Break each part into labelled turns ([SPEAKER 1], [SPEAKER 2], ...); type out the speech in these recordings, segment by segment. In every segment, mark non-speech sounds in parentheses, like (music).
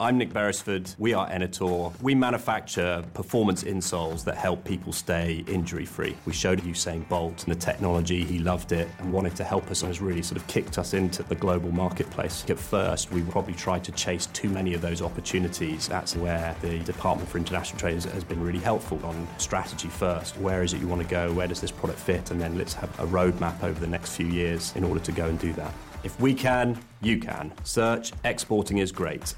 [SPEAKER 1] I'm Nick Beresford. We are Enator. We manufacture performance insoles that help people stay injury free. We showed Usain Bolt and the technology. He loved it and wanted to help us and has really sort of kicked us into the global marketplace. At first, we probably tried to chase too many of those opportunities. That's where the Department for International Trade has been really helpful on strategy first. Where is it you want to go? Where does this product fit? And then let's have a roadmap over the next few years in order to go and do that. If we can, you can. Search Exporting is Great.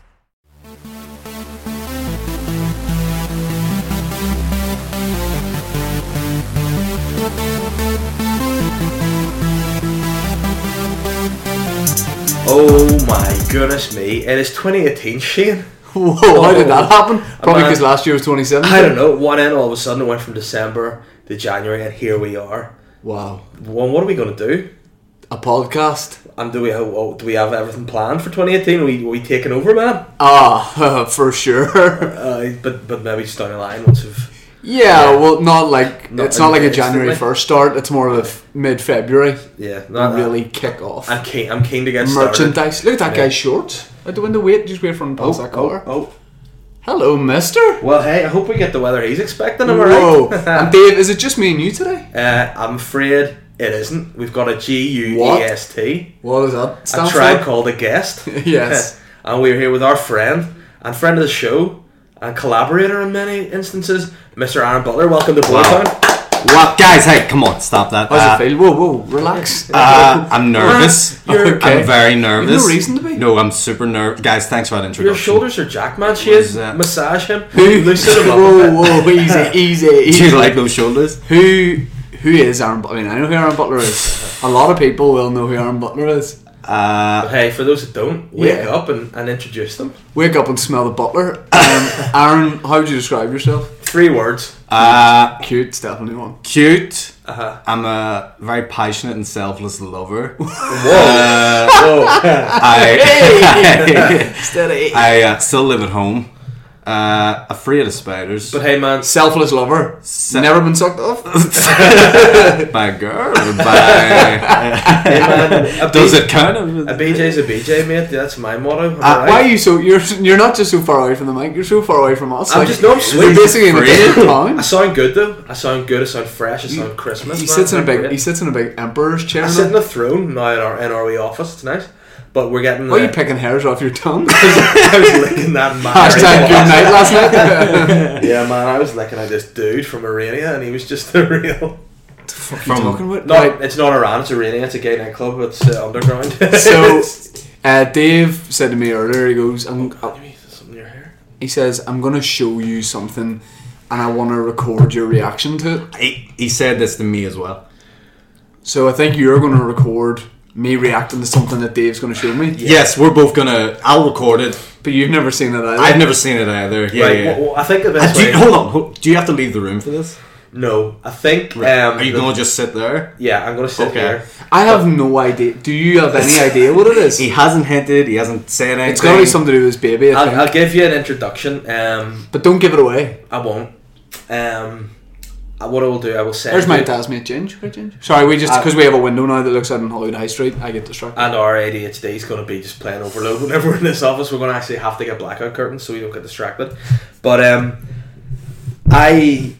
[SPEAKER 2] Oh my goodness me! It is 2018, Shane.
[SPEAKER 3] Whoa, how did that happen? Probably
[SPEAKER 2] man.
[SPEAKER 3] because last year was 27.
[SPEAKER 2] I don't know. One end all of a sudden it went from December to January, and here we are.
[SPEAKER 3] Wow.
[SPEAKER 2] Well, what are we going to do?
[SPEAKER 3] A podcast?
[SPEAKER 2] And do we have, oh, do we have everything planned for 2018? Are we, are we taking over, man?
[SPEAKER 3] Ah, (laughs) for sure.
[SPEAKER 2] Uh, but but maybe just down the line once we've
[SPEAKER 3] Yeah, well, not like
[SPEAKER 2] Not
[SPEAKER 3] it's not like a
[SPEAKER 2] instantly.
[SPEAKER 3] January first start. It's more of a mid-February.
[SPEAKER 2] yeah.
[SPEAKER 3] Not
[SPEAKER 2] Not
[SPEAKER 3] really kick off
[SPEAKER 2] I'm keen. I'm keen to get Uh, started.
[SPEAKER 3] merchandise. Look at that
[SPEAKER 2] Yeah.
[SPEAKER 3] guy's shorts out the window. Wait, just wait for him to pass that
[SPEAKER 2] oh,
[SPEAKER 3] car.
[SPEAKER 2] oh.
[SPEAKER 3] Hello, Mister.
[SPEAKER 2] Well, hey, I hope we get the weather he's expecting. Am I (laughs)
[SPEAKER 3] Whoa.
[SPEAKER 2] right?
[SPEAKER 3] and Dave, is it just me and you today?
[SPEAKER 2] uh, I'm afraid it isn't. We've got a G U
[SPEAKER 3] What?
[SPEAKER 2] E S T.
[SPEAKER 3] What is that?
[SPEAKER 2] A
[SPEAKER 3] Stand
[SPEAKER 2] tribe called a
[SPEAKER 3] (laughs)
[SPEAKER 2] guest. (laughs)
[SPEAKER 3] Yes.
[SPEAKER 2] and we're here with our friend and friend of the show and collaborator in many instances, Mr. Aaron Butler. Welcome to Boytown.
[SPEAKER 4] What, guys? Hey, come on, stop that.
[SPEAKER 3] How's
[SPEAKER 4] Uh,
[SPEAKER 3] it feel? Whoa, whoa,
[SPEAKER 2] (laughs)
[SPEAKER 3] relax.
[SPEAKER 4] uh, I'm nervous.
[SPEAKER 3] (laughs)
[SPEAKER 2] You're-
[SPEAKER 3] Okay.
[SPEAKER 4] I'm very nervous.
[SPEAKER 3] You've no reason to be.
[SPEAKER 4] No, I'm super nervous. Guys, thanks for that
[SPEAKER 2] Your
[SPEAKER 4] introduction.
[SPEAKER 2] shoulders are jacked, man. She
[SPEAKER 4] is
[SPEAKER 2] is.
[SPEAKER 4] that?
[SPEAKER 2] Massage him.
[SPEAKER 3] (laughs)
[SPEAKER 2] (laughs)
[SPEAKER 3] Who?
[SPEAKER 2] Loosen him up. a bit.
[SPEAKER 3] whoa, whoa, easy,
[SPEAKER 2] (laughs)
[SPEAKER 3] easy,
[SPEAKER 4] (laughs) Do
[SPEAKER 3] easy.
[SPEAKER 4] you like those shoulders?
[SPEAKER 3] Who who is Aaron Butler? I mean, I know who Aaron Butler is. A lot of people will know who Aaron Butler is.
[SPEAKER 4] Uh,
[SPEAKER 2] Hey, for those that don't, wake
[SPEAKER 3] Yeah.
[SPEAKER 2] up and, and introduce them.
[SPEAKER 3] Wake up and smell the butler.
[SPEAKER 2] (laughs)
[SPEAKER 3] Um, Aaron, how would you describe yourself?
[SPEAKER 2] Three words.
[SPEAKER 4] uh,
[SPEAKER 3] Cute, definitely one.
[SPEAKER 4] cute.
[SPEAKER 2] Uh-huh.
[SPEAKER 4] I'm a very passionate and selfless lover. (laughs) Uh,
[SPEAKER 2] Whoa.
[SPEAKER 4] I
[SPEAKER 3] Steady.
[SPEAKER 4] (laughs) I uh, still live at home. Uh, afraid of spiders.
[SPEAKER 2] but hey,
[SPEAKER 3] (laughs)
[SPEAKER 2] man.
[SPEAKER 3] Selfless lover. Never been
[SPEAKER 2] (laughs)
[SPEAKER 3] sucked off. Uh,
[SPEAKER 4] by a girl. or By
[SPEAKER 2] hey, man, a
[SPEAKER 4] (laughs) does
[SPEAKER 2] B-
[SPEAKER 4] it count? Of,
[SPEAKER 2] A BJ's a BJ, mate. That's my motto. am I
[SPEAKER 3] Uh,
[SPEAKER 2] right?
[SPEAKER 3] Why are you so? You're you're not just so far away from the mic. You're so far away from us.
[SPEAKER 2] I'm just- no, I'm
[SPEAKER 3] You're
[SPEAKER 2] sweet.
[SPEAKER 3] basically in a
[SPEAKER 4] Free.
[SPEAKER 2] (laughs)
[SPEAKER 3] different
[SPEAKER 2] I
[SPEAKER 3] town.
[SPEAKER 2] sound good though. I sound good. I sound fresh. I sound Christmas.
[SPEAKER 3] He
[SPEAKER 2] man.
[SPEAKER 3] sits in a
[SPEAKER 2] I'm
[SPEAKER 3] big
[SPEAKER 2] great.
[SPEAKER 3] he sits in a big emperor's chair.
[SPEAKER 2] I
[SPEAKER 3] now.
[SPEAKER 2] sit in a throne now in our in our wee office tonight. But we're getting.
[SPEAKER 3] Why are you
[SPEAKER 2] uh,
[SPEAKER 3] picking hairs off your tongue?
[SPEAKER 2] (laughs) I was licking
[SPEAKER 3] (laughs)
[SPEAKER 2] that man.
[SPEAKER 3] Hashtag good night
[SPEAKER 2] (laughs)
[SPEAKER 3] last night. (laughs)
[SPEAKER 2] Yeah, man, I was looking at this dude from Irania, and he was just the real.
[SPEAKER 4] from
[SPEAKER 3] Talking about
[SPEAKER 2] No,
[SPEAKER 3] Right,
[SPEAKER 2] it's not Iran. It's Irania. It's a gay nightclub. It's uh, underground.
[SPEAKER 3] (laughs)
[SPEAKER 2] (laughs)
[SPEAKER 3] So uh, Dave said to me earlier, he goes, I'm,
[SPEAKER 2] Something in your hair.
[SPEAKER 3] he says, I'm going to show you something and I want to record your reaction to it.
[SPEAKER 4] he, he said this to me as well.
[SPEAKER 3] So I think you're going to record me reacting to something that Dave's going to show me.
[SPEAKER 4] Yes, we're both gonna. I'll record it.
[SPEAKER 3] But you've never seen it either.
[SPEAKER 4] I've never seen it either. Yeah,
[SPEAKER 2] Right.
[SPEAKER 4] yeah, yeah.
[SPEAKER 2] Well, well, I think the
[SPEAKER 4] Uh,
[SPEAKER 2] best
[SPEAKER 4] do you,
[SPEAKER 2] way.
[SPEAKER 4] hold on. ho- Do you have to leave the room for this?
[SPEAKER 2] no, I think. Um,
[SPEAKER 4] Are you
[SPEAKER 2] the-
[SPEAKER 4] going to just sit there?
[SPEAKER 2] Yeah, I'm gonna sit
[SPEAKER 4] Okay.
[SPEAKER 2] here.
[SPEAKER 3] I have no idea. Do you have any idea what it is? (laughs)
[SPEAKER 4] He hasn't hinted. He hasn't said anything.
[SPEAKER 3] It's got to be something to do with his baby, I think.
[SPEAKER 2] I'll, I'll give you an introduction. Um,
[SPEAKER 3] but don't give it away.
[SPEAKER 2] I won't. Um, I- what I will do, I will send.
[SPEAKER 3] There's my
[SPEAKER 2] you-
[SPEAKER 3] dad's mate, Ginge. Hi, Ginge. Sorry, we just because we have a window now that looks out on Hollywood High Street. I get distracted.
[SPEAKER 2] and our ADHD is going to be just playing overload whenever we're in this office. We're going to actually have to get blackout curtains so we don't get distracted. But um, I,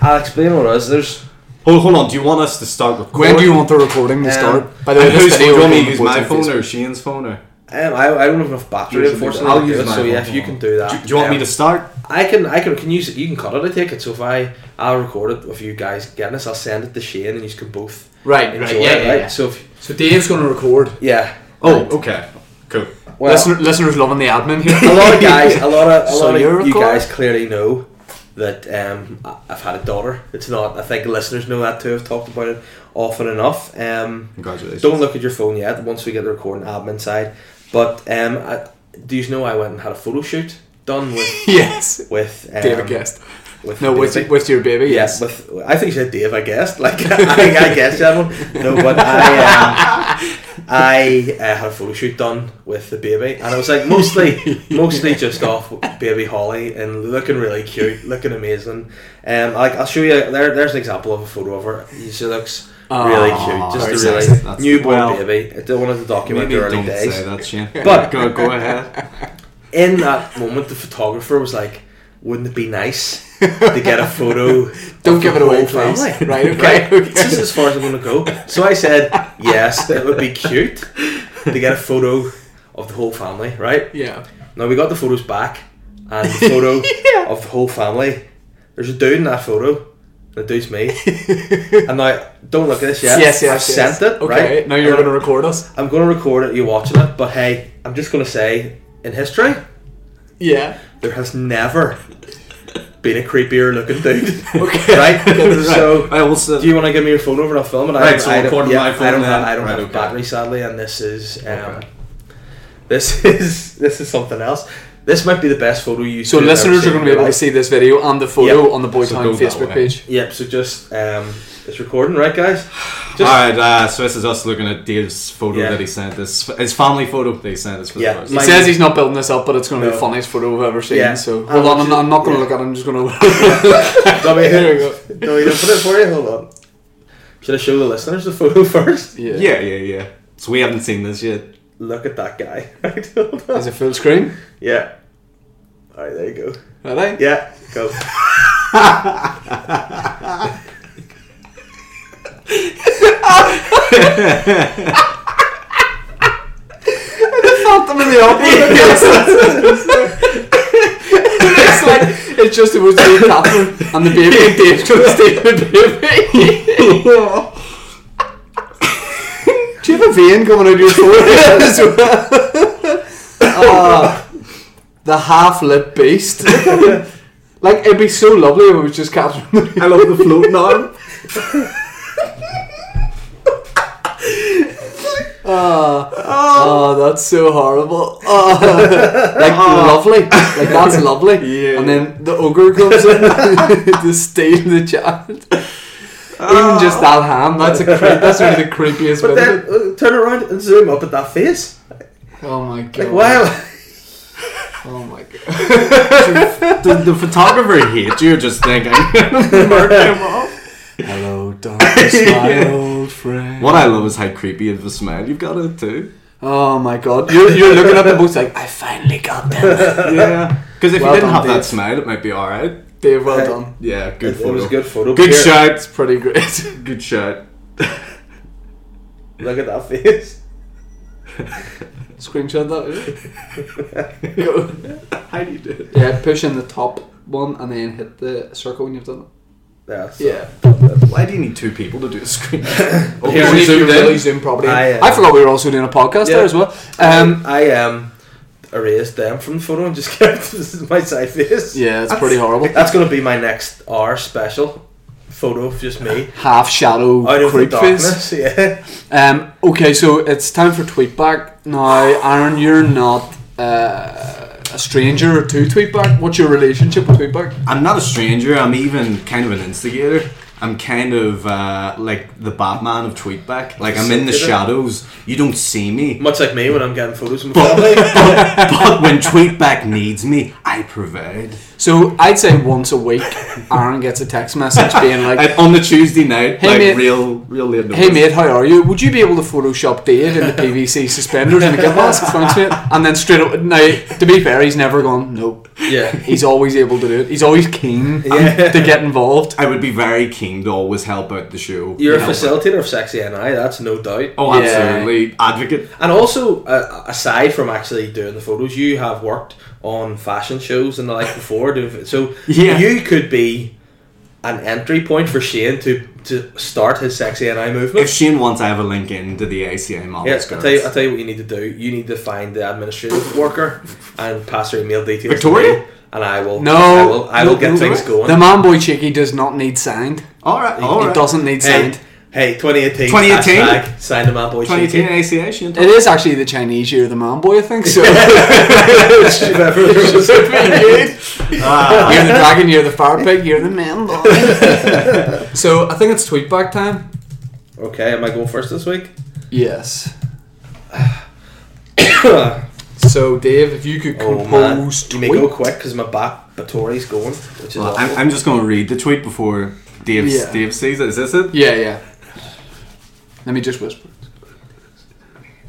[SPEAKER 2] I'll explain what it is. There's
[SPEAKER 4] Hold, hold on. Do you want us to start recording?
[SPEAKER 3] when do you want the recording to
[SPEAKER 2] Um,
[SPEAKER 3] start? By the way,
[SPEAKER 4] And
[SPEAKER 3] this
[SPEAKER 4] who's, do
[SPEAKER 3] video
[SPEAKER 4] you want
[SPEAKER 3] will
[SPEAKER 4] me
[SPEAKER 3] be
[SPEAKER 4] to use
[SPEAKER 3] on
[SPEAKER 4] my
[SPEAKER 3] Facebook.
[SPEAKER 4] phone or Shane's phone? Or
[SPEAKER 2] um, I, I don't have enough battery
[SPEAKER 3] Use
[SPEAKER 2] unfortunately. to
[SPEAKER 3] another- I'll
[SPEAKER 2] do
[SPEAKER 4] use
[SPEAKER 2] it,
[SPEAKER 4] my
[SPEAKER 2] so yeah,
[SPEAKER 4] phone.
[SPEAKER 2] if you can do that,
[SPEAKER 4] do you want me
[SPEAKER 2] um,
[SPEAKER 4] to start?
[SPEAKER 2] I can. I can. Can you? You can cut it. I take it. So if I, I'll record it with you guys getting this. I'll send it to Shane, and you can both
[SPEAKER 3] Right,
[SPEAKER 2] enjoy
[SPEAKER 3] right, yeah,
[SPEAKER 2] it.
[SPEAKER 3] yeah,
[SPEAKER 2] Right.
[SPEAKER 3] yeah.
[SPEAKER 2] So if,
[SPEAKER 3] So Dave's going to record.
[SPEAKER 2] yeah.
[SPEAKER 4] Oh, okay. Cool.
[SPEAKER 2] Well,
[SPEAKER 3] Listener, listeners loving the admin here.
[SPEAKER 2] a
[SPEAKER 3] (laughs)
[SPEAKER 2] lot of guys, a lot of, a
[SPEAKER 3] So
[SPEAKER 2] lot
[SPEAKER 3] you're
[SPEAKER 2] of you
[SPEAKER 3] recording?
[SPEAKER 2] guys clearly know that um, I- I've had a daughter. It's not. I think listeners know that too. I've talked about it often enough. Um,
[SPEAKER 4] Congratulations.
[SPEAKER 2] don't look at your phone yet. Once we get the recording admin side, but um, I, do you know I went and had a photo shoot done with
[SPEAKER 3] yes.
[SPEAKER 2] with um,
[SPEAKER 3] David Guest.
[SPEAKER 2] With
[SPEAKER 3] No, with,
[SPEAKER 2] David.
[SPEAKER 3] with your baby,
[SPEAKER 2] Yeah,
[SPEAKER 3] yes.
[SPEAKER 2] with I think you said Dave. I guessed. (laughs) Like I, I guessed that one. No, but I, um, I uh, had a photo shoot done with the baby, and I was like mostly, mostly just off baby Holly and looking really cute, looking amazing. Um, like I'll show you. There, there's an example of a photo of her. She looks really
[SPEAKER 3] Aw,
[SPEAKER 2] cute,
[SPEAKER 4] very
[SPEAKER 2] just a really
[SPEAKER 4] sexy. That's-
[SPEAKER 2] newborn
[SPEAKER 4] well,
[SPEAKER 2] baby. I don't want to document
[SPEAKER 4] Maybe
[SPEAKER 2] the early
[SPEAKER 4] don't
[SPEAKER 2] days.
[SPEAKER 4] say that, Shane.
[SPEAKER 2] But-
[SPEAKER 4] go, go ahead.
[SPEAKER 2] in that moment, the photographer was like, "Wouldn't it be nice to get
[SPEAKER 3] (laughs)
[SPEAKER 2] a photo?"
[SPEAKER 3] Don't
[SPEAKER 2] of
[SPEAKER 3] give
[SPEAKER 2] the
[SPEAKER 3] it away,
[SPEAKER 2] whole
[SPEAKER 3] please.
[SPEAKER 2] family?"
[SPEAKER 3] Right, okay, okay.
[SPEAKER 2] This is as far as I'm going to go. So I said, "Yes, it would be cute to get a photo of the whole family." Right (laughs)
[SPEAKER 3] Yeah.
[SPEAKER 2] now, we got the photos back, and the photo
[SPEAKER 3] (laughs)
[SPEAKER 2] of the whole family. There's a dude in that photo. The dude's me. And now, don't look at this yet.
[SPEAKER 3] yes, yes.
[SPEAKER 2] I've
[SPEAKER 3] yes.
[SPEAKER 2] sent it.
[SPEAKER 3] Okay,
[SPEAKER 2] right?
[SPEAKER 3] now you're
[SPEAKER 2] I'm
[SPEAKER 3] going to record us.
[SPEAKER 2] I'm going to record it, you watching it, but hey, I'm just going to say, in history,
[SPEAKER 3] Yeah.
[SPEAKER 2] there has never been a creepier looking dude.
[SPEAKER 3] (laughs) Okay.
[SPEAKER 2] right?
[SPEAKER 3] Okay,
[SPEAKER 2] So,
[SPEAKER 4] I also
[SPEAKER 2] do you want to give me your phone over and I'll film it? I,
[SPEAKER 4] Right,
[SPEAKER 2] don't-
[SPEAKER 4] so
[SPEAKER 2] I don't-
[SPEAKER 4] record on my phone
[SPEAKER 2] I don't
[SPEAKER 4] then.
[SPEAKER 2] have, I don't
[SPEAKER 4] Right,
[SPEAKER 2] have
[SPEAKER 4] okay.
[SPEAKER 2] battery, sadly, and this is um,
[SPEAKER 4] Okay.
[SPEAKER 2] this (laughs) is this is something else. This might be the best photo you.
[SPEAKER 3] So
[SPEAKER 2] two have ever
[SPEAKER 3] listeners
[SPEAKER 2] seen
[SPEAKER 3] are going
[SPEAKER 2] in
[SPEAKER 3] to be
[SPEAKER 2] your
[SPEAKER 3] able to
[SPEAKER 2] life.
[SPEAKER 3] see this video and the photo
[SPEAKER 2] Yeah.
[SPEAKER 3] on the Boytown
[SPEAKER 4] So go that
[SPEAKER 3] Facebook
[SPEAKER 4] way.
[SPEAKER 3] page.
[SPEAKER 2] Yep. So just um, it's recording, right,
[SPEAKER 3] (sighs)
[SPEAKER 2] guys? Just
[SPEAKER 4] all right. Uh, so this is us looking at Dave's photo
[SPEAKER 2] Yeah.
[SPEAKER 4] that he sent us. His family photo that he sent us for
[SPEAKER 2] Yeah,
[SPEAKER 4] the first.
[SPEAKER 3] He
[SPEAKER 2] my-
[SPEAKER 3] says he's not building this up, but it's going to be
[SPEAKER 2] No.
[SPEAKER 3] the funniest photo I've ever seen.
[SPEAKER 2] Yeah.
[SPEAKER 3] So
[SPEAKER 2] I
[SPEAKER 3] hold on,
[SPEAKER 2] want
[SPEAKER 3] I'm
[SPEAKER 2] you-
[SPEAKER 3] not, I'm not going to
[SPEAKER 2] yeah.
[SPEAKER 3] look at it. I'm just going to.
[SPEAKER 2] (laughs) Don't we-
[SPEAKER 3] There we go.
[SPEAKER 2] No, you don't put it for you. Hold on. Should I show the listeners the photo (laughs) first?
[SPEAKER 3] (laughs) yeah.
[SPEAKER 4] yeah, yeah, yeah. So we haven't seen this yet.
[SPEAKER 2] Look at that guy. (laughs) Right, hold on.
[SPEAKER 3] Is it full screen?
[SPEAKER 2] Yeah. All right, there you go.
[SPEAKER 3] All right.
[SPEAKER 2] Yeah, go.
[SPEAKER 3] Fuck them in the elbow. (laughs) It's like it's just it was Dave Catherine and the (laughs) baby and Dave's going to stay with the baby. Do you have a vein coming out of your (laughs) forehead as well? Ah, the half-lit (laughs) beast. like it'd be so lovely if it was just Catherine.
[SPEAKER 4] I love the floating arm.
[SPEAKER 3] Oh, that's so horrible. (laughs) Oh, like lovely, like that's (laughs) lovely.
[SPEAKER 4] Yeah.
[SPEAKER 3] And then the ogre comes in (laughs) to steal the child. Even just that ham, that's a cre- that's one of the creepiest
[SPEAKER 2] But
[SPEAKER 3] bit of
[SPEAKER 2] then
[SPEAKER 3] it.
[SPEAKER 2] uh, turn around and zoom up at that face.
[SPEAKER 3] Oh my god!
[SPEAKER 2] Like, wow.
[SPEAKER 3] Oh my god!
[SPEAKER 4] Did the photographer hate you? or Just thinking.
[SPEAKER 3] Hello, (laughs) darkness, my old friend.
[SPEAKER 4] what I love is how creepy of a smile you've got it too.
[SPEAKER 3] Oh my god! You're, you're looking at the books like I finally got them. (laughs)
[SPEAKER 4] Yeah. Because if
[SPEAKER 3] Well
[SPEAKER 4] you didn't
[SPEAKER 3] done,
[SPEAKER 4] have
[SPEAKER 3] Dave.
[SPEAKER 4] that smile, it might be all right.
[SPEAKER 3] Dave, well done.
[SPEAKER 4] Yeah, good
[SPEAKER 2] It, it
[SPEAKER 4] photo.
[SPEAKER 2] was a good photo.
[SPEAKER 4] Good
[SPEAKER 2] Here,
[SPEAKER 4] shot.
[SPEAKER 3] It's pretty great. (laughs)
[SPEAKER 4] Good shot.
[SPEAKER 2] Look at that face.
[SPEAKER 3] Screenshot that. yeah. Go.
[SPEAKER 4] How do you do it?
[SPEAKER 3] Yeah, push in the top one and then hit the circle when you've done it.
[SPEAKER 2] Yeah. so-
[SPEAKER 3] Yeah.
[SPEAKER 4] Why do you need two people to do a screen? Oh,
[SPEAKER 3] Only
[SPEAKER 2] Here,
[SPEAKER 3] if
[SPEAKER 2] we
[SPEAKER 3] you
[SPEAKER 2] zoomed in.
[SPEAKER 3] really zoom properly. in.
[SPEAKER 2] I,
[SPEAKER 3] I,
[SPEAKER 2] uh,
[SPEAKER 3] forgot we were also doing a podcast
[SPEAKER 2] Yeah.
[SPEAKER 3] there as well. Um,
[SPEAKER 2] I um, erased them from the photo and just (laughs) kept this is my side face.
[SPEAKER 3] yeah, it's pretty horrible.
[SPEAKER 2] That's going to be my next R special photo of just me.
[SPEAKER 3] Half shadow
[SPEAKER 2] Out of the
[SPEAKER 3] creep face.
[SPEAKER 2] darkness. Yeah.
[SPEAKER 3] Um, okay, so it's time for tweetback now. Aaron, you're not uh, a stranger to tweetback. What's your relationship with tweetback?
[SPEAKER 4] I'm not a stranger. I'm even kind of an instigator. I'm kind of uh, like the Batman of Tweetback. Like I'm in the shadows. You don't see me.
[SPEAKER 2] Much like me when I'm getting photos
[SPEAKER 3] (laughs)
[SPEAKER 2] from family.
[SPEAKER 4] But when Tweetback needs me, I provide.
[SPEAKER 3] So I'd say once
[SPEAKER 2] (laughs)
[SPEAKER 3] a week, Aaron gets a text message being like,
[SPEAKER 4] And on the Tuesday night,
[SPEAKER 3] Hey,
[SPEAKER 4] like
[SPEAKER 3] mate.
[SPEAKER 4] real, real late.
[SPEAKER 3] Hey
[SPEAKER 4] notice.
[SPEAKER 3] mate, how are you? Would you be able to Photoshop Dave in the PVC suspenders and the gift mask? Thanks mate. And then straight up, now to be fair, he's never gone. Nope.
[SPEAKER 2] yeah.
[SPEAKER 3] He's always able to do it. He's always keen
[SPEAKER 2] Yeah.
[SPEAKER 3] to get involved.
[SPEAKER 4] I would be very keen to always help out the show.
[SPEAKER 2] You're a
[SPEAKER 4] Help out.
[SPEAKER 2] facilitator of Sexy and I, that's no doubt.
[SPEAKER 4] Oh,
[SPEAKER 3] Yeah.
[SPEAKER 4] absolutely. Advocate.
[SPEAKER 2] And also, uh, aside from actually doing the photos, you have worked on fashion shows and the like before. doing- So
[SPEAKER 4] Yeah.
[SPEAKER 2] you could be an entry point for Shane to, to start his sexy and I movement.
[SPEAKER 4] If Shane wants, I have a link in to the ACA model.
[SPEAKER 2] Yes, I tell you, I tell you what you need to do. You need to find the administrative worker and pass her email details. to
[SPEAKER 4] Victoria?
[SPEAKER 2] me, and I will.
[SPEAKER 3] No,
[SPEAKER 2] I will. I will
[SPEAKER 3] no,
[SPEAKER 2] get
[SPEAKER 3] no,
[SPEAKER 2] things
[SPEAKER 3] no.
[SPEAKER 2] going.
[SPEAKER 3] The man boy cheeky does not need signed.
[SPEAKER 4] all right, all
[SPEAKER 3] uh, He
[SPEAKER 4] right.
[SPEAKER 3] doesn't need
[SPEAKER 2] hey,
[SPEAKER 3] signed.
[SPEAKER 2] hey, 2018.
[SPEAKER 4] 2018?
[SPEAKER 2] Hashtag, sign the man boy.
[SPEAKER 4] 2018
[SPEAKER 3] (laughs)
[SPEAKER 2] cheeky.
[SPEAKER 4] ACA, Shane.
[SPEAKER 3] It is actually the Chinese year of the man boy, I think. So Year (laughs)
[SPEAKER 4] Ah.
[SPEAKER 3] of the dragon, year of the fire pig, year of the man
[SPEAKER 2] (laughs)
[SPEAKER 3] boy. so I think it's tweetback time.
[SPEAKER 2] (laughs) Okay, am I going first this
[SPEAKER 3] (laughs)
[SPEAKER 2] week?
[SPEAKER 3] Yes.
[SPEAKER 2] oh
[SPEAKER 3] So Dave, if you could
[SPEAKER 2] man,
[SPEAKER 3] compose
[SPEAKER 2] you may go
[SPEAKER 3] tweet.
[SPEAKER 2] quick because my back Batori's going, which is
[SPEAKER 4] Well,
[SPEAKER 2] awful.
[SPEAKER 4] I'm, I'm just going to read the tweet before Dave,
[SPEAKER 3] Yeah.
[SPEAKER 4] Dave sees it. Is this it?
[SPEAKER 3] Yeah, yeah. Let me just whisper.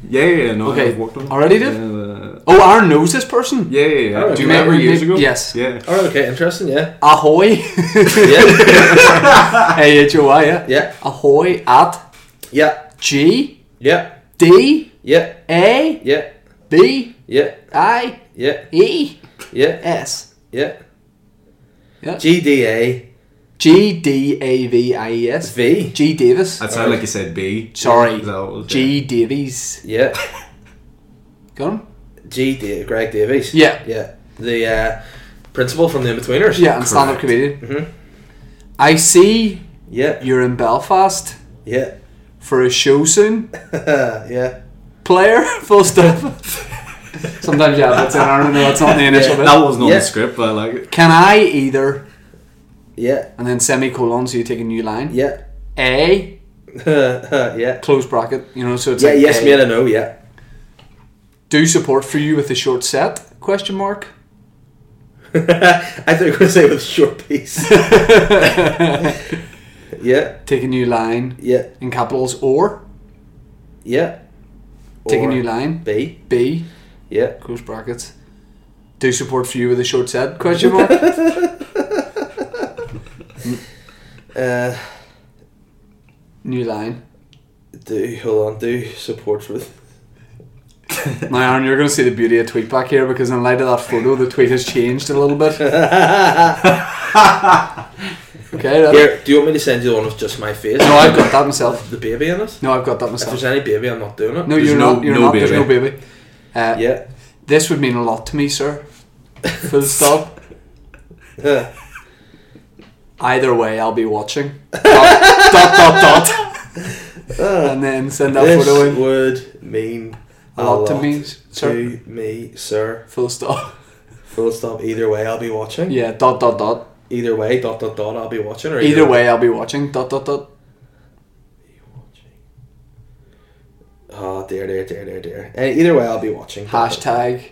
[SPEAKER 4] Yeah, yeah, no.
[SPEAKER 3] Okay.
[SPEAKER 4] I've worked on it.
[SPEAKER 3] Already did?
[SPEAKER 4] Yeah,
[SPEAKER 3] Oh, Aaron knows this person.
[SPEAKER 4] yeah, yeah. yeah.
[SPEAKER 2] Oh,
[SPEAKER 4] Do you
[SPEAKER 2] okay.
[SPEAKER 4] remember years
[SPEAKER 3] Maybe-
[SPEAKER 4] ago?
[SPEAKER 3] yes.
[SPEAKER 4] Yeah.
[SPEAKER 2] Oh, okay, interesting.
[SPEAKER 3] (laughs)
[SPEAKER 2] Yeah,
[SPEAKER 3] Ahoy.
[SPEAKER 2] yeah,
[SPEAKER 3] (laughs) A H O Y. Yeah.
[SPEAKER 2] yeah,
[SPEAKER 3] Ahoy at
[SPEAKER 2] yeah,
[SPEAKER 3] G
[SPEAKER 2] yeah,
[SPEAKER 3] D
[SPEAKER 2] yeah,
[SPEAKER 3] A
[SPEAKER 2] yeah,
[SPEAKER 3] B
[SPEAKER 2] yeah,
[SPEAKER 3] I
[SPEAKER 2] yeah,
[SPEAKER 3] E
[SPEAKER 2] yeah,
[SPEAKER 3] S.
[SPEAKER 2] yeah.
[SPEAKER 3] Yeah.
[SPEAKER 2] G D A
[SPEAKER 3] G D A V I E S.
[SPEAKER 2] V.
[SPEAKER 3] G Davis.
[SPEAKER 4] That sounded like you said B.
[SPEAKER 3] Sorry.
[SPEAKER 4] Is that what it was?
[SPEAKER 3] G Davies.
[SPEAKER 2] Yeah,
[SPEAKER 3] Got him?
[SPEAKER 2] G D. Greg Davies.
[SPEAKER 3] Yeah.
[SPEAKER 2] yeah. The uh, principal from the Inbetweeners.
[SPEAKER 3] Yeah, and stand up
[SPEAKER 4] Correct. Mm-hmm.
[SPEAKER 3] comedian.
[SPEAKER 2] Mhm.
[SPEAKER 3] I see
[SPEAKER 2] yeah,
[SPEAKER 3] you're in Belfast
[SPEAKER 2] yeah, (laughs)
[SPEAKER 3] for a show soon.
[SPEAKER 2] yeah.
[SPEAKER 3] Player, (laughs) full stop. Sometimes, yeah, that's in Ireland, no, that's not the initial
[SPEAKER 2] Yeah,
[SPEAKER 3] bit.
[SPEAKER 4] That wasn't on
[SPEAKER 2] Yeah.
[SPEAKER 4] the script, but I like (laughs) it.
[SPEAKER 3] Can I either,
[SPEAKER 2] Yeah, (laughs)
[SPEAKER 3] and then semicolon, so you take a new line.
[SPEAKER 2] yeah,
[SPEAKER 3] A,
[SPEAKER 2] yeah.
[SPEAKER 3] close bracket, you know, so it's
[SPEAKER 2] Yeah,
[SPEAKER 3] like
[SPEAKER 2] yes,
[SPEAKER 3] A.
[SPEAKER 2] me and I know. Yeah, (laughs)
[SPEAKER 3] Do support for you with a short set,
[SPEAKER 2] (laughs)
[SPEAKER 3] question mark.
[SPEAKER 2] I thought you were going to say with short piece. yeah,
[SPEAKER 3] Take a new line,
[SPEAKER 2] yeah,
[SPEAKER 3] in capitals, or,
[SPEAKER 2] yeah.
[SPEAKER 3] take a
[SPEAKER 2] Or
[SPEAKER 3] new line.
[SPEAKER 2] B.
[SPEAKER 3] B,
[SPEAKER 2] Yeah,
[SPEAKER 3] close brackets. Do support for you with a short set, question mark.
[SPEAKER 2] (laughs) uh,
[SPEAKER 3] new line.
[SPEAKER 2] do hold on. Do support for. th-
[SPEAKER 3] Now, Aaron, you're going to see the beauty of tweet back here because in light of that photo, the tweet has changed a
[SPEAKER 2] (laughs)
[SPEAKER 3] little bit. (laughs) okay, that,
[SPEAKER 2] Here, do you want me to send you the one with just my face?
[SPEAKER 3] no, I've got that myself.
[SPEAKER 2] the baby in it.
[SPEAKER 3] No, I've got that
[SPEAKER 2] If
[SPEAKER 3] myself.
[SPEAKER 2] there's any baby, I'm not doing it.
[SPEAKER 3] No,
[SPEAKER 4] There's
[SPEAKER 3] you're
[SPEAKER 4] no-
[SPEAKER 3] not. You're
[SPEAKER 4] no
[SPEAKER 3] not. There's no
[SPEAKER 4] baby.
[SPEAKER 3] baby. Uh, (laughs)
[SPEAKER 2] Yeah.
[SPEAKER 3] This would mean a lot to
[SPEAKER 2] (laughs)
[SPEAKER 3] me, sir. Full stop.
[SPEAKER 2] Uh,
[SPEAKER 3] Either way, I'll be
[SPEAKER 2] (laughs)
[SPEAKER 3] watching. dot dot dot. dot. and then send that
[SPEAKER 2] Ah. this
[SPEAKER 3] photo in.
[SPEAKER 2] would mean
[SPEAKER 3] A lot to me, sir.
[SPEAKER 2] to me, sir.
[SPEAKER 3] Full stop. (laughs)
[SPEAKER 2] Full stop. Either way, I'll be watching.
[SPEAKER 3] Yeah. Dot dot dot.
[SPEAKER 2] Either way, dot dot dot, I'll be watching. Or
[SPEAKER 3] Either way, I'll be watching. Dot dot dot.
[SPEAKER 2] Oh dear, dear, dear, dear, dear. Eh, Either way, I'll be watching.
[SPEAKER 3] Hashtag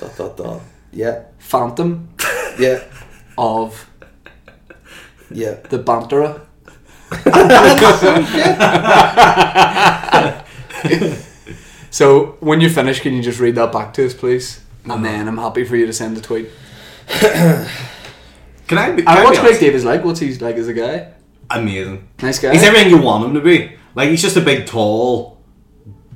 [SPEAKER 2] Dot dot dot. Yeah,
[SPEAKER 3] Phantom
[SPEAKER 2] yeah,
[SPEAKER 3] of
[SPEAKER 2] yeah.
[SPEAKER 3] the Banterer. so when you finish, can you just read that back to us, please? And then I'm happy for you to send a tweet.
[SPEAKER 4] Can I be,
[SPEAKER 3] And
[SPEAKER 4] can I
[SPEAKER 3] what's
[SPEAKER 4] be
[SPEAKER 3] Greg
[SPEAKER 4] honest?
[SPEAKER 3] Davis like? What's he like as a guy?
[SPEAKER 4] Amazing.
[SPEAKER 3] Nice guy.
[SPEAKER 4] He's everything you want him to be. Like he's just a big, tall,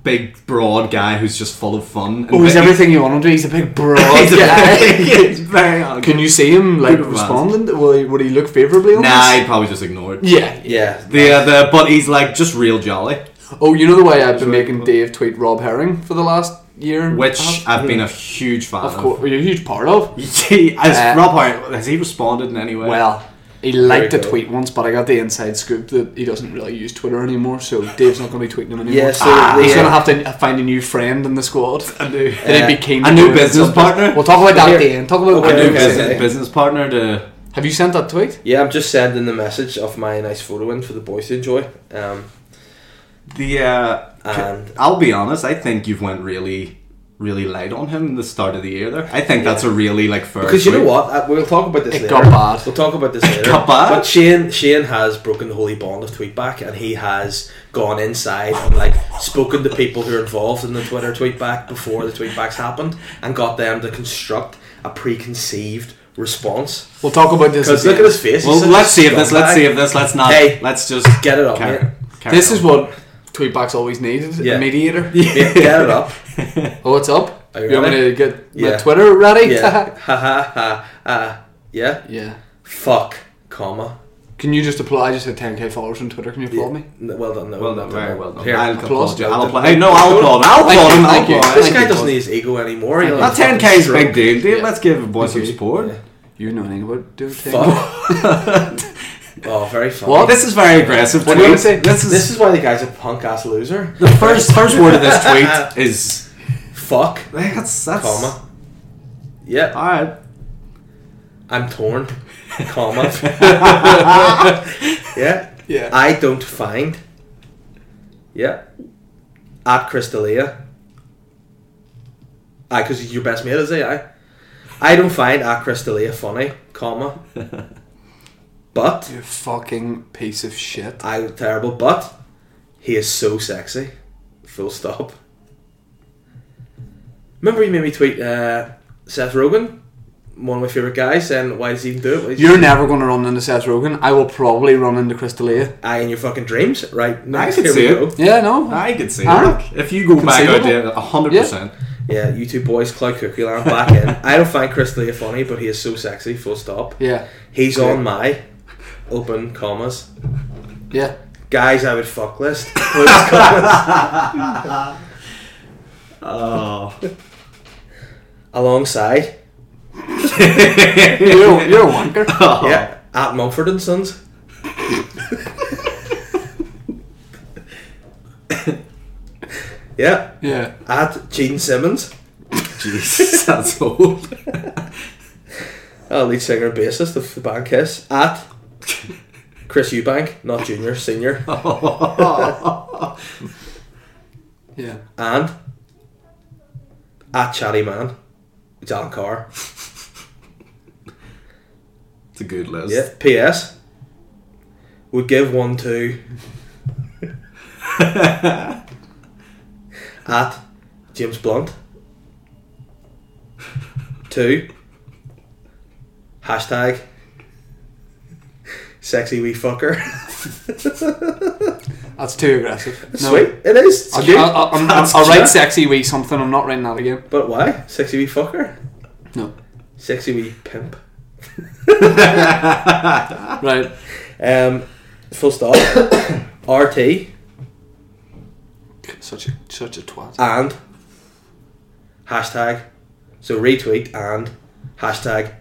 [SPEAKER 4] big, broad guy who's just full of fun. And
[SPEAKER 3] oh, he's
[SPEAKER 4] big- (laughs)
[SPEAKER 3] everything you want him to. He's a big broad
[SPEAKER 4] He's
[SPEAKER 3] (laughs)
[SPEAKER 4] a big-
[SPEAKER 3] guy.
[SPEAKER 4] he's very.
[SPEAKER 3] Can you see him like
[SPEAKER 4] Good man.
[SPEAKER 3] responding? to- Will he, would he look favourably on
[SPEAKER 4] Nah,
[SPEAKER 3] this?
[SPEAKER 4] I'd probably just ignore it.
[SPEAKER 3] Yeah.
[SPEAKER 2] Yeah.
[SPEAKER 4] The, uh, the but he's like just real jolly,
[SPEAKER 3] Oh, you know the way I've been
[SPEAKER 4] Sorry.
[SPEAKER 3] making Dave tweet Rob Herring for the last year, and a
[SPEAKER 4] which
[SPEAKER 3] half?
[SPEAKER 4] I've been a huge fan
[SPEAKER 3] of
[SPEAKER 4] (laughs)
[SPEAKER 3] course you're a huge part of.
[SPEAKER 4] Gee, has
[SPEAKER 3] Uh,
[SPEAKER 4] Rob Hart, has he responded in any way?
[SPEAKER 3] Well, he
[SPEAKER 2] Very
[SPEAKER 3] liked the
[SPEAKER 2] good.
[SPEAKER 3] tweet once, but I got the inside scoop that he doesn't really use Twitter anymore, so Dave's not going to be tweeting him anymore. Ah,
[SPEAKER 2] Yeah, so the,
[SPEAKER 3] he's going to
[SPEAKER 2] uh,
[SPEAKER 3] have to find a new friend in the squad.
[SPEAKER 4] (laughs) a new,
[SPEAKER 3] And he'd
[SPEAKER 2] Uh,
[SPEAKER 3] be keen
[SPEAKER 4] a
[SPEAKER 3] to
[SPEAKER 4] new
[SPEAKER 3] do it
[SPEAKER 4] business
[SPEAKER 3] sometimes.
[SPEAKER 4] partner,
[SPEAKER 3] We'll talk about that
[SPEAKER 2] Here.
[SPEAKER 3] at the end. Talk about
[SPEAKER 4] a
[SPEAKER 2] Okay,
[SPEAKER 4] new
[SPEAKER 2] okay.
[SPEAKER 4] business, business partner to
[SPEAKER 3] Have you sent that tweet?
[SPEAKER 2] yeah, I'm just sending the message of my nice photo in for the boys to enjoy. Um,
[SPEAKER 4] the. Uh,
[SPEAKER 2] and
[SPEAKER 4] I'll be honest, I think you've went really, really light on him in the start of the year. There, I think that's a really like fair.
[SPEAKER 2] because you know
[SPEAKER 4] tweet.
[SPEAKER 2] what, Uh, we'll talk about this
[SPEAKER 3] It
[SPEAKER 2] later.
[SPEAKER 3] got bad.
[SPEAKER 2] We'll talk
[SPEAKER 4] (laughs)
[SPEAKER 2] about this later.
[SPEAKER 4] got bad?
[SPEAKER 2] But Shane, Shane has broken the holy bond of tweetback, and he has gone inside and like spoken to people who are involved in the Twitter tweetback before the tweetbacks happened, and got them to construct a preconceived response.
[SPEAKER 3] We'll talk about this.
[SPEAKER 2] Because
[SPEAKER 3] at
[SPEAKER 2] look
[SPEAKER 3] the
[SPEAKER 2] at
[SPEAKER 3] end.
[SPEAKER 2] his face. he's
[SPEAKER 4] Well,
[SPEAKER 2] such a
[SPEAKER 4] let's save this. Let's
[SPEAKER 2] scumbag.
[SPEAKER 4] save this. Let's not.
[SPEAKER 2] Hey,
[SPEAKER 4] let's just
[SPEAKER 2] get it up,
[SPEAKER 4] carry-
[SPEAKER 2] mate.
[SPEAKER 4] carry
[SPEAKER 3] This
[SPEAKER 4] on.
[SPEAKER 3] is what tweetbacks always needed:
[SPEAKER 2] Yeah.
[SPEAKER 3] a mediator.
[SPEAKER 2] (laughs) Yeah, get it
[SPEAKER 4] (laughs)
[SPEAKER 2] up.
[SPEAKER 3] (laughs) Oh, what's up?
[SPEAKER 2] Are you
[SPEAKER 3] want me
[SPEAKER 2] ready?
[SPEAKER 3] to get my
[SPEAKER 2] Yeah.
[SPEAKER 3] Twitter ready?
[SPEAKER 2] Yeah. ha ha ha. Uh, yeah.
[SPEAKER 3] (laughs) Yeah.
[SPEAKER 2] Fuck, comma.
[SPEAKER 3] Can you just apply? I just had 10k followers on Twitter. Can you applaud me?
[SPEAKER 2] N- Well done. No,
[SPEAKER 4] Well done,
[SPEAKER 2] no,
[SPEAKER 4] very
[SPEAKER 2] no.
[SPEAKER 4] well done.
[SPEAKER 2] Here.
[SPEAKER 4] I'll
[SPEAKER 3] Applause.
[SPEAKER 4] applaud you. I'll applaud. Hey, no, I'll
[SPEAKER 2] Thank
[SPEAKER 4] applaud. I'll
[SPEAKER 3] you,
[SPEAKER 4] applaud him.
[SPEAKER 3] thank you.
[SPEAKER 4] I'll applaud
[SPEAKER 2] this
[SPEAKER 3] Thank
[SPEAKER 4] him.
[SPEAKER 2] guy
[SPEAKER 3] you,
[SPEAKER 2] doesn't
[SPEAKER 3] Paul.
[SPEAKER 2] need his ego anymore.
[SPEAKER 3] Thank
[SPEAKER 2] He'll
[SPEAKER 3] you.
[SPEAKER 4] That
[SPEAKER 2] have a
[SPEAKER 4] ten k is a
[SPEAKER 2] fucking
[SPEAKER 4] big deal, dude.
[SPEAKER 2] Yeah.
[SPEAKER 4] Let's give boys some
[SPEAKER 3] Okay.
[SPEAKER 4] support.
[SPEAKER 3] You know anything about doing things?
[SPEAKER 2] stroke. Fuck.
[SPEAKER 4] (laughs)
[SPEAKER 2] oh, very funny.
[SPEAKER 3] What?
[SPEAKER 4] This is very aggressive.
[SPEAKER 3] What do you
[SPEAKER 4] tweet.
[SPEAKER 3] say?
[SPEAKER 4] This is
[SPEAKER 2] This is why the guy's a punk ass loser.
[SPEAKER 4] the first first word
[SPEAKER 2] (laughs)
[SPEAKER 4] of this tweet is (laughs)
[SPEAKER 2] Fuck,
[SPEAKER 4] that's that's
[SPEAKER 2] comma. Yeah,
[SPEAKER 4] all right.
[SPEAKER 2] I'm torn,
[SPEAKER 4] (laughs)
[SPEAKER 2] comma. yeah,
[SPEAKER 3] (laughs) Yeah.
[SPEAKER 2] I don't find. Yeah, at Crystalia. I because he's your best mate, is he? I. I don't find at Crystalia funny,
[SPEAKER 4] (laughs)
[SPEAKER 2] comma. But
[SPEAKER 3] You fucking piece of shit.
[SPEAKER 2] I terrible, but he is so sexy. Full stop. Remember you made me tweet uh, Seth Rogen, one of my favourite guys, saying, why does he even do it? Why does he
[SPEAKER 3] You're never going to run into Seth Rogen. I will probably run into Crystalia.
[SPEAKER 2] I in your fucking dreams, right?
[SPEAKER 4] I
[SPEAKER 2] Nice.
[SPEAKER 4] could
[SPEAKER 2] Here we
[SPEAKER 4] see it.
[SPEAKER 2] go.
[SPEAKER 3] Yeah, no.
[SPEAKER 4] I could see
[SPEAKER 3] Huh?
[SPEAKER 4] it. If you go back out
[SPEAKER 3] Conceivable.
[SPEAKER 4] there, 100%.
[SPEAKER 2] Yeah, you two boys, Cloud Cookie Land back in. I don't find Chris Lee funny, but he is so sexy. Full stop.
[SPEAKER 3] Yeah,
[SPEAKER 2] He's on my open commas.
[SPEAKER 3] yeah.
[SPEAKER 2] Guys, I would fuck list. Close commas. (laughs)
[SPEAKER 4] Oh.
[SPEAKER 2] Alongside,
[SPEAKER 3] You're, you're a
[SPEAKER 2] (laughs)
[SPEAKER 3] wanker.
[SPEAKER 2] yeah, at Mumford and Sons. yeah,
[SPEAKER 3] Yeah.
[SPEAKER 2] at Gene Simmons.
[SPEAKER 4] Jesus, that's
[SPEAKER 2] (laughs)
[SPEAKER 4] old.
[SPEAKER 2] Uh, lead singer and bassist of the band Kiss at Chris Eubank, not junior, senior,
[SPEAKER 4] Oh.
[SPEAKER 3] Yeah.
[SPEAKER 2] and at Chatty Man, it's Alan Carr.
[SPEAKER 4] It's a good list.
[SPEAKER 2] Yeah. P.S. Would give one to at James Blunt. Two. Hashtag. Sexy wee fucker.
[SPEAKER 3] That's too aggressive. No.
[SPEAKER 2] Sweet. It is. It's
[SPEAKER 3] I'll,
[SPEAKER 2] cute.
[SPEAKER 3] I'll, I'll, I'll,
[SPEAKER 2] That's
[SPEAKER 3] I'll write
[SPEAKER 2] cute.
[SPEAKER 3] sexy wee something. I'm not writing that again.
[SPEAKER 2] But why? Sexy wee fucker? (laughs)
[SPEAKER 3] No.
[SPEAKER 2] Sexy wee pimp.
[SPEAKER 3] Right.
[SPEAKER 2] Um, full stop. (coughs) RT
[SPEAKER 3] Such a such a twat.
[SPEAKER 2] and hashtag. So retweet and hashtag.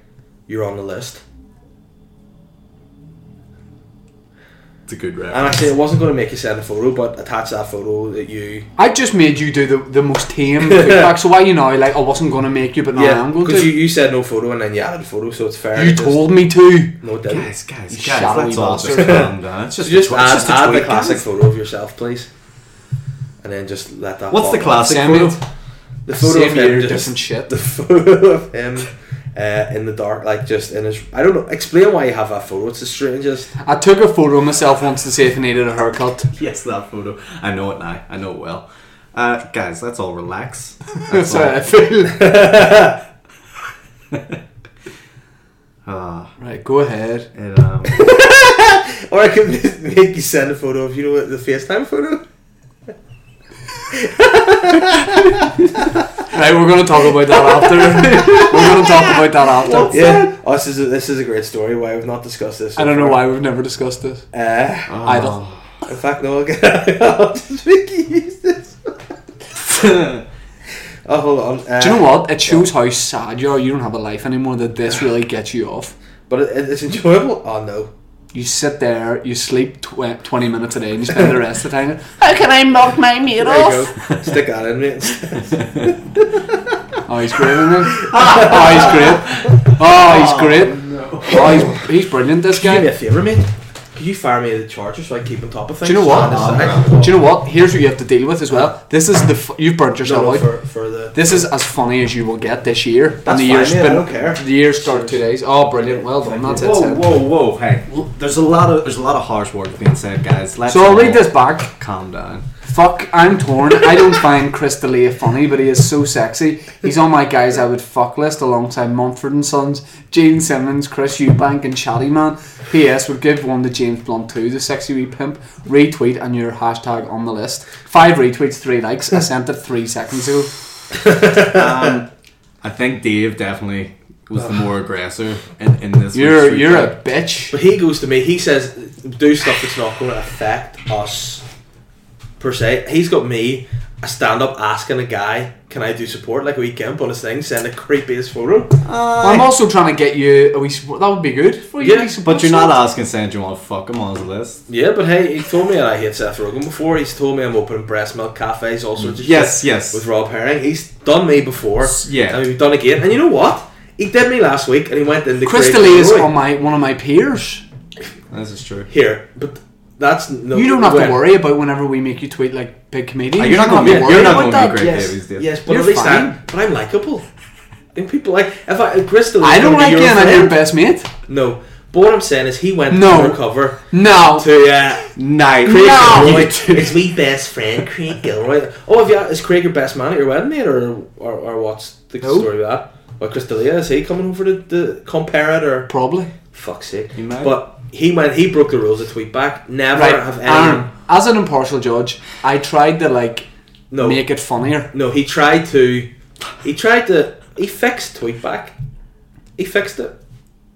[SPEAKER 2] You're on the list.
[SPEAKER 4] It's a good
[SPEAKER 2] And
[SPEAKER 4] reference.
[SPEAKER 2] actually, I wasn't going to make you send a photo, but attach that photo that you.
[SPEAKER 3] I just made you do the, the most
[SPEAKER 2] (laughs)
[SPEAKER 3] tame feedback, so why you know like I wasn't gonna make you, but now I am going
[SPEAKER 2] because
[SPEAKER 3] to.
[SPEAKER 2] you,
[SPEAKER 3] You,
[SPEAKER 2] you said no photo and then you added a photo, so it's fair. Just-
[SPEAKER 3] told me to.
[SPEAKER 2] No, it didn't.
[SPEAKER 4] Guys, guys, guys,
[SPEAKER 3] shadowy
[SPEAKER 4] that's all
[SPEAKER 3] bastard.
[SPEAKER 4] just calm down. It's just,
[SPEAKER 2] So just
[SPEAKER 4] a tw-
[SPEAKER 2] add,
[SPEAKER 4] it's just a
[SPEAKER 2] add the
[SPEAKER 4] tweet,
[SPEAKER 2] classic
[SPEAKER 4] guys.
[SPEAKER 2] photo of yourself, please. And then just let that.
[SPEAKER 4] What's
[SPEAKER 2] pop
[SPEAKER 4] the
[SPEAKER 2] up.
[SPEAKER 4] classic
[SPEAKER 3] Send me
[SPEAKER 4] photo?
[SPEAKER 2] (laughs)
[SPEAKER 3] it.
[SPEAKER 2] The photo of
[SPEAKER 3] Same
[SPEAKER 2] him
[SPEAKER 3] year,
[SPEAKER 2] just-
[SPEAKER 3] different shit.
[SPEAKER 2] (laughs) The photo of him uh, in the dark, like just in his. I don't know. Explain why you have that photo. It's the strangest.
[SPEAKER 3] I took a photo of myself once to see if I needed a haircut.
[SPEAKER 4] Yes, that photo. I know it now. I know it well. Uh, guys, let's
[SPEAKER 2] (laughs)
[SPEAKER 4] all relax.
[SPEAKER 3] That's
[SPEAKER 4] That's
[SPEAKER 3] how I
[SPEAKER 4] all.
[SPEAKER 3] feel.
[SPEAKER 4] Uh,
[SPEAKER 3] (laughs) Right, go ahead.
[SPEAKER 2] (laughs)
[SPEAKER 4] it, um,
[SPEAKER 2] Or I could (laughs) make you send a photo of you know what the FaceTime photo.
[SPEAKER 3] Right, we're gonna talk about
[SPEAKER 2] (laughs)
[SPEAKER 3] that after. we're gonna talk about that after.
[SPEAKER 2] yeah. Oh, this is a, this is a great story. Why we've not discussed this. so
[SPEAKER 3] I don't know
[SPEAKER 2] far.
[SPEAKER 3] why we've never discussed this.
[SPEAKER 2] Uh,
[SPEAKER 3] Idol.
[SPEAKER 4] oh.
[SPEAKER 2] (laughs) In fact, no, I'll get I'll just make you use this. Oh, hold on. Uh,
[SPEAKER 3] Do you know what? It shows how sad you are. You don't have a life anymore. That this really gets you off.
[SPEAKER 2] But it, it- it's enjoyable. Oh, no.
[SPEAKER 3] You sit there, you sleep tw- 20 minutes a day, and you spend the rest of the time. How can I knock my meat
[SPEAKER 2] There you
[SPEAKER 3] off?
[SPEAKER 2] go. Stick that in, mate.
[SPEAKER 3] (laughs) Oh, he's great, isn't
[SPEAKER 2] (laughs)
[SPEAKER 3] he? oh, he's great. Oh, he's great. Oh, he's, he's brilliant, this
[SPEAKER 2] Do me a
[SPEAKER 3] guy.
[SPEAKER 2] favour, mate. Could you fire me the charger so I keep on top of
[SPEAKER 3] Do
[SPEAKER 2] things?
[SPEAKER 3] you know what?
[SPEAKER 2] On the side?
[SPEAKER 3] Do you know what? Here's what you have to deal with as well. This is the. F- you've burnt yourself
[SPEAKER 2] No, no,
[SPEAKER 3] out.
[SPEAKER 2] for, for the.
[SPEAKER 3] This is as funny as you will get this year.
[SPEAKER 2] That's fine,
[SPEAKER 3] the year's
[SPEAKER 2] yeah, I don't care.
[SPEAKER 3] The year started two days. Oh, brilliant. Well done. That's it.
[SPEAKER 4] whoa,
[SPEAKER 3] Sam.
[SPEAKER 4] whoa, whoa! Hey, l- there's a lot of there's a lot of harsh words being said, guys. Let's
[SPEAKER 3] So I'll
[SPEAKER 4] all
[SPEAKER 3] read this back.
[SPEAKER 4] Calm down.
[SPEAKER 3] Fuck, I'm torn.
[SPEAKER 2] (laughs)
[SPEAKER 3] I don't find Chris D'Elia funny, but he is so sexy. He's on my guys I would fuck list alongside Mumford and Sons, Gene Simmons, Chris Eubank, and Chatty Man. P.S. would give one to James Blunt too, the sexy wee pimp. Retweet and your hashtag on the list. Five retweets, three likes. I sent it three seconds ago. Um,
[SPEAKER 4] (laughs) I think Dave definitely was the more aggressor in, in this.
[SPEAKER 3] You're
[SPEAKER 4] week's
[SPEAKER 3] you're
[SPEAKER 4] feedback.
[SPEAKER 3] a bitch.
[SPEAKER 2] But he goes to me, he says, do stuff that's not going to affect us per se. He's got me, a stand up, asking a guy, can I do support like a wee gimp on his thing, send a creepy as photo.
[SPEAKER 3] Well, I'm also trying to get you a wee support. That would be good for you.
[SPEAKER 2] Yeah,
[SPEAKER 3] wee
[SPEAKER 4] But
[SPEAKER 3] support
[SPEAKER 4] you're not
[SPEAKER 3] slot.
[SPEAKER 4] asking saying do you want to fuck him on his list.
[SPEAKER 2] Yeah, but hey, he told me that I hate Seth Rogen before. He's told me I'm opening breast milk cafes, all sorts of
[SPEAKER 4] Yes,
[SPEAKER 2] shit
[SPEAKER 4] yes.
[SPEAKER 2] with Rob Herring. He's done me before.
[SPEAKER 4] S- yeah.
[SPEAKER 2] And we've done again. And you know what? He did me last week and he went into
[SPEAKER 3] Chris
[SPEAKER 2] great
[SPEAKER 3] D'Elia is
[SPEAKER 2] glory.
[SPEAKER 3] on my one of my peers.
[SPEAKER 4] This is true.
[SPEAKER 2] Here, but that's no.
[SPEAKER 3] You don't have
[SPEAKER 2] wait.
[SPEAKER 3] to worry about whenever we make you tweet like big comedians.
[SPEAKER 4] Uh, you're not
[SPEAKER 3] don't
[SPEAKER 4] gonna
[SPEAKER 3] have
[SPEAKER 4] be-
[SPEAKER 3] worry
[SPEAKER 4] you're not
[SPEAKER 3] about
[SPEAKER 4] gonna be
[SPEAKER 3] that.
[SPEAKER 4] great.
[SPEAKER 2] Yes,
[SPEAKER 4] Davies did.
[SPEAKER 2] yes, but
[SPEAKER 3] You're
[SPEAKER 2] at least
[SPEAKER 3] fine.
[SPEAKER 2] I'm. But I'm likable. And people like if I if Chris D'Elia.
[SPEAKER 3] I don't
[SPEAKER 2] wanted to
[SPEAKER 3] like
[SPEAKER 2] be
[SPEAKER 3] you,
[SPEAKER 2] your
[SPEAKER 3] and I'm
[SPEAKER 2] friend-
[SPEAKER 3] your best mate.
[SPEAKER 2] No, But what I'm saying is he went
[SPEAKER 3] No.
[SPEAKER 2] undercover
[SPEAKER 3] No.
[SPEAKER 2] to uh,
[SPEAKER 4] Night.
[SPEAKER 2] Craig
[SPEAKER 3] No.
[SPEAKER 2] Gilroy.
[SPEAKER 4] You two.
[SPEAKER 2] It's me best friend, Craig Gilroy. Oh, have you, is Craig your best man at your wedding, mate, or or, or what's the
[SPEAKER 3] Who?
[SPEAKER 2] story of that? Or Crystalia, is he coming over to, to compare it, or
[SPEAKER 3] Probably.
[SPEAKER 2] fuck's sake?
[SPEAKER 4] He might.
[SPEAKER 2] But he went, he broke the rules of tweet back. Never
[SPEAKER 3] Right.
[SPEAKER 2] have anyone.
[SPEAKER 3] Aaron, as an impartial judge, I tried to like
[SPEAKER 2] No,
[SPEAKER 3] make it funnier.
[SPEAKER 2] no, he tried to, he tried to, he fixed tweet back. He fixed it.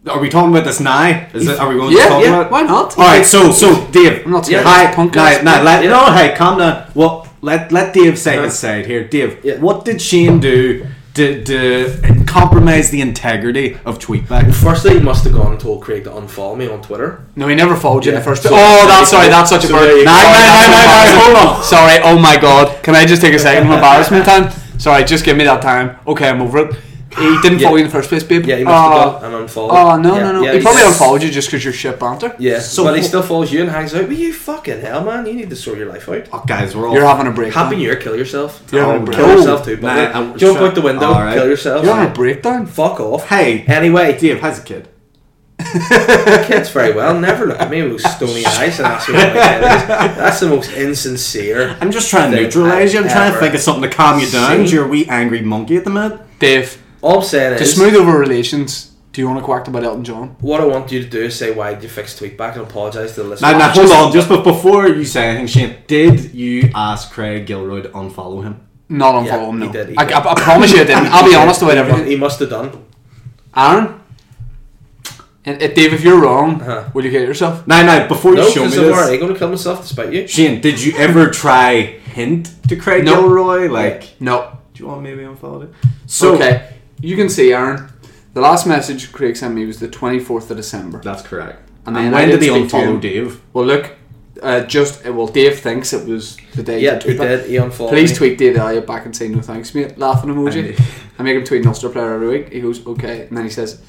[SPEAKER 4] (laughs) Are we talking about this now? Is it? Are we going
[SPEAKER 3] Yeah,
[SPEAKER 4] to talk
[SPEAKER 3] yeah,
[SPEAKER 4] about? it?
[SPEAKER 3] why not?
[SPEAKER 4] All right. So, so Dave.
[SPEAKER 3] I'm not
[SPEAKER 4] yeah.
[SPEAKER 3] scared.
[SPEAKER 4] Hi,
[SPEAKER 3] Punk
[SPEAKER 4] No,
[SPEAKER 3] ass.
[SPEAKER 4] no, let,
[SPEAKER 2] Yeah.
[SPEAKER 4] no. Hey, calm down. Well, let let Dave say
[SPEAKER 2] Yeah.
[SPEAKER 4] his side here. Dave,
[SPEAKER 2] Yeah.
[SPEAKER 4] what did Shane do to, to compromise the integrity of Tweetback?
[SPEAKER 2] Firstly, he must have gone and told Craig to unfollow me on Twitter.
[SPEAKER 3] No, he never followed you in
[SPEAKER 2] Yeah.
[SPEAKER 3] the first.
[SPEAKER 2] So-
[SPEAKER 3] oh, that's sorry. That's such a
[SPEAKER 2] So
[SPEAKER 3] bird.
[SPEAKER 2] there you
[SPEAKER 3] No,
[SPEAKER 2] go.
[SPEAKER 3] no, no, no, no,
[SPEAKER 4] Hold
[SPEAKER 3] Hold on. Sorry. Oh my God. Can I just take
[SPEAKER 2] (laughs)
[SPEAKER 3] a second? of Embarrassment time. Sorry. Just give me that time. Okay, I'm over it. He didn't
[SPEAKER 2] Yeah.
[SPEAKER 3] follow you in the first place, babe.
[SPEAKER 2] Yeah, he must
[SPEAKER 3] oh.
[SPEAKER 2] have gone and unfollowed.
[SPEAKER 3] Oh no,
[SPEAKER 2] Yeah,
[SPEAKER 3] no, no.
[SPEAKER 2] yeah,
[SPEAKER 3] he probably
[SPEAKER 2] he's-
[SPEAKER 3] unfollowed you just because you're shit banter.
[SPEAKER 2] Yeah,
[SPEAKER 4] So
[SPEAKER 2] but he
[SPEAKER 4] wh-
[SPEAKER 2] still follows you and hangs out. But you fucking hell, man, you need to sort your life out.
[SPEAKER 3] Ah,
[SPEAKER 4] Oh, guys, we're all.
[SPEAKER 3] You're having a break.
[SPEAKER 2] Happy New Year, kill yourself.
[SPEAKER 3] You're having
[SPEAKER 4] Oh,
[SPEAKER 2] Kill
[SPEAKER 3] a breakdown.
[SPEAKER 4] no.
[SPEAKER 2] yourself too,
[SPEAKER 4] Nah,
[SPEAKER 2] buddy.
[SPEAKER 4] I'm-
[SPEAKER 2] Jump
[SPEAKER 4] sure.
[SPEAKER 2] out the window,
[SPEAKER 4] All right.
[SPEAKER 2] kill yourself.
[SPEAKER 3] You're having a breakdown.
[SPEAKER 2] Fuck off.
[SPEAKER 4] Hey,
[SPEAKER 3] (laughs)
[SPEAKER 2] Anyway,
[SPEAKER 4] Dave has a kid.
[SPEAKER 2] the kids very well. Never look at me with stony eyes and ask me what my kid is. That's the most insincere.
[SPEAKER 4] I'm just trying to
[SPEAKER 2] Dave,
[SPEAKER 4] neutralize you. I'm trying to
[SPEAKER 2] ever
[SPEAKER 4] think of something to calm you
[SPEAKER 2] seen-
[SPEAKER 4] down. You're a wee angry monkey at the minute.
[SPEAKER 3] Dave,
[SPEAKER 2] All I'm saying
[SPEAKER 3] to
[SPEAKER 2] is,
[SPEAKER 3] smooth over relations, do you want to quack about Elton John?
[SPEAKER 2] what I want you to do is say why did you fix Tweetback and apologise to the listeners.
[SPEAKER 4] Now, now, hold on. Just but before you say anything, Shane, did you ask Craig Gilroy to unfollow him?
[SPEAKER 3] Not unfollow
[SPEAKER 2] Yeah,
[SPEAKER 3] him.
[SPEAKER 2] he
[SPEAKER 3] No.
[SPEAKER 2] did, he
[SPEAKER 3] I,
[SPEAKER 2] did.
[SPEAKER 3] I, I promise you, I didn't. I'll be honest about
[SPEAKER 2] (laughs) He mu-
[SPEAKER 3] everything.
[SPEAKER 2] He must have done.
[SPEAKER 3] Aaron, and, and Dave, if you're wrong,
[SPEAKER 2] Uh-huh.
[SPEAKER 3] will you kill yourself?
[SPEAKER 4] Now, now, before you
[SPEAKER 2] No,
[SPEAKER 4] show me
[SPEAKER 2] because I'm
[SPEAKER 4] this,
[SPEAKER 2] already going to kill myself despite you.
[SPEAKER 4] Shane, did you ever try hint to Craig
[SPEAKER 3] No.
[SPEAKER 4] Gilroy? Like,
[SPEAKER 3] No.
[SPEAKER 4] do you want maybe unfollow it? So
[SPEAKER 3] okay, you can see, Aaron. The last message Craig sent me was the 24th of December.
[SPEAKER 4] that's correct. And,
[SPEAKER 3] And then
[SPEAKER 4] when
[SPEAKER 3] I
[SPEAKER 4] did
[SPEAKER 3] did
[SPEAKER 4] he
[SPEAKER 3] speak to
[SPEAKER 4] unfollow
[SPEAKER 3] him.
[SPEAKER 4] Dave?
[SPEAKER 3] Well, look, uh, just uh, well, Dave thinks it was the day.
[SPEAKER 2] Yeah, he
[SPEAKER 3] tweet back.
[SPEAKER 2] did. He unfollowed
[SPEAKER 3] Please
[SPEAKER 2] me.
[SPEAKER 3] tweet Dave Elliott back and say no thanks, mate. Laughing emoji.
[SPEAKER 4] And-
[SPEAKER 3] I make him tweet an Ulster player every week. He goes okay, and then he says,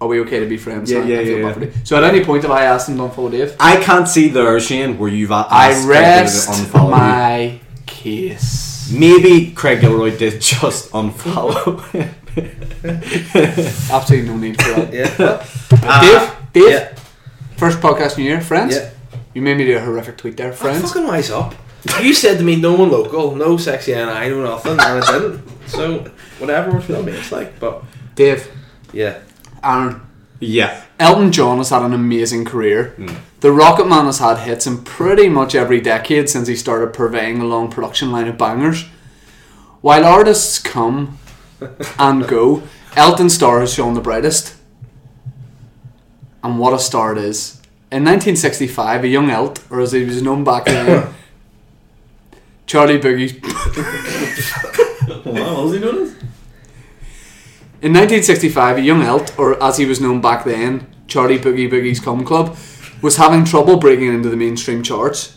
[SPEAKER 3] "Are we okay to be friends?"
[SPEAKER 4] Yeah,
[SPEAKER 3] And I-
[SPEAKER 4] yeah,
[SPEAKER 3] I feel
[SPEAKER 4] yeah,
[SPEAKER 3] bad
[SPEAKER 4] yeah.
[SPEAKER 3] for Dave. So at any point, if I asked him to unfollow Dave,
[SPEAKER 4] I can't see there, Shane, where you've a- asked
[SPEAKER 3] I
[SPEAKER 4] Craig Gilroy to
[SPEAKER 3] rest
[SPEAKER 4] unfollow you.
[SPEAKER 3] my case.
[SPEAKER 4] Maybe Craig Gilroy did (laughs) just unfollow him.
[SPEAKER 3] Absolutely no need for that. (laughs)
[SPEAKER 2] Yeah. well,
[SPEAKER 3] Dave, Dave,
[SPEAKER 2] yeah.
[SPEAKER 3] first podcast in your year, friends.
[SPEAKER 2] Yeah.
[SPEAKER 3] You made me do a horrific tweet there,
[SPEAKER 2] Friends?
[SPEAKER 3] friends.
[SPEAKER 2] Fucking wise up. You said to me, no one local, no sexy and I know nothing, and I didn't. So, whatever we're filming, it's like, but
[SPEAKER 3] Dave,
[SPEAKER 2] yeah.
[SPEAKER 3] Aaron,
[SPEAKER 4] (laughs) yeah.
[SPEAKER 3] Elton John has had an amazing career. The Rocket Man has had hits in pretty much every decade since he started purveying a long production line of bangers. While artists come and go, Elton Star has shown the brightest. And what a star it is. In 1965, a young Elt, or as he was known back then, Charlie Boogie.
[SPEAKER 4] What was he doing?
[SPEAKER 3] In 1965, a young Elt, or as he was known back then, Charlie Boogie Boogie's Cum Club, was having trouble breaking into the mainstream charts.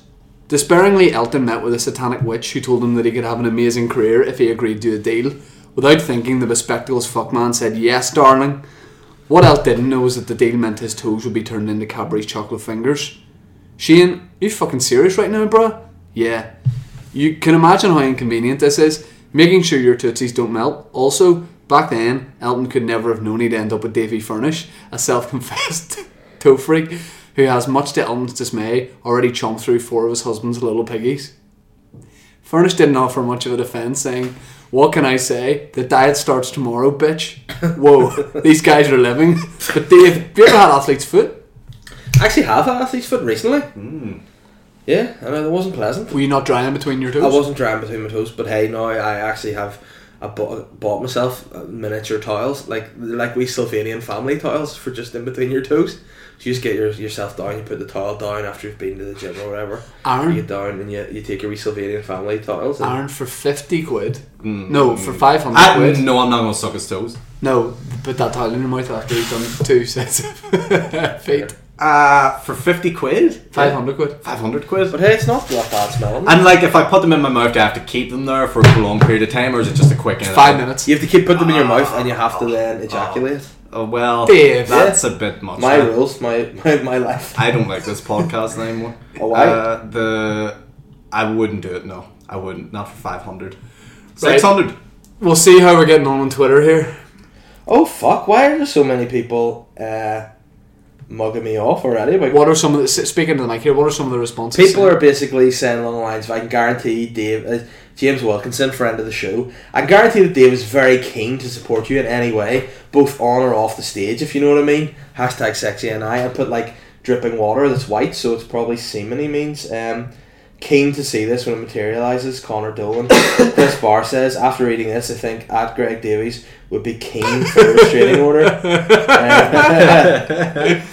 [SPEAKER 3] Despairingly, Elton met with a satanic witch who told him that he could have an amazing career if he agreed to a deal. Without thinking, the bespectacles fuckman said, Yes, darling. What Elt didn't know was that the deal meant his toes would be turned into Cadbury's chocolate fingers. Shane, you fucking serious right now, bruh? Yeah. You can imagine how inconvenient this is, making sure your tootsies don't melt. Also, back then, Elton could never have known he'd end up with Davy Furnish, a self confessed (laughs) toe freak who has, much to Elton's dismay, already chomped through four of his husband's little piggies. Furnish didn't offer much of a defence, saying, What can I say? The diet starts tomorrow,
[SPEAKER 2] (laughs)
[SPEAKER 3] bitch. Whoa, these guys are living. But Dave, have you ever had athlete's foot?
[SPEAKER 2] I actually have had athlete's foot recently. Yeah, I mean, it wasn't pleasant.
[SPEAKER 3] Were you not drying between your toes?
[SPEAKER 2] I wasn't drying between my toes, but hey, now I actually have. I bought, bought myself uh, miniature tiles, like like we Sylvanian family tiles for just in between your toes. So you just get your, yourself down, you put the tile down after you've been to the gym or whatever.
[SPEAKER 3] Aaron?
[SPEAKER 2] You get down and you, you take your wee Sylvanian family tiles. And
[SPEAKER 3] Aaron for 50 quid.
[SPEAKER 2] Mm.
[SPEAKER 3] No, for 500
[SPEAKER 4] I,
[SPEAKER 3] quid.
[SPEAKER 4] no, I'm not going to suck his toes.
[SPEAKER 3] No, put that towel in your mouth after you've done two sets of (laughs) feet.
[SPEAKER 4] Uh, for 50 quid?
[SPEAKER 3] 500 quid.
[SPEAKER 4] 500 quid?
[SPEAKER 2] But hey, it's not that bad smelling.
[SPEAKER 4] And like, if I put them in my mouth, do I have to keep them there for a prolonged period of time, or is it just a quick? in and
[SPEAKER 3] Five
[SPEAKER 4] out?
[SPEAKER 3] minutes.
[SPEAKER 2] You have to keep put them in your mouth, and you have to then ejaculate.
[SPEAKER 4] Oh well,
[SPEAKER 3] Dave.
[SPEAKER 4] that's a bit much.
[SPEAKER 2] My
[SPEAKER 4] man.
[SPEAKER 2] rules, my my, my life.
[SPEAKER 4] I don't like this podcast anymore.
[SPEAKER 2] (laughs) Oh, why?
[SPEAKER 4] Uh, the I wouldn't do it. No, I wouldn't. Not for five hundred.
[SPEAKER 3] Right.
[SPEAKER 4] Six hundred.
[SPEAKER 3] We'll see how we're getting on on Twitter here.
[SPEAKER 2] Oh fuck! Why are there so many people uh, mugging me off already. About
[SPEAKER 3] What are some of the s- speaking to the mic here? What are some of the responses?
[SPEAKER 2] People are basically saying along the lines, of, I can guarantee Dave, uh, James Wilkinson, friend of the show, I guarantee that Dave is very keen to support you in any way, both on or off the stage, if you know what I mean. Hashtag sexy and I. I put like dripping water that's white, so it's probably semen he means. Um, keen to see this when it materialises, Connor Dolan. Chris Barr says, after reading this, I think at Greg Davies would be keen for a restraining order. Uh, (laughs)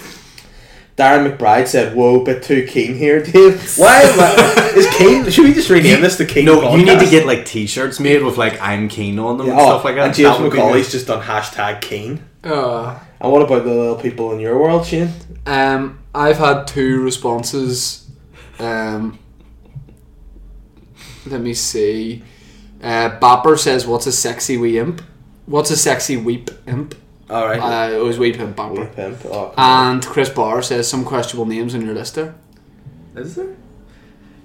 [SPEAKER 2] Darren McBride said, "Whoa, bit too keen here, Dave. Why am (laughs) I, is keen? Should we just rename this the Keen?
[SPEAKER 4] No, you
[SPEAKER 2] podcast?
[SPEAKER 4] need to get like T-shirts made with like "I'm keen" on them
[SPEAKER 2] Yeah,
[SPEAKER 4] and
[SPEAKER 2] oh,
[SPEAKER 4] stuff like that.
[SPEAKER 2] And James
[SPEAKER 4] That would be
[SPEAKER 2] McCauley's
[SPEAKER 4] good.
[SPEAKER 2] just done hashtag Keen.
[SPEAKER 3] Uh,
[SPEAKER 2] And what about the little people in your world, Shane?
[SPEAKER 3] um, I've had two responses. Um, let me see. Uh, Bapper says, "What's a sexy wee imp? What's a sexy weep imp?"
[SPEAKER 2] All right,
[SPEAKER 3] Uh, it was wee pimp Bapper.
[SPEAKER 2] Pimp, pimp. Oh,
[SPEAKER 3] And Chris Barr says some questionable names on your list there.
[SPEAKER 4] Is there?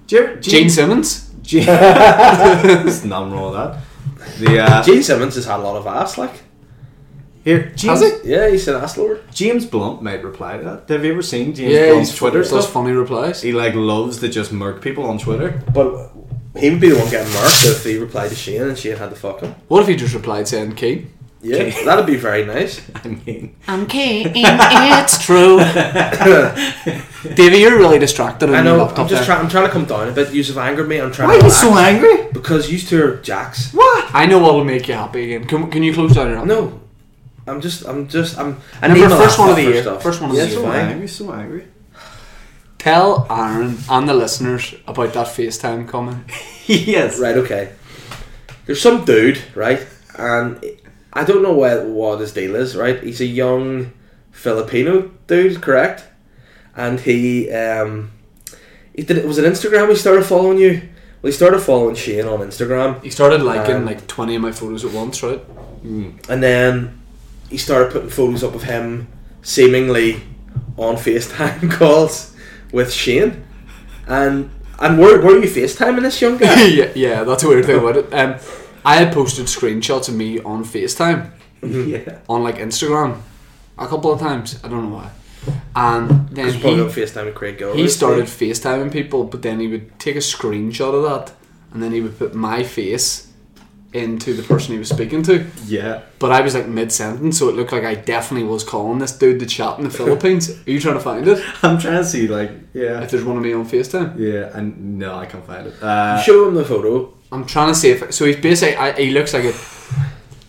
[SPEAKER 4] Jer-
[SPEAKER 3] Gene Simmons.
[SPEAKER 4] Gene. There's nothing wrong with that. The uh,
[SPEAKER 2] Gene Simmons has had a lot of ass, like
[SPEAKER 4] here, James,
[SPEAKER 3] Has it?
[SPEAKER 2] yeah, he's an ass lord.
[SPEAKER 4] James Blunt might reply to that. Have you ever seen James
[SPEAKER 3] Yeah,
[SPEAKER 4] Blunt's
[SPEAKER 3] he's
[SPEAKER 4] Twitter
[SPEAKER 3] Twitter does
[SPEAKER 4] stuff?
[SPEAKER 3] funny replies.
[SPEAKER 4] He like loves to just murk people on Twitter. (laughs)
[SPEAKER 2] But he would be the one getting murked if he replied to Shane and Shane had to fuck him.
[SPEAKER 3] What if he just replied saying Keen?
[SPEAKER 2] Yeah,
[SPEAKER 4] Okay.
[SPEAKER 2] that'd be very (laughs) nice.
[SPEAKER 4] I mean,
[SPEAKER 3] I'm Keen. it's true. (laughs) Davey, you're really distracted.
[SPEAKER 2] I
[SPEAKER 3] on your
[SPEAKER 2] know.
[SPEAKER 3] laptop
[SPEAKER 2] I'm just
[SPEAKER 3] there.
[SPEAKER 2] trying. I'm trying to come down a bit. You've angered me. I'm trying.
[SPEAKER 3] Why are
[SPEAKER 2] to
[SPEAKER 3] you
[SPEAKER 2] relax.
[SPEAKER 3] so angry?
[SPEAKER 2] Because you two are jacks.
[SPEAKER 3] What? I know what'll make you happy again. Can, can you close down your
[SPEAKER 2] No, I'm just, I'm just, I'm. I
[SPEAKER 3] Remember,
[SPEAKER 2] need my
[SPEAKER 3] first one
[SPEAKER 2] laptop
[SPEAKER 3] of the
[SPEAKER 2] for
[SPEAKER 3] year.
[SPEAKER 2] stuff.
[SPEAKER 3] First one of the
[SPEAKER 2] Yeah, it's
[SPEAKER 3] year.
[SPEAKER 4] so
[SPEAKER 2] fine.
[SPEAKER 4] angry, so angry. (laughs)
[SPEAKER 3] Tell Aaron and the listeners about that FaceTime coming.
[SPEAKER 4] yes.
[SPEAKER 2] Right, okay. There's some dude, right, and I don't know what what his deal is, right. He's a young Filipino dude, correct? And he, um, he did. It was an Instagram. He started following you. Well, he started following Shane on Instagram.
[SPEAKER 3] He started liking
[SPEAKER 2] Um,
[SPEAKER 3] like 20 of my photos at once, right?
[SPEAKER 2] And then he started putting photos up of him seemingly on FaceTime (laughs) calls with Shane. And and were, were you FaceTiming this young guy?
[SPEAKER 3] (laughs) yeah, yeah, that's a weird thing about it. Um, I had posted screenshots of me on FaceTime.
[SPEAKER 4] Yeah.
[SPEAKER 3] on like Instagram a couple of times. I don't know why. And then
[SPEAKER 2] He's probably on
[SPEAKER 3] he,
[SPEAKER 2] FaceTime with Craig Gilbert.
[SPEAKER 3] he started FaceTiming people, but then he would take a screenshot of that and then he would put my face into the person he was speaking to.
[SPEAKER 4] Yeah.
[SPEAKER 3] But I was like mid sentence, so it looked like I definitely was calling this dude the chat in the Philippines. Are you trying to find it?
[SPEAKER 4] I'm trying to see like yeah.
[SPEAKER 3] If there's one of me on FaceTime,
[SPEAKER 4] Yeah, and no, I can't find it. Uh,
[SPEAKER 2] Show him the photo.
[SPEAKER 3] I'm trying to see if. So he's basically, I, he looks like a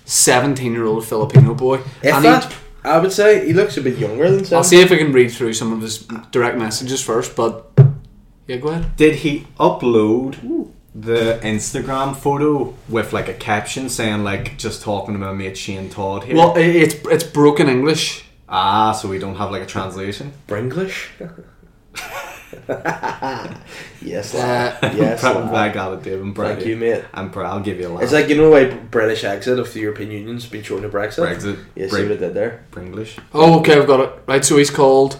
[SPEAKER 3] 17 year old Filipino boy.
[SPEAKER 2] If
[SPEAKER 3] And he-
[SPEAKER 2] that, I would say he looks a bit younger than Sam.
[SPEAKER 3] I'll see if I can read through some of his direct messages first, but yeah, go ahead.
[SPEAKER 4] did he upload the Instagram photo with like a caption saying like just talking to my mate Shane Todd here?
[SPEAKER 3] Well, i- it's it's broken English.
[SPEAKER 4] Ah, so we don't have like a translation.
[SPEAKER 3] (laughs)
[SPEAKER 2] Bringlish. yes, lad.
[SPEAKER 3] (laughs) Uh,
[SPEAKER 2] yes,
[SPEAKER 4] I'm proud- I
[SPEAKER 2] lad.
[SPEAKER 4] got it, Dave. I'm proud
[SPEAKER 2] Thank
[SPEAKER 4] of
[SPEAKER 2] you, mate.
[SPEAKER 4] I'm proud. I'll give you a laugh.
[SPEAKER 2] It's like you know the way British exit of the European Union's been shortened to Brexit.
[SPEAKER 4] Brexit.
[SPEAKER 2] Yeah, see
[SPEAKER 4] Bre-
[SPEAKER 2] what it did there.
[SPEAKER 3] (laughs)
[SPEAKER 4] Bringlish.
[SPEAKER 3] Oh, okay, I've got it. Right, so he's called.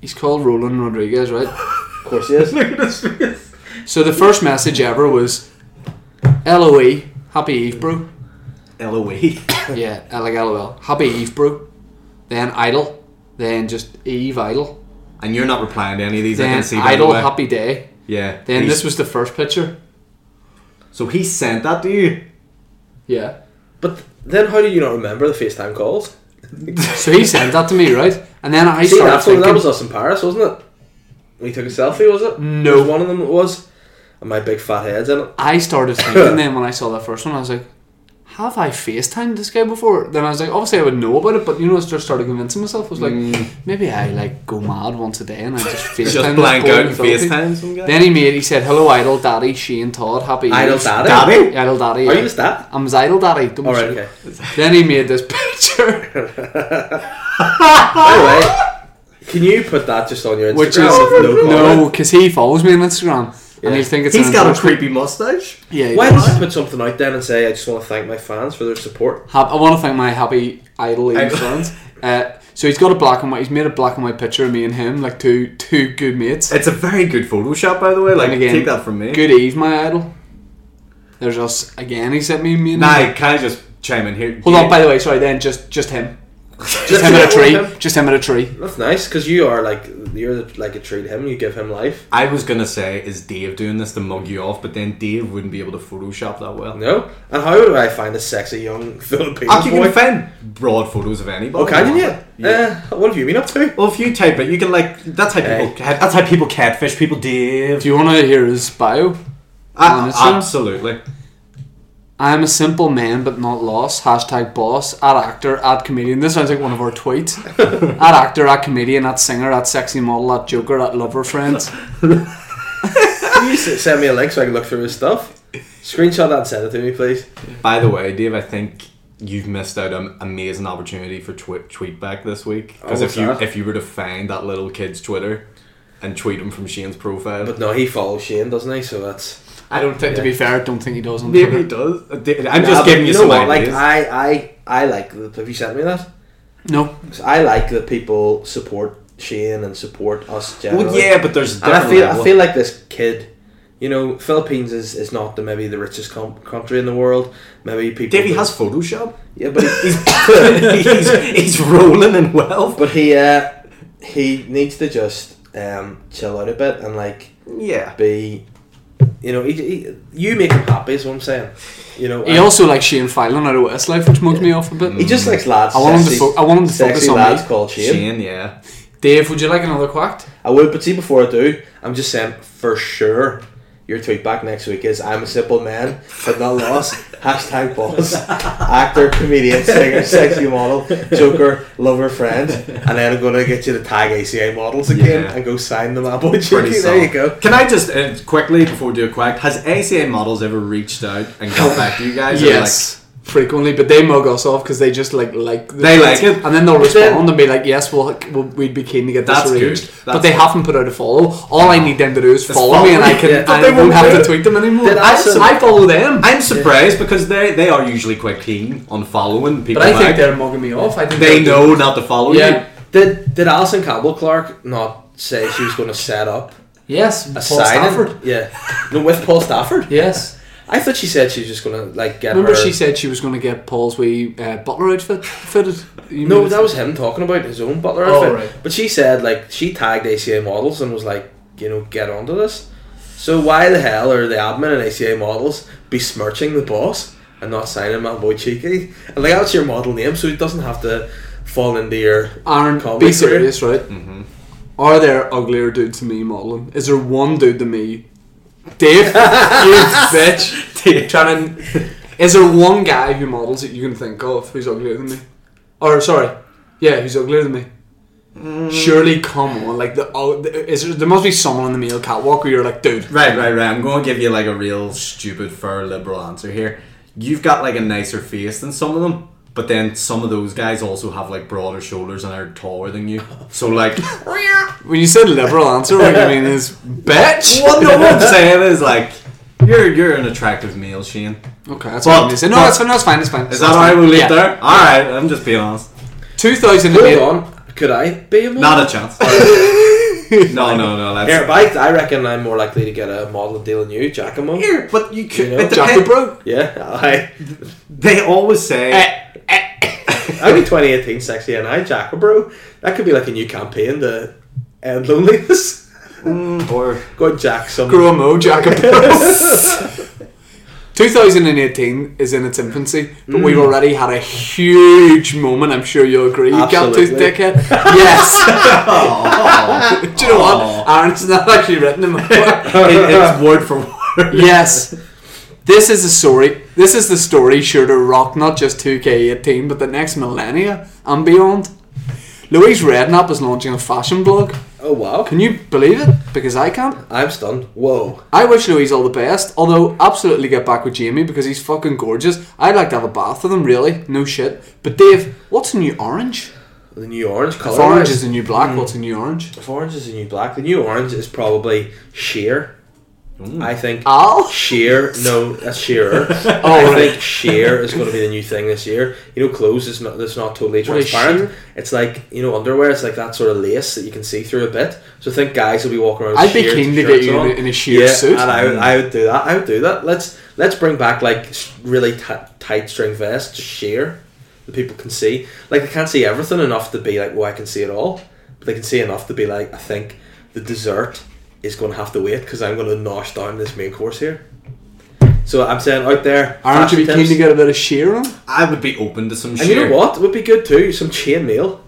[SPEAKER 3] He's called Roland Rodriguez, right?
[SPEAKER 2] Of course
[SPEAKER 3] (laughs)
[SPEAKER 2] he is.
[SPEAKER 3] So the first message ever was, "LOE, happy eve, bro."
[SPEAKER 4] LOE.
[SPEAKER 3] Yeah, uh, like LOL, happy eve, bro. Then idle, then just eve idle,
[SPEAKER 4] and you're not replying to any of these. I
[SPEAKER 3] then
[SPEAKER 4] can see. by the
[SPEAKER 3] idle
[SPEAKER 4] way.
[SPEAKER 3] happy day.
[SPEAKER 4] Yeah.
[SPEAKER 3] Then
[SPEAKER 4] He's-
[SPEAKER 3] this was the first picture.
[SPEAKER 4] So he sent that to you.
[SPEAKER 3] Yeah.
[SPEAKER 2] But then, how do you not remember the FaceTime calls?
[SPEAKER 3] So he sent that to me, right? And then I
[SPEAKER 2] See,
[SPEAKER 3] started
[SPEAKER 2] that's what,
[SPEAKER 3] thinking.
[SPEAKER 2] that was us in Paris, wasn't it? We took a selfie, was it?
[SPEAKER 3] No.
[SPEAKER 2] There was one of them it was. And my big fat head's in it.
[SPEAKER 3] I started thinking then when I saw that first one, I was like, have I FaceTimed this guy before? Then I was like, obviously I would know about it, but you know, I just started convincing myself. I was like,
[SPEAKER 2] Mm.
[SPEAKER 3] maybe I like go mad once a day and I
[SPEAKER 2] (laughs)
[SPEAKER 3] just FaceTime.
[SPEAKER 4] Just
[SPEAKER 3] this
[SPEAKER 4] blank
[SPEAKER 3] boy
[SPEAKER 4] out
[SPEAKER 3] in
[SPEAKER 4] and
[SPEAKER 3] Philippines.
[SPEAKER 4] FaceTime some guy.
[SPEAKER 3] Then he made, he said, hello, Idle Daddy, Shane Todd, happy
[SPEAKER 2] Idle
[SPEAKER 3] Eve."
[SPEAKER 2] Daddy?
[SPEAKER 4] Daddy.
[SPEAKER 3] Idle Daddy.
[SPEAKER 2] Are
[SPEAKER 3] yeah.
[SPEAKER 2] you just that?
[SPEAKER 3] I'm his Idle Daddy. Don't be
[SPEAKER 2] Alright,
[SPEAKER 3] stupid.
[SPEAKER 2] okay.
[SPEAKER 3] Then he made this (laughs) picture,
[SPEAKER 2] By the way, can you put that just on your Instagram?
[SPEAKER 3] which is
[SPEAKER 2] with no
[SPEAKER 3] no,
[SPEAKER 2] comment?
[SPEAKER 3] because he follows me on Instagram. And
[SPEAKER 2] Yeah.
[SPEAKER 3] you think it's
[SPEAKER 4] He's
[SPEAKER 3] an
[SPEAKER 4] got a
[SPEAKER 3] endorsement.
[SPEAKER 4] creepy mustache.
[SPEAKER 3] Yeah, he
[SPEAKER 2] Why
[SPEAKER 3] does.
[SPEAKER 2] don't you put something out then and say, I just want to thank my fans for their support?
[SPEAKER 3] Hap- I want to thank my happy idol Ian
[SPEAKER 4] Idol.
[SPEAKER 3] friends. Uh, so he's got a black and white. He's made a black and white picture of me and him, like two two good mates.
[SPEAKER 4] It's a very good Photoshop, by the way. Like,
[SPEAKER 3] And again,
[SPEAKER 4] take that from me.
[SPEAKER 3] Good Eve, my idol. There's us again. He sent me me. and him.
[SPEAKER 4] Nah, can I just chime in here?
[SPEAKER 3] Hold
[SPEAKER 4] Yeah.
[SPEAKER 3] on. By the way, sorry. Then just just him. Just him at a tree. Just him at a tree.
[SPEAKER 2] That's nice because you are like you're the- like a tree to him. You give him life.
[SPEAKER 4] I was gonna say, is Dave doing this to mug you off? But then Dave wouldn't be able to Photoshop that well.
[SPEAKER 2] No. And how would I find a sexy young (laughs) Filipino
[SPEAKER 4] Actually, you
[SPEAKER 2] boy?
[SPEAKER 4] can find broad photos of anybody.
[SPEAKER 2] oh, can you? Yeah.
[SPEAKER 4] Yeah.
[SPEAKER 2] Eh, what have you been up to?
[SPEAKER 4] Well, if you type it, you can like that's how
[SPEAKER 2] Hey.
[SPEAKER 4] people cat, that's how people catfish people. Dave,
[SPEAKER 3] Do you want to hear his bio?
[SPEAKER 2] Ah,
[SPEAKER 4] A-
[SPEAKER 3] Honestly?
[SPEAKER 4] ah, absolutely.
[SPEAKER 3] I am a simple man, but not lost. Hashtag boss. At actor. At comedian. This sounds like one of our (laughs) tweets. at actor. At comedian. At singer. At sexy model. At joker. At lover. Friends.
[SPEAKER 2] Can you s- send me a link so I can look through his stuff? Screenshot that and send it to me, please.
[SPEAKER 4] By the way, Dave, I think you've missed out on an amazing opportunity for tw- tweet back this week because
[SPEAKER 2] Oh,
[SPEAKER 4] if you
[SPEAKER 2] what's that?
[SPEAKER 4] if you were to find that little kid's Twitter and tweet him from Shane's profile,
[SPEAKER 2] But no, he follows Shane, doesn't he? So that's.
[SPEAKER 4] I don't think
[SPEAKER 3] To be fair, I don't think he does
[SPEAKER 2] (laughs)
[SPEAKER 3] on
[SPEAKER 4] Maybe
[SPEAKER 3] Twitter.
[SPEAKER 4] he does. Uh, Dave, I'm
[SPEAKER 2] Nah,
[SPEAKER 4] just
[SPEAKER 2] but
[SPEAKER 4] giving you,
[SPEAKER 2] know
[SPEAKER 4] some
[SPEAKER 2] what, Like
[SPEAKER 4] ideas.
[SPEAKER 2] I, I, I like. The, have you sent me that?
[SPEAKER 3] No.
[SPEAKER 2] 'Cause I like that people support Shane and support us generally.
[SPEAKER 4] well, yeah, but there's
[SPEAKER 2] And I
[SPEAKER 4] definitely.
[SPEAKER 2] feel, I feel like this kid, you know, Philippines is, is not the, maybe the richest com- country in the world. Maybe people.
[SPEAKER 4] Davey has
[SPEAKER 2] (laughs)
[SPEAKER 4] Photoshop. (laughs)
[SPEAKER 2] Yeah, but he,
[SPEAKER 4] He's he's, he's rolling in wealth.
[SPEAKER 2] but he uh, he needs to just um, chill out a bit and like
[SPEAKER 4] Yeah.
[SPEAKER 2] be, you know, he, he, you make him happy is what I'm saying. You know,
[SPEAKER 3] He
[SPEAKER 2] and
[SPEAKER 3] also likes Shane Fallon out of Westlife, which mugged me off a bit.
[SPEAKER 2] he just likes lads.
[SPEAKER 3] I want him to
[SPEAKER 2] sexy-
[SPEAKER 3] fo- I want him to
[SPEAKER 2] sexy
[SPEAKER 3] focus on
[SPEAKER 2] lads
[SPEAKER 3] me.
[SPEAKER 2] called Shane.
[SPEAKER 4] Shane, yeah.
[SPEAKER 3] Dave, would you like another quacked?
[SPEAKER 2] I would, but see, before I do, I'm just saying for sure your tweet back next week is I'm a simple man, but not
[SPEAKER 3] (laughs)
[SPEAKER 2] lost. Hashtag boss. Actor, comedian, singer, sexy model, joker, lover, friend. And then I'm going to get you to tag ACA models again
[SPEAKER 4] Yeah.
[SPEAKER 2] and go sign them up. (laughs)
[SPEAKER 3] (laughs)
[SPEAKER 2] would you?
[SPEAKER 4] Pretty
[SPEAKER 2] There you
[SPEAKER 4] solid.
[SPEAKER 2] go.
[SPEAKER 4] Can I just uh, quickly before we do a quack? Has ACA models ever reached out and
[SPEAKER 3] (laughs)
[SPEAKER 4] got back to you guys? Or,
[SPEAKER 3] Yes. Frequently, but they mug us off because they just like like the
[SPEAKER 4] They like
[SPEAKER 3] tweets.
[SPEAKER 4] it.
[SPEAKER 3] and then they'll
[SPEAKER 2] then-
[SPEAKER 3] respond and be like, "Yes, we'll, we'll we'd be keen to get
[SPEAKER 4] That's
[SPEAKER 3] this
[SPEAKER 4] good.
[SPEAKER 3] arranged."
[SPEAKER 4] That's
[SPEAKER 3] But they
[SPEAKER 4] good.
[SPEAKER 3] haven't put out a follow. All I need them to do is follow,
[SPEAKER 4] follow
[SPEAKER 3] me, and I
[SPEAKER 4] me.
[SPEAKER 3] can
[SPEAKER 2] Yeah.
[SPEAKER 3] I
[SPEAKER 4] But they
[SPEAKER 3] won't
[SPEAKER 4] won't
[SPEAKER 3] have
[SPEAKER 4] do
[SPEAKER 3] to
[SPEAKER 4] it.
[SPEAKER 3] tweet them anymore.
[SPEAKER 2] Then
[SPEAKER 3] I,
[SPEAKER 2] also-
[SPEAKER 3] I follow them,
[SPEAKER 4] Like, I'm surprised because they they are usually quite keen on following people.
[SPEAKER 3] but I think
[SPEAKER 4] back.
[SPEAKER 3] they're mugging me off. I think
[SPEAKER 4] they
[SPEAKER 3] they're-
[SPEAKER 4] know not to follow
[SPEAKER 3] Yeah.
[SPEAKER 4] (laughs) you.
[SPEAKER 2] Did, did Alison Campbell Clark not say she was going to set up
[SPEAKER 3] Yes,
[SPEAKER 2] a
[SPEAKER 3] Paul
[SPEAKER 2] signing?
[SPEAKER 3] Stafford.
[SPEAKER 2] Yeah. No, with Paul Stafford?
[SPEAKER 3] Yes.
[SPEAKER 2] I thought she said she was just going to like get
[SPEAKER 3] Remember,
[SPEAKER 2] her.
[SPEAKER 3] she said she was going to get Paul's wee uh, butler outfit fitted. You
[SPEAKER 2] No,
[SPEAKER 3] know,
[SPEAKER 2] that was him talking about his own butler
[SPEAKER 3] Oh,
[SPEAKER 2] outfit.
[SPEAKER 3] right.
[SPEAKER 2] But she said like she tagged ACA models and was like, you know, get onto this. So why the hell are the admin and ACA models besmirching the boss and not signing my boy Cheeky? And like that's your model name, so it doesn't have to fall into your
[SPEAKER 3] Aaron,
[SPEAKER 2] comedy career.
[SPEAKER 3] be serious, right?
[SPEAKER 4] Mm-hmm.
[SPEAKER 3] Are there uglier dudes than me modeling? Is there one dude than me? Dave, you
[SPEAKER 4] (laughs)
[SPEAKER 3] bitch.
[SPEAKER 4] Dave.
[SPEAKER 3] Trying to, is there one guy who models that you can think of who's uglier than me? Or, sorry, yeah, who's uglier than me?
[SPEAKER 4] Mm.
[SPEAKER 3] Surely, come on. Like, the, oh, the- is there, there must be someone on the male catwalk where you're like, dude,
[SPEAKER 4] Right, right, right. I'm going to give you like a real stupid, fair, liberal answer here. You've got like a nicer face than some of them, but then some of those guys also have like broader shoulders and are taller than you. So like, (laughs)
[SPEAKER 3] when you said liberal answer, what you mean is, bitch?
[SPEAKER 4] what, no, what I'm saying is like, you're you're an attractive male, Shane.
[SPEAKER 3] Okay, that's
[SPEAKER 4] But-
[SPEAKER 3] what I'm gonna say. No,
[SPEAKER 4] but-
[SPEAKER 3] that's fine, that's fine, that's fine.
[SPEAKER 4] Is that alright? We'll leave
[SPEAKER 3] Yeah.
[SPEAKER 4] there. All right, I'm just being honest.
[SPEAKER 2] Hold
[SPEAKER 3] 2008.
[SPEAKER 2] on, could I be a model?
[SPEAKER 4] Not
[SPEAKER 2] (laughs)
[SPEAKER 4] a chance. no, no, no. That's
[SPEAKER 2] Here, but I, I reckon I'm more likely to get a model deal than you, Giacomo.
[SPEAKER 4] Here, but you could.
[SPEAKER 2] You know,
[SPEAKER 4] it
[SPEAKER 3] Jackie
[SPEAKER 4] depends.
[SPEAKER 3] Bro.
[SPEAKER 2] Yeah, (laughs) I.
[SPEAKER 4] They always say.
[SPEAKER 3] Eh.
[SPEAKER 2] I'd be 2018 sexy and I, Giacomo, bro. That could be like a new campaign to end loneliness.
[SPEAKER 4] (laughs)
[SPEAKER 2] (laughs)
[SPEAKER 4] or
[SPEAKER 2] Go and jack some.
[SPEAKER 3] Gromo Jacob. 2018 is in its infancy, but we've already had a huge moment. I'm sure you'll agree. You got tooth
[SPEAKER 2] Absolutely.
[SPEAKER 3] dickhead. Yes.
[SPEAKER 4] oh,
[SPEAKER 3] Do you know what? Aaron's not actually written in my book.
[SPEAKER 4] (laughs) it, it's word for word.
[SPEAKER 3] yes. This is the story. This is the story sure to rock not just 2K18 but the next millennia and beyond. Louise Redknapp is launching a fashion blog.
[SPEAKER 2] Oh wow!
[SPEAKER 3] Can you believe it? Because I can't.
[SPEAKER 2] I'm stunned. Whoa!
[SPEAKER 3] I wish Louise all the best, although absolutely get back with Jamie because he's fucking gorgeous. I'd like to have a bath with him, really. No shit. But Dave, what's a new orange?
[SPEAKER 2] The new orange Mm. color.
[SPEAKER 3] If orange is a new black, what's a new orange?
[SPEAKER 2] If orange is the new black, the new orange is probably sheer. I think
[SPEAKER 3] Al?
[SPEAKER 2] sheer. No, that's
[SPEAKER 3] (laughs)
[SPEAKER 2] shearer. I
[SPEAKER 3] Oh, right.
[SPEAKER 2] think sheer is going to be the new thing this year. You know, clothes is not. That's not totally
[SPEAKER 3] What is
[SPEAKER 2] transparent.
[SPEAKER 3] sheer?
[SPEAKER 2] It's like you know underwear. It's like that sort of lace that you can see through a bit. So I think guys will be walking around.
[SPEAKER 3] I'd be
[SPEAKER 2] sheer
[SPEAKER 3] keen to get
[SPEAKER 2] shirts
[SPEAKER 3] you
[SPEAKER 2] on.
[SPEAKER 3] in a- in a sheer suit.
[SPEAKER 2] and I would, I would do that. I would do that. Let's let's bring back like s- really t- tight string vests, just sheer. that people can see. Like they can't see everything enough to be like, "Well, I can see it all," but they can see enough to be like, "I think the dessert is going to have to wait because I'm going to nosh down this main course here." So I'm saying out there,
[SPEAKER 3] Aren't you be
[SPEAKER 2] fashion
[SPEAKER 3] keen to
[SPEAKER 2] tips.
[SPEAKER 3] get a bit of sheer on?
[SPEAKER 4] I would be open to some
[SPEAKER 2] And you know what would be good too? Some chain mail.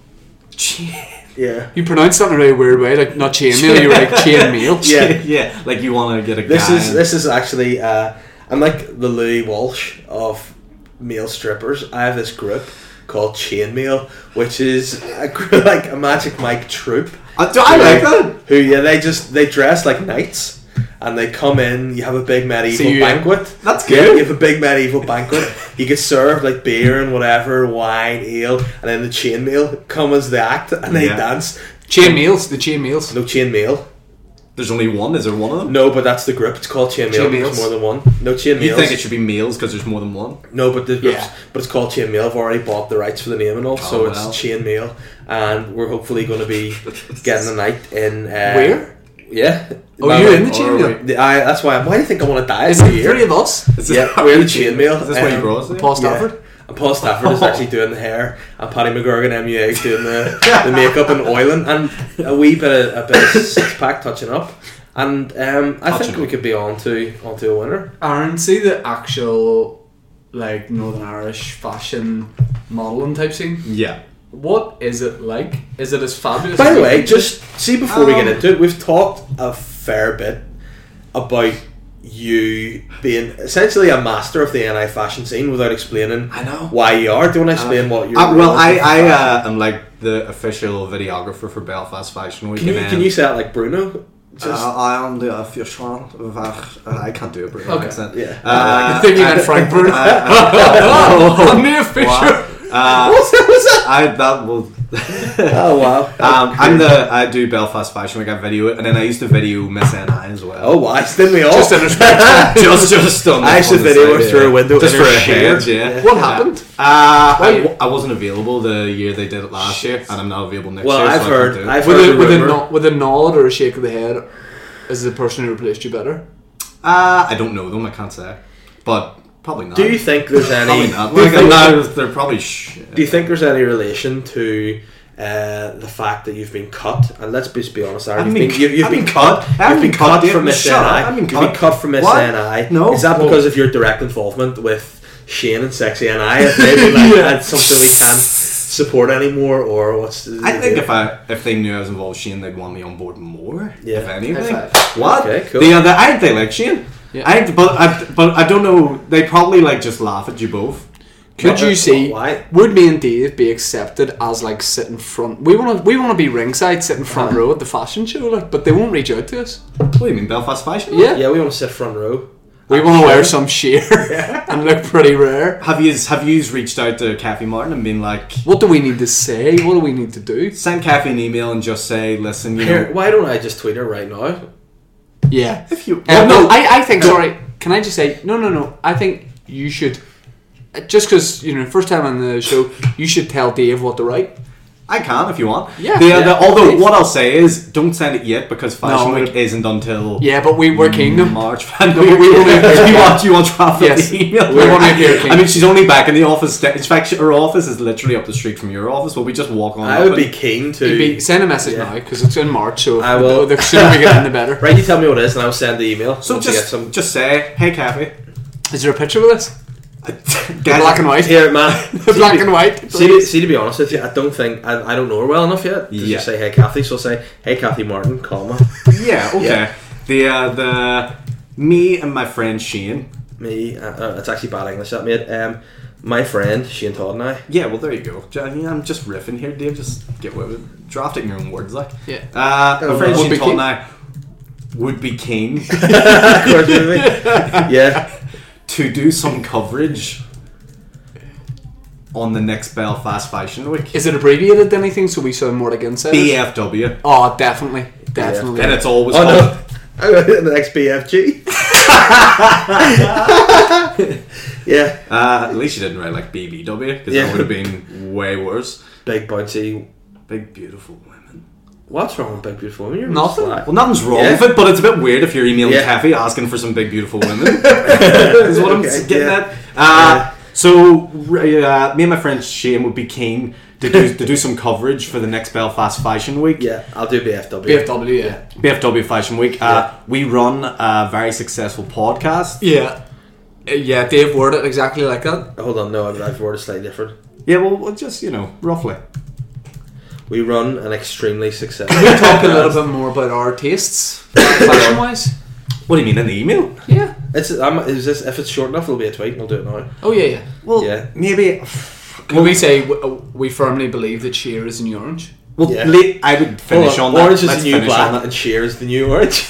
[SPEAKER 2] Yeah.
[SPEAKER 3] You pronounce that in a really weird way, like not chainmail, you're
[SPEAKER 2] (laughs)
[SPEAKER 3] like chainmail.
[SPEAKER 2] Yeah.
[SPEAKER 4] (laughs) yeah, like you want to get a
[SPEAKER 2] This
[SPEAKER 4] guy
[SPEAKER 2] is
[SPEAKER 4] and-
[SPEAKER 2] this is actually uh, I'm like the Louis Walsh of male strippers. I have this group called Chainmail, which is a, gr- (laughs) like a Magic Mike troupe.
[SPEAKER 4] I, Uh, do I like that?
[SPEAKER 2] Who yeah they just they dress like knights. And they come in, you have a big medieval
[SPEAKER 3] See you in.
[SPEAKER 2] banquet.
[SPEAKER 4] That's
[SPEAKER 2] Yeah,
[SPEAKER 4] good.
[SPEAKER 2] You have a big medieval banquet. You get served like beer and whatever, wine, ale, and then the chainmail come as the act, and they
[SPEAKER 4] Yeah.
[SPEAKER 2] dance.
[SPEAKER 3] Chainmails, the chainmails.
[SPEAKER 2] No chainmail.
[SPEAKER 4] There's only one. Is there one of them?
[SPEAKER 2] No, but that's the group. It's called chainmail.
[SPEAKER 3] Chain
[SPEAKER 2] There's
[SPEAKER 3] mails.
[SPEAKER 2] more than one. No chainmail.
[SPEAKER 4] You think it should be males because there's more than one?
[SPEAKER 2] No, but the groups,
[SPEAKER 3] Yeah.
[SPEAKER 2] but it's called Chain Mail. I've already bought the rights for the name and all, so
[SPEAKER 4] Oh,
[SPEAKER 2] it's
[SPEAKER 4] well.
[SPEAKER 2] Chain Mail, and we're hopefully going to
[SPEAKER 3] (laughs)
[SPEAKER 2] be getting a night in. Uh,
[SPEAKER 3] Where?
[SPEAKER 2] Yeah.
[SPEAKER 3] Oh,
[SPEAKER 2] Well,
[SPEAKER 3] you're in the
[SPEAKER 4] or are
[SPEAKER 3] chainmail.
[SPEAKER 2] the- I, that's why. I'm, why do you think I want to die
[SPEAKER 3] Is
[SPEAKER 2] every
[SPEAKER 3] it
[SPEAKER 2] year?
[SPEAKER 3] three of us?
[SPEAKER 4] Is this-
[SPEAKER 2] yeah, we're the Chain Mail.
[SPEAKER 4] Is this what you
[SPEAKER 2] um,
[SPEAKER 4] brought us? to?
[SPEAKER 3] Paul
[SPEAKER 2] yeah.
[SPEAKER 3] Stafford? Oh.
[SPEAKER 2] And Paul Stafford is actually doing the hair, and Paddy McGurgan MUA is doing the,
[SPEAKER 3] (laughs)
[SPEAKER 2] the makeup and oiling, and a wee bit of a bit of six pack touching up. And um, I
[SPEAKER 4] Touching
[SPEAKER 2] think we
[SPEAKER 4] up.
[SPEAKER 2] could be on to on to a winner.
[SPEAKER 3] Aaron, see the actual like Northern Irish fashion modelling type scene?
[SPEAKER 4] Yeah.
[SPEAKER 3] What is it like? Is it as fabulous?
[SPEAKER 2] By
[SPEAKER 3] as
[SPEAKER 2] the
[SPEAKER 3] you
[SPEAKER 2] way,
[SPEAKER 3] think?
[SPEAKER 2] just see before we get
[SPEAKER 3] Um,
[SPEAKER 2] into it, we've talked a fair bit about you being essentially a master of the NI fashion scene without explaining
[SPEAKER 4] I know.
[SPEAKER 2] why you are. Do you want to explain what you're
[SPEAKER 4] Uh, well, I, I uh, am like the official videographer for Belfast Fashion Week.
[SPEAKER 2] can you
[SPEAKER 4] and
[SPEAKER 2] can
[SPEAKER 4] then-
[SPEAKER 2] you say it like Bruno? Just
[SPEAKER 4] Uh, I am the official. of, uh, I can't do a British
[SPEAKER 3] Okay.
[SPEAKER 4] accent. Uh,
[SPEAKER 2] yeah. Uh,
[SPEAKER 3] I think you meant Frank Bruno. (laughs) I'm the official.
[SPEAKER 2] (laughs)
[SPEAKER 4] Uh,
[SPEAKER 2] What's that? What's that?
[SPEAKER 4] I that will.
[SPEAKER 2] (laughs) Oh wow.
[SPEAKER 4] (laughs) um, I'm the I do Belfast Fashion Week. I video it, and then I used to video Miss NI as well.
[SPEAKER 2] oh wow, didn't we all?
[SPEAKER 3] Just in
[SPEAKER 2] (laughs)
[SPEAKER 3] respect.
[SPEAKER 4] (laughs) just just on.
[SPEAKER 2] I used to
[SPEAKER 4] on the
[SPEAKER 2] video
[SPEAKER 4] side,
[SPEAKER 2] her through
[SPEAKER 4] yeah.
[SPEAKER 2] a window.
[SPEAKER 4] just
[SPEAKER 2] It
[SPEAKER 4] for
[SPEAKER 2] was
[SPEAKER 4] a
[SPEAKER 2] shared.
[SPEAKER 4] head. Yeah.
[SPEAKER 3] What happened?
[SPEAKER 4] Uh,
[SPEAKER 3] Why
[SPEAKER 4] I,
[SPEAKER 3] you-
[SPEAKER 4] w- I wasn't available the year they did it last year, and I'm not available next
[SPEAKER 2] Well,
[SPEAKER 4] year.
[SPEAKER 2] I've
[SPEAKER 4] so I
[SPEAKER 2] heard-
[SPEAKER 4] can't do it.
[SPEAKER 2] I've heard-
[SPEAKER 3] With a, with, a
[SPEAKER 2] Remember.
[SPEAKER 3] no, with a nod or a shake of the head, is the person who replaced you better?
[SPEAKER 4] Uh, I don't know them. I can't say, but probably not.
[SPEAKER 2] Do you think there's
[SPEAKER 4] Probably
[SPEAKER 2] any?
[SPEAKER 4] not.
[SPEAKER 2] do you
[SPEAKER 4] Like,
[SPEAKER 2] think-
[SPEAKER 4] no, they're probably shit.
[SPEAKER 2] Do you think there's any relation to uh, the fact that you've been cut? And let's just be honest, Aaron,
[SPEAKER 4] I've
[SPEAKER 2] you've
[SPEAKER 4] been
[SPEAKER 2] been, you've, you've
[SPEAKER 4] I've
[SPEAKER 2] been
[SPEAKER 4] been
[SPEAKER 2] cut.
[SPEAKER 4] cut. I haven't
[SPEAKER 2] You've been
[SPEAKER 4] been
[SPEAKER 2] cut,
[SPEAKER 4] cut,
[SPEAKER 2] from
[SPEAKER 4] dude.
[SPEAKER 2] Miss
[SPEAKER 4] Shut up.
[SPEAKER 2] NI.
[SPEAKER 4] I've been
[SPEAKER 2] You've been
[SPEAKER 4] cut.
[SPEAKER 2] cut from Miss
[SPEAKER 4] What?
[SPEAKER 2] NI.
[SPEAKER 4] No.
[SPEAKER 2] Is that
[SPEAKER 4] Well-
[SPEAKER 2] because of your direct involvement with Shane and Sexy NI? If they were
[SPEAKER 4] (laughs)
[SPEAKER 2] like, that's something we can't support anymore, or what's? the-
[SPEAKER 4] I think if I if they knew I was involved, Shane, they'd want me on board more.
[SPEAKER 2] Yeah.
[SPEAKER 4] If anything,
[SPEAKER 3] High
[SPEAKER 4] what?
[SPEAKER 2] Okay, cool.
[SPEAKER 4] The other, I think they like Shane.
[SPEAKER 3] Yeah.
[SPEAKER 4] I think, but I, but I don't know. They probably like just laugh at you both.
[SPEAKER 3] Could
[SPEAKER 2] Well,
[SPEAKER 3] you see?
[SPEAKER 2] why?
[SPEAKER 3] Would me and Dave be accepted as like sit in front? We want to we want to be ringside, sit in front
[SPEAKER 2] Uh-huh.
[SPEAKER 3] row at the fashion show, like, but they won't reach out to us.
[SPEAKER 4] What do you mean, Belfast fashion?
[SPEAKER 3] Yeah,
[SPEAKER 2] yeah, we want to sit front row.
[SPEAKER 3] we want to wear some sheer
[SPEAKER 2] (laughs)
[SPEAKER 3] (laughs) and look pretty rare.
[SPEAKER 4] Have you have you reached out to Kathy Martin and been like,
[SPEAKER 3] What do we need to say? What do we need to do?
[SPEAKER 4] send Kathy an email and just say, listen, you
[SPEAKER 2] Here,
[SPEAKER 4] know, Oh,
[SPEAKER 2] why don't I just tweet her right now?
[SPEAKER 3] Yeah.
[SPEAKER 4] if you
[SPEAKER 3] Uh,
[SPEAKER 4] well,
[SPEAKER 3] no, I, I think. Sorry, can I just say no, no, no? I think you should uh, just because you know first time on the show, you should tell Dave what to write.
[SPEAKER 4] I can if you want.
[SPEAKER 3] Yeah,
[SPEAKER 4] The
[SPEAKER 3] yeah.
[SPEAKER 4] other- although what I'll say is, don't send it yet because Fashion
[SPEAKER 3] No,
[SPEAKER 4] Week isn't until
[SPEAKER 3] Yeah, but we we're keen. though.
[SPEAKER 4] March. (laughs)
[SPEAKER 3] we- we will make-
[SPEAKER 4] do you want do you want to draft up
[SPEAKER 3] Yes.
[SPEAKER 4] the email?
[SPEAKER 3] We will make it clean.
[SPEAKER 4] I mean, she's only back in the office. sta- In fact, she- her office is literally up the street from your office. Well, we just walk on.
[SPEAKER 2] I
[SPEAKER 4] up
[SPEAKER 2] would
[SPEAKER 4] and-
[SPEAKER 2] be keen to.
[SPEAKER 3] You'd Be, send a message
[SPEAKER 2] Yeah.
[SPEAKER 3] now 'cause now because it's in March. So
[SPEAKER 2] I
[SPEAKER 3] the-
[SPEAKER 2] will.
[SPEAKER 3] The, sooner we get in, the better. (laughs)
[SPEAKER 2] right, you tell me what it is, and I'll send the email.
[SPEAKER 4] So
[SPEAKER 2] once I get
[SPEAKER 4] just
[SPEAKER 2] some.
[SPEAKER 4] just say, hey, Kathy.
[SPEAKER 3] Is there a picture with us?
[SPEAKER 4] Guys,
[SPEAKER 3] Black and white.
[SPEAKER 2] Here, man.
[SPEAKER 4] (laughs)
[SPEAKER 3] Black and white.
[SPEAKER 2] See, to, see, to be honest with you, I don't think I, I don't know her well enough yet to
[SPEAKER 4] Yeah.
[SPEAKER 2] just say hey Kathy. So I'll say hey Kathy Martin, comma
[SPEAKER 4] Yeah. Okay.
[SPEAKER 2] Yeah.
[SPEAKER 4] The uh, the me and my friend Shane.
[SPEAKER 2] me. Uh, uh, it's actually bad English, that mate. Um, my friend Shane Todd
[SPEAKER 4] (laughs)
[SPEAKER 2] and I.
[SPEAKER 4] Yeah. Well, there you go. J- I mean, I'm just riffing here, Dave. Just get away with it. drafting your own words, like.
[SPEAKER 3] Yeah.
[SPEAKER 4] Uh,
[SPEAKER 2] Oh,
[SPEAKER 4] my friend
[SPEAKER 2] would
[SPEAKER 3] be
[SPEAKER 4] Shane Todd
[SPEAKER 3] keen.
[SPEAKER 4] and I would
[SPEAKER 3] (laughs)
[SPEAKER 4] be keen
[SPEAKER 2] Of course, you know what I mean? yeah.
[SPEAKER 4] to do some coverage on the next Belfast Fashion Week.
[SPEAKER 3] Is it abbreviated to anything so we sound more like insiders?
[SPEAKER 4] BFW.
[SPEAKER 3] Oh, definitely, definitely.
[SPEAKER 4] Then it's always
[SPEAKER 2] Oh
[SPEAKER 4] called
[SPEAKER 2] no.
[SPEAKER 4] (laughs)
[SPEAKER 2] I'm gonna hit the next BFG. (laughs) yeah,
[SPEAKER 4] Uh, at least you didn't write like BBW because
[SPEAKER 2] Yeah.
[SPEAKER 4] that would have been way worse.
[SPEAKER 2] big bouncy.
[SPEAKER 4] Big beautiful women.
[SPEAKER 2] What's wrong with big beautiful women? You're
[SPEAKER 3] Nothing.
[SPEAKER 4] Well, nothing's wrong
[SPEAKER 2] Yeah.
[SPEAKER 4] with it, but it's a bit weird if you're emailing
[SPEAKER 2] Yeah. (laughs)
[SPEAKER 4] Kathy asking for some big beautiful women. is what I'm
[SPEAKER 2] Okay,
[SPEAKER 4] getting
[SPEAKER 2] yeah.
[SPEAKER 4] at. Uh, So uh, me and my friend Shane would be keen to do to do some coverage for the next Belfast Fashion Week.
[SPEAKER 2] Yeah, I'll do BFW.
[SPEAKER 3] BFW, yeah.
[SPEAKER 4] BFW Fashion Week. Uh, We run a very successful podcast.
[SPEAKER 3] Yeah. Uh, Yeah, Dave worded it exactly like that.
[SPEAKER 2] Hold on, no, I've- I've worded it slightly different.
[SPEAKER 4] Yeah, well, well, just you know, roughly.
[SPEAKER 2] We run an extremely successful.
[SPEAKER 3] (laughs)
[SPEAKER 4] (laughs)
[SPEAKER 3] Talk a little bit more about our tastes, fashion wise.
[SPEAKER 4] What do you mean in the email?
[SPEAKER 3] Yeah.
[SPEAKER 2] It's, I'm, is this, if it's short enough, it'll be a tweet. and I'll do it now.
[SPEAKER 3] Oh, yeah, yeah.
[SPEAKER 4] Well,
[SPEAKER 2] Yeah.
[SPEAKER 4] maybe.
[SPEAKER 3] Can we say w- uh, we firmly believe that sheer is in the orange?
[SPEAKER 4] Well,
[SPEAKER 2] Yeah.
[SPEAKER 4] late, I would finish on,
[SPEAKER 2] Hold
[SPEAKER 4] that.
[SPEAKER 2] Orange is
[SPEAKER 4] Let's
[SPEAKER 2] the new
[SPEAKER 4] finish on
[SPEAKER 2] black,
[SPEAKER 4] that. (laughs)
[SPEAKER 2] and Sheer is the new orange.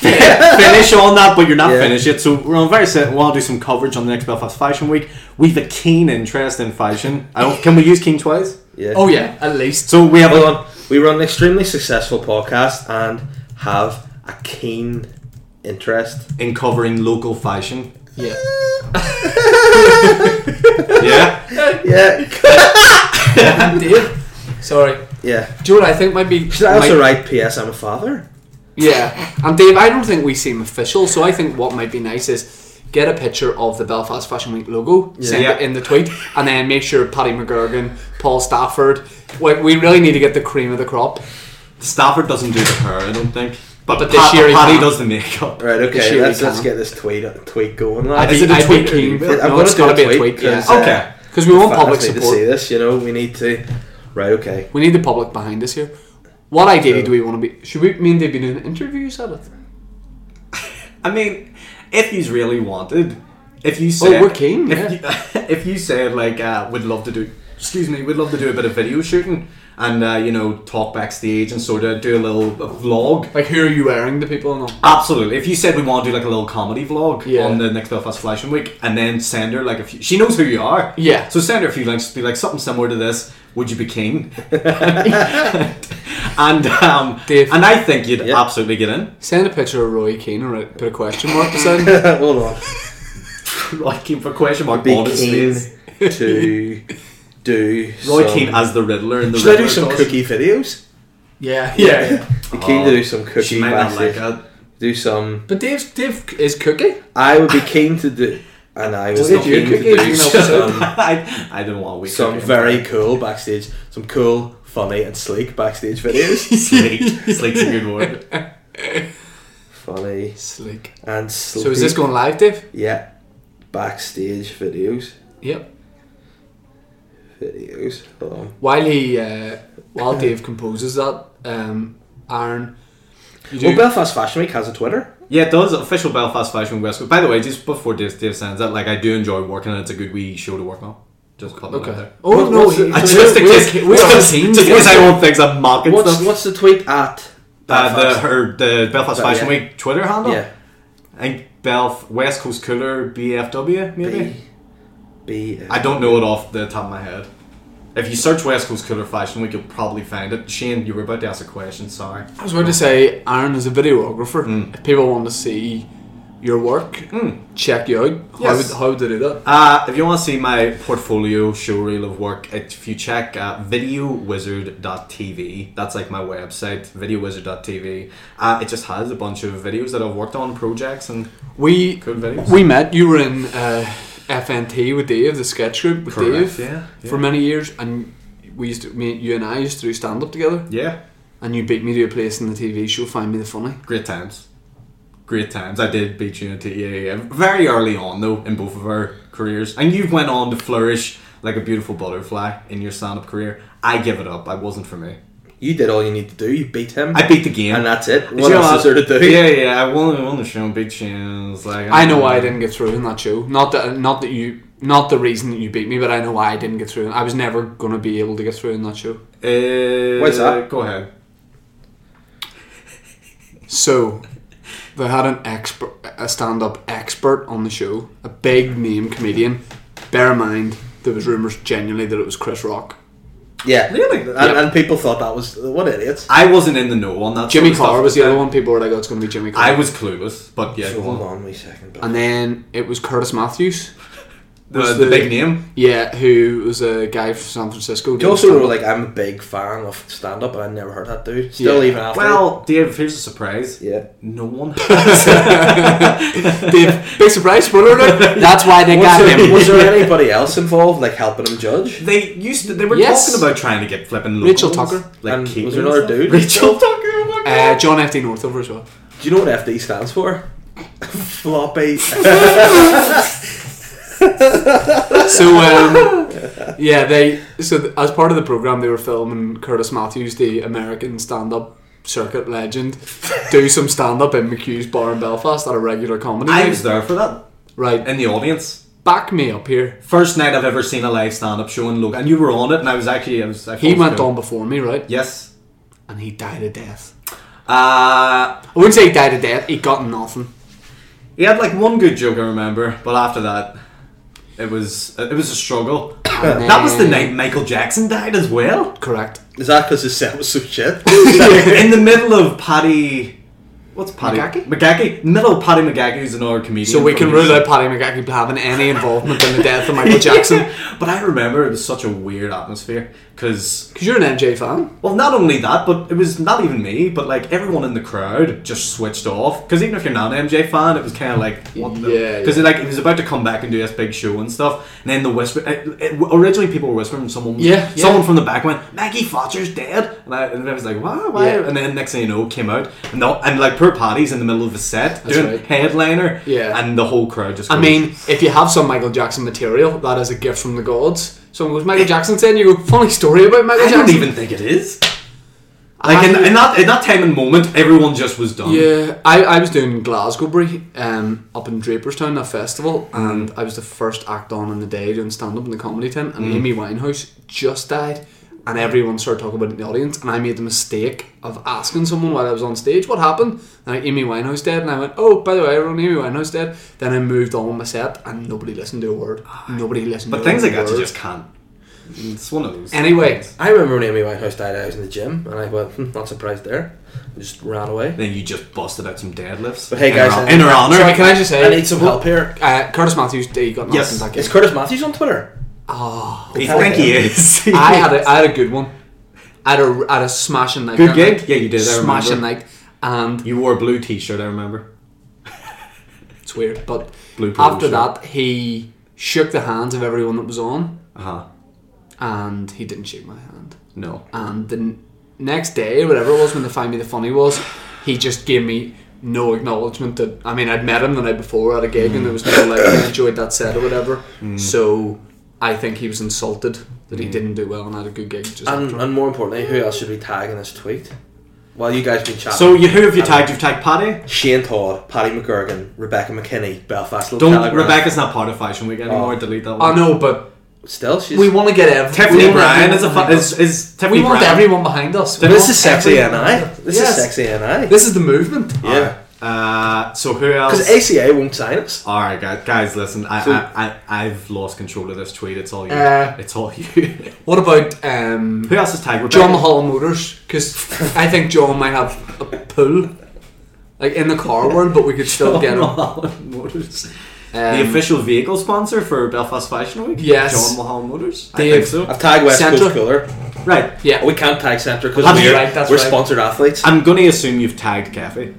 [SPEAKER 4] finish on that, but you're not
[SPEAKER 2] Yeah.
[SPEAKER 4] finished yet. So we're on very set. We'll do some coverage on the next Belfast Fashion Week. We've a keen interest in fashion. I don't. Can we use keen twice?
[SPEAKER 2] yeah.
[SPEAKER 3] Oh, yeah, at least.
[SPEAKER 4] So we have
[SPEAKER 2] Hold
[SPEAKER 4] a
[SPEAKER 2] on. um, We run an extremely successful podcast and have a keen interest.
[SPEAKER 4] in covering local fashion.
[SPEAKER 3] Yeah.
[SPEAKER 4] Yeah.
[SPEAKER 2] Yeah.
[SPEAKER 3] Dave? Sorry.
[SPEAKER 2] (laughs) Yeah.
[SPEAKER 3] Do you know what I think might be.
[SPEAKER 2] Should I also
[SPEAKER 3] might-
[SPEAKER 2] write PS I'm a father?
[SPEAKER 3] Yeah, and Dave, I don't think we seem official, so I think what might be nice is get a picture of the Belfast Fashion Week logo, send
[SPEAKER 4] Yeah.
[SPEAKER 3] it in the tweet, and then make sure Paddy McGurgan, Paul Stafford. We, we really need to get the cream of the crop.
[SPEAKER 4] Stafford doesn't do the hair, I don't think.
[SPEAKER 3] But
[SPEAKER 4] But, but
[SPEAKER 3] this
[SPEAKER 4] Pat,
[SPEAKER 3] year he
[SPEAKER 4] Paddy
[SPEAKER 3] can.
[SPEAKER 4] does the makeup.
[SPEAKER 2] Right, okay,
[SPEAKER 3] Sure
[SPEAKER 2] let's,
[SPEAKER 3] you
[SPEAKER 2] let's
[SPEAKER 3] can.
[SPEAKER 2] get this tweet tweet going.
[SPEAKER 3] I'd
[SPEAKER 2] Lad.
[SPEAKER 4] Is
[SPEAKER 3] be,
[SPEAKER 4] it a
[SPEAKER 3] I'd
[SPEAKER 4] tweet
[SPEAKER 3] be
[SPEAKER 4] or an
[SPEAKER 3] keen.
[SPEAKER 4] email?
[SPEAKER 2] I'm
[SPEAKER 3] No,
[SPEAKER 2] gonna
[SPEAKER 3] it's got to
[SPEAKER 2] do
[SPEAKER 3] be
[SPEAKER 2] a
[SPEAKER 3] a tweet.
[SPEAKER 2] tweet,
[SPEAKER 3] Yeah.
[SPEAKER 2] 'cause, uh,
[SPEAKER 4] Okay.
[SPEAKER 3] Because we want public
[SPEAKER 2] Fans need to see
[SPEAKER 3] support.
[SPEAKER 2] this, you know, we need to. Right, okay. (laughs)
[SPEAKER 3] We need the public behind us here. What ideally do we want to be? Should we? Me and Dave be doing interviews at it?
[SPEAKER 4] I mean, if he's really wanted, if you
[SPEAKER 3] Oh,
[SPEAKER 4] said
[SPEAKER 3] we're keen,
[SPEAKER 4] If, you, (laughs) if you said like, uh, would love to do, excuse me, would love to do a bit of video shooting and uh, you know talk backstage and sort of do a little a vlog.
[SPEAKER 3] Like, who are you wearing? The people and all.
[SPEAKER 4] Absolutely. If you said we want to do like a little comedy vlog
[SPEAKER 3] Yeah.
[SPEAKER 4] on the next Belfast Fashion Week, and then send her like a few, she knows who you are.
[SPEAKER 3] Yeah.
[SPEAKER 4] So send her a few links. Be like something similar to this. Would you
[SPEAKER 3] (laughs)
[SPEAKER 4] be keen? (laughs) and um,
[SPEAKER 3] Dave.
[SPEAKER 4] and I think you'd
[SPEAKER 2] Yeah.
[SPEAKER 4] absolutely get in. (laughs)
[SPEAKER 3] Send a picture of Roy Keane and write- put a question mark beside him.
[SPEAKER 2] Hold on.
[SPEAKER 4] Roy Keane for question mark.
[SPEAKER 2] Be
[SPEAKER 4] honestly, it's-
[SPEAKER 2] keen
[SPEAKER 3] (laughs)
[SPEAKER 2] to do.
[SPEAKER 4] Roy
[SPEAKER 2] some-
[SPEAKER 4] Keane as the Riddler in the
[SPEAKER 2] Should I do
[SPEAKER 4] Riddler
[SPEAKER 2] some
[SPEAKER 4] costume.
[SPEAKER 2] cookie videos?
[SPEAKER 3] (laughs) Yeah, yeah.
[SPEAKER 2] Be keen
[SPEAKER 3] Oh,
[SPEAKER 2] to do some cookie.
[SPEAKER 4] She might not
[SPEAKER 2] backstage.
[SPEAKER 4] like (laughs) that.
[SPEAKER 2] Do some.
[SPEAKER 3] But Dave's Dave is cookie.
[SPEAKER 2] I would be keen to do, and I would
[SPEAKER 3] Does
[SPEAKER 2] be
[SPEAKER 3] it do
[SPEAKER 2] keen to
[SPEAKER 3] cookies?
[SPEAKER 2] do
[SPEAKER 3] You know,
[SPEAKER 2] some,
[SPEAKER 4] um, I, I don't want
[SPEAKER 2] (laughs)
[SPEAKER 4] to
[SPEAKER 2] some very cool backstage, some cool, funny, and sleek backstage
[SPEAKER 4] (laughs)
[SPEAKER 2] videos. (laughs)
[SPEAKER 4] sleek. Sleek's a good word.
[SPEAKER 2] funny
[SPEAKER 3] Sleek.
[SPEAKER 2] and sleek.
[SPEAKER 3] So is this going live, Dave?
[SPEAKER 2] Yeah, backstage videos,
[SPEAKER 3] Yep.
[SPEAKER 2] videos. Hold on.
[SPEAKER 3] While he, uh, while Dave composes that, um, Aaron, you do.
[SPEAKER 2] Well, Belfast Fashion Week has a Twitter.
[SPEAKER 4] Yeah, it does. Official Belfast Fashion West. Coast. By the way, just before Dave, Dave sends that, like I do enjoy working and it's a good wee show to work on. Just put okay.
[SPEAKER 3] okay.
[SPEAKER 4] there.
[SPEAKER 3] Oh
[SPEAKER 2] What-
[SPEAKER 3] no,
[SPEAKER 2] what's it-
[SPEAKER 3] he-
[SPEAKER 4] I just in
[SPEAKER 3] we're-
[SPEAKER 4] case,
[SPEAKER 3] we're on
[SPEAKER 4] just,
[SPEAKER 3] team
[SPEAKER 4] just in case
[SPEAKER 3] together.
[SPEAKER 4] anyone thinks I'm mocking
[SPEAKER 2] What's
[SPEAKER 4] stuff.
[SPEAKER 2] what's the tweet at?
[SPEAKER 4] Uh, the
[SPEAKER 2] Belfast?
[SPEAKER 4] her the Belfast
[SPEAKER 2] Oh,
[SPEAKER 4] Fashion
[SPEAKER 2] yeah.
[SPEAKER 4] Week Twitter handle.
[SPEAKER 2] yeah,
[SPEAKER 4] I think Belf West Coast Cooler BFW maybe.
[SPEAKER 2] B, E B. uh,
[SPEAKER 4] I don't know it off the top of my head. If you search West Coast Cooler Fashion Week, you'll probably find it. Shane, you were about to ask a question. Sorry.
[SPEAKER 3] I was going to say, Aaron is a videographer.
[SPEAKER 4] Mm.
[SPEAKER 3] If people want to see your work, check you out. How
[SPEAKER 4] Yes.
[SPEAKER 3] would how would they do that?
[SPEAKER 4] Uh, if you want to see my portfolio showreel of work, if you check uh, videowizard.tv, that's like my website, videowizard.tv. Uh, it just has a bunch of videos that I've worked on, projects, and
[SPEAKER 3] We
[SPEAKER 4] cool videos.
[SPEAKER 3] we met. You were in uh, FNT with Dave, the sketch group with
[SPEAKER 4] Correct,
[SPEAKER 3] Dave,
[SPEAKER 4] yeah, yeah.
[SPEAKER 3] for many years, and we used to. Me, you and I used to do stand up together.
[SPEAKER 4] yeah,
[SPEAKER 3] And you beat me to a place in the TV show. Find me the funny.
[SPEAKER 4] great times. Great times. I did beat you into yeah, yeah, yeah. Very early on, though, in both of our careers. And you went on to flourish like a beautiful butterfly in your stand up career. I give it up. I wasn't for me.
[SPEAKER 2] You did all you need to do. You beat him,
[SPEAKER 4] I beat the game.
[SPEAKER 2] and that's it.
[SPEAKER 4] Did
[SPEAKER 2] What
[SPEAKER 4] you
[SPEAKER 2] else is
[SPEAKER 4] know-
[SPEAKER 2] there to do?
[SPEAKER 4] Yeah, yeah. I won, I won the show. Big chance. Like
[SPEAKER 3] I know why I didn't get through in that show. Not that, not that you, not the reason that you beat me, but I know why I didn't get through. I was never gonna be able to get through in that show.
[SPEAKER 4] Uh,
[SPEAKER 2] What's that?
[SPEAKER 4] Go ahead.
[SPEAKER 3] So they had an expert, a stand-up expert on the show, a big name comedian. Bear in mind, there was rumors genuinely that it was Chris Rock.
[SPEAKER 2] Yeah,
[SPEAKER 4] Really?
[SPEAKER 2] And,
[SPEAKER 4] Yeah.
[SPEAKER 2] and people thought that was what idiots.
[SPEAKER 4] I wasn't in the know on that.
[SPEAKER 3] Jimmy
[SPEAKER 4] sort of stuff.
[SPEAKER 3] Carr was the other one. People were like, "Oh, it's gonna be Jimmy Carr."
[SPEAKER 4] I was clueless, but yeah.
[SPEAKER 2] So
[SPEAKER 4] go
[SPEAKER 2] hold
[SPEAKER 4] on.
[SPEAKER 2] on, wait a second.
[SPEAKER 3] and then it was Curtis Matthews.
[SPEAKER 4] the,
[SPEAKER 3] Was
[SPEAKER 4] the
[SPEAKER 3] the-
[SPEAKER 4] big name.
[SPEAKER 3] Yeah, who was a guy from San Francisco.
[SPEAKER 2] You also know, like, I'm a big fan of stand up, and I never heard that dude. Still,
[SPEAKER 3] Yeah.
[SPEAKER 2] even after.
[SPEAKER 4] Well, Dave, here's a surprise.
[SPEAKER 2] yeah.
[SPEAKER 4] No
[SPEAKER 3] (laughs)
[SPEAKER 4] one.
[SPEAKER 3] Dave, big surprise spoiler alert. That's why they
[SPEAKER 2] Was
[SPEAKER 3] got
[SPEAKER 2] there,
[SPEAKER 3] him.
[SPEAKER 2] was
[SPEAKER 4] (laughs)
[SPEAKER 2] there anybody else involved, like helping him judge?
[SPEAKER 4] They used to, they were
[SPEAKER 3] Yes.
[SPEAKER 4] talking about trying to get flipping
[SPEAKER 3] Rachel
[SPEAKER 4] locals,
[SPEAKER 3] Tucker.
[SPEAKER 4] Like
[SPEAKER 2] And
[SPEAKER 4] Keaton
[SPEAKER 2] was there
[SPEAKER 4] and
[SPEAKER 2] another
[SPEAKER 4] stuff.
[SPEAKER 2] dude?
[SPEAKER 4] Rachel Tucker. Oh my god.
[SPEAKER 3] Uh, John F. D. Northover as well.
[SPEAKER 2] Do you know what FD stands
[SPEAKER 4] (laughs)
[SPEAKER 2] for? Floppy.
[SPEAKER 3] So um, yeah, they so th- as part of the program they were filming Curtis Matthews, the American stand-up circuit legend, do some stand-up in McHugh's bar in Belfast at a regular comedy
[SPEAKER 4] I
[SPEAKER 3] night.
[SPEAKER 4] was there for that
[SPEAKER 3] Right,
[SPEAKER 4] in the audience.
[SPEAKER 3] back me up here.
[SPEAKER 4] First night I've ever seen a live stand-up show in Logan, and you were on it, and I was actually I was. I
[SPEAKER 3] He
[SPEAKER 4] thought it was
[SPEAKER 3] went
[SPEAKER 4] good.
[SPEAKER 3] on before me, right,
[SPEAKER 4] Yes.
[SPEAKER 3] and he died a death.
[SPEAKER 4] Uh,
[SPEAKER 3] I wouldn't say he died a death. He got nothing.
[SPEAKER 4] he had like one good joke I remember, but after that, it was it was a struggle.
[SPEAKER 3] And
[SPEAKER 4] that was the
[SPEAKER 3] then-
[SPEAKER 4] night Michael Jackson died as
[SPEAKER 3] (laughs)
[SPEAKER 4] well.
[SPEAKER 3] Correct.
[SPEAKER 2] Is that because his set was so
[SPEAKER 4] (laughs)
[SPEAKER 2] shit?
[SPEAKER 4] in the middle of Patty. What's Patty
[SPEAKER 3] McGackie?
[SPEAKER 4] McGackie. Middle of Patty McGackie, who's another comedian.
[SPEAKER 3] So we
[SPEAKER 4] from
[SPEAKER 3] can
[SPEAKER 4] Houston.
[SPEAKER 3] rule out Paddy McGackie having any involvement in the death of
[SPEAKER 4] (laughs)
[SPEAKER 3] Michael (laughs) Jackson.
[SPEAKER 4] But I remember it was such a weird atmosphere because,
[SPEAKER 3] Because you're an MJ fan.
[SPEAKER 4] well, not only that, but it was not even me, but like everyone in the crowd just switched off. Because even if you're not an MJ fan, it was kind of like, what the?
[SPEAKER 3] Yeah,
[SPEAKER 4] Because
[SPEAKER 3] yeah.
[SPEAKER 4] like he was about to come back and do this big show and stuff, and then the whisper. It, it- originally, people were whispering. Someone,
[SPEAKER 3] Yeah, yeah.
[SPEAKER 4] someone from the back went, "Maggie Thatcher's dead," and I, and I was like, "Why? Why?"
[SPEAKER 3] Yeah.
[SPEAKER 4] And then next thing you know, came out, and the, and like poor Patty's in the middle of a set doing
[SPEAKER 3] right.
[SPEAKER 4] headliner,
[SPEAKER 3] Yeah.
[SPEAKER 4] and the whole crowd just.
[SPEAKER 3] I
[SPEAKER 4] goes,
[SPEAKER 3] mean, if you have some Michael Jackson material, that is a gift from the gods. Someone goes, Michael Jackson's dead, and you go, funny story about Michael
[SPEAKER 4] I don't
[SPEAKER 3] Jackson.
[SPEAKER 4] even think it is. Like in,
[SPEAKER 3] I-
[SPEAKER 4] in that in that time and moment, everyone just was done.
[SPEAKER 3] Yeah, I, I was doing Glasgowbury um, up in Draperstown, that festival, and I was the first act on in the day doing stand up in the comedy tent,
[SPEAKER 4] Mm.
[SPEAKER 3] and Amy Winehouse just died, and everyone started talking about it in the audience, and I made the mistake of asking someone while I was on stage, what happened? And like, Amy Winehouse dead, and I went, oh, by the way, everyone, Amy Winehouse dead. Then I moved on with my set, and nobody listened to a word. Nobody listened
[SPEAKER 4] Ah. But
[SPEAKER 3] to
[SPEAKER 4] things
[SPEAKER 3] a
[SPEAKER 4] like that you
[SPEAKER 3] word.
[SPEAKER 4] just can't. It's one of those.
[SPEAKER 3] Anyway,
[SPEAKER 4] things.
[SPEAKER 2] I remember when Amy Winehouse died, I was in the gym, and I went, hmm, not surprised there. I just ran away.
[SPEAKER 4] then you just busted out some deadlifts.
[SPEAKER 2] But hey,
[SPEAKER 4] In
[SPEAKER 2] guys,
[SPEAKER 4] her-
[SPEAKER 2] I-
[SPEAKER 4] in her honor,
[SPEAKER 3] sorry, can I just say,
[SPEAKER 2] I need some help here.
[SPEAKER 3] Uh, Curtis Matthews, he got
[SPEAKER 4] Yes.
[SPEAKER 3] nothing back in.
[SPEAKER 2] Is Curtis Matthews on Twitter?
[SPEAKER 3] Oh.
[SPEAKER 4] I think he is.
[SPEAKER 3] (laughs)
[SPEAKER 4] (laughs)
[SPEAKER 3] I had a, I had a good one. I had a, I had a smashing night.
[SPEAKER 4] Good
[SPEAKER 3] that
[SPEAKER 4] gig?
[SPEAKER 3] night.
[SPEAKER 4] Yeah, you did, I
[SPEAKER 3] Smashing
[SPEAKER 4] remember.
[SPEAKER 3] night, and
[SPEAKER 4] You wore a blue T-shirt. I remember.
[SPEAKER 3] it's weird, but
[SPEAKER 4] Blue polo
[SPEAKER 3] after
[SPEAKER 4] shirt.
[SPEAKER 3] that he shook the hands of everyone that was on,
[SPEAKER 4] Uh huh.
[SPEAKER 3] and he didn't shake my hand.
[SPEAKER 4] No.
[SPEAKER 3] And the n- next day, or whatever it was, when they find me the funny was, he just gave me no acknowledgement that I mean I'd met him the night before at a gig, and there was
[SPEAKER 2] Mm.
[SPEAKER 3] no like I enjoyed that set or whatever. So I think he was insulted that he didn't do well and had a good gig. Just
[SPEAKER 2] Mm. And,
[SPEAKER 3] after.
[SPEAKER 2] and more importantly, who else should we tag in this tweet? Well, you guys been chatting.
[SPEAKER 4] So you, who have you tagged? You've tagged Patty.
[SPEAKER 2] Shane Todd, Paddy McGurgan, Rebecca McKinney, Belfast Little
[SPEAKER 4] Don't.
[SPEAKER 2] Telegraph. Oh.
[SPEAKER 4] Rebecca's not part of Fashion Week anymore. Delete that
[SPEAKER 3] I
[SPEAKER 4] one.
[SPEAKER 3] know, but
[SPEAKER 2] Still, she's.
[SPEAKER 3] we want to get every, Oh, we
[SPEAKER 4] Tiffany
[SPEAKER 3] want
[SPEAKER 4] Bryan
[SPEAKER 3] everyone
[SPEAKER 4] is a fu-
[SPEAKER 3] behind us.
[SPEAKER 4] is, is Tiffany
[SPEAKER 3] we want
[SPEAKER 4] Bryan.
[SPEAKER 3] everyone behind us. We
[SPEAKER 2] this
[SPEAKER 3] want
[SPEAKER 2] is sexy NI.
[SPEAKER 3] everyone behind us.
[SPEAKER 2] This
[SPEAKER 3] Yes.
[SPEAKER 2] is sexy NI.
[SPEAKER 3] This is the movement.
[SPEAKER 2] Yeah.
[SPEAKER 4] Uh, so who else?
[SPEAKER 2] Because ACA won't sign us.
[SPEAKER 4] All right, guys, guys listen. I,
[SPEAKER 2] So-
[SPEAKER 4] I, I, I've lost control of this tweet. It's all you.
[SPEAKER 3] Uh,
[SPEAKER 4] it's all you. (laughs)
[SPEAKER 3] What about um,
[SPEAKER 4] Who else is Tiger?
[SPEAKER 3] John Mahal Motors? Because I think John might have a pull, like in the car world, but we could still get him.
[SPEAKER 4] Mulholland Motors,
[SPEAKER 3] Um,
[SPEAKER 4] the official vehicle sponsor for Belfast Fashion Week.
[SPEAKER 3] Yes.
[SPEAKER 4] John Mulholland Motors. I think
[SPEAKER 3] Dave.
[SPEAKER 4] so.
[SPEAKER 2] I've tagged West
[SPEAKER 3] Central.
[SPEAKER 2] Coast Cooler.
[SPEAKER 4] Right.
[SPEAKER 3] Yeah.
[SPEAKER 2] We can't tag Central because
[SPEAKER 4] That's
[SPEAKER 2] we're,
[SPEAKER 3] right, that's
[SPEAKER 2] we're
[SPEAKER 3] right. Uh,
[SPEAKER 2] sponsored athletes.
[SPEAKER 4] I'm going to assume you've tagged Kathy.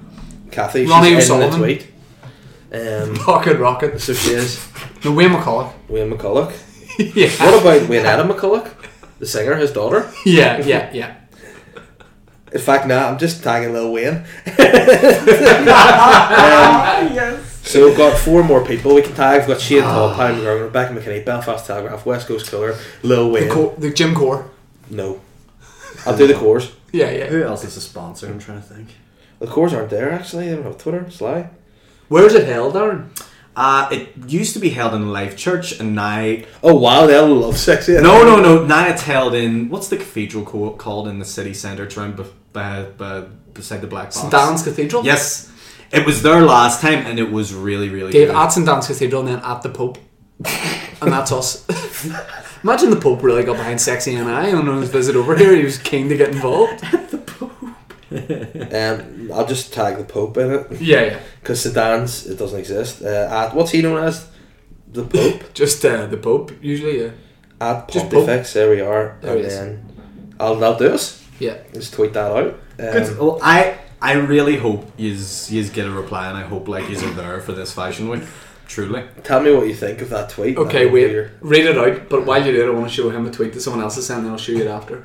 [SPEAKER 2] Kathy, she's
[SPEAKER 3] Ronnie
[SPEAKER 2] in
[SPEAKER 3] O'Sullivan.
[SPEAKER 2] the tweet. Um,
[SPEAKER 3] Pocket rocket.
[SPEAKER 2] so she is.
[SPEAKER 3] No way, McCulloch. (laughs)
[SPEAKER 2] Wayne McCulloch.
[SPEAKER 3] yeah.
[SPEAKER 2] What about Wayne Adam McCulloch? The singer, his daughter?
[SPEAKER 3] yeah, yeah, yeah.
[SPEAKER 2] In fact, nah, I'm just tagging Lil
[SPEAKER 3] (laughs)
[SPEAKER 2] Wayne.
[SPEAKER 4] yes.
[SPEAKER 2] So we've got four more people we can tag. We've got Shane
[SPEAKER 3] Ah.
[SPEAKER 2] Todd, Paddy McGurgan, Rebecca McKinney, Belfast Telegraph, West Coast Cooler, Lil
[SPEAKER 3] The,
[SPEAKER 2] Wayne.
[SPEAKER 3] co- the gym core.
[SPEAKER 2] no. I'll do the cores.
[SPEAKER 3] Yeah, yeah.
[SPEAKER 4] Who else is a sponsor? I'm trying to think.
[SPEAKER 2] The cores aren't there actually. They don't have Twitter. Sly.
[SPEAKER 3] Where's it held, Aaron?
[SPEAKER 4] Uh, it used to be held in Life Church, and now
[SPEAKER 2] Oh wow, they all love sexy.
[SPEAKER 4] no, no, no. Now it's held in what's the cathedral co- called in the city centre? It's around bef- be- be- beside the Black Box.
[SPEAKER 3] St. Dan's Cathedral.
[SPEAKER 4] Yes, it was there last time, and it was really, really
[SPEAKER 3] Dave
[SPEAKER 4] good.
[SPEAKER 3] at St. Dan's Cathedral and then at the Pope. and that's us. (laughs) Imagine the Pope really got behind Sexy and I on his visit over here. He was keen to get involved.
[SPEAKER 2] Um, I'll just tag the Pope in it
[SPEAKER 3] Yeah, yeah.
[SPEAKER 2] because Sedan's it doesn't exist. Uh, at, what's he known as? the Pope
[SPEAKER 3] Just uh, the Pope, usually, yeah.
[SPEAKER 2] at
[SPEAKER 3] Just Pope.
[SPEAKER 2] Pontifex. There we are.
[SPEAKER 3] There
[SPEAKER 2] and
[SPEAKER 3] it is.
[SPEAKER 2] then I'll that'll do us.
[SPEAKER 3] Yeah.
[SPEAKER 2] Just tweet that out. Um,
[SPEAKER 4] Good. Well, I I really hope yous yous get a reply, and I hope like yous are there for this fashion week. Truly,
[SPEAKER 2] Tell me what you think of that tweet.
[SPEAKER 3] Okay,
[SPEAKER 2] That'll be
[SPEAKER 3] wait.
[SPEAKER 2] your-
[SPEAKER 3] Read it out, but while you do it, I want to show him a tweet that someone else has sent, and I'll show you it after.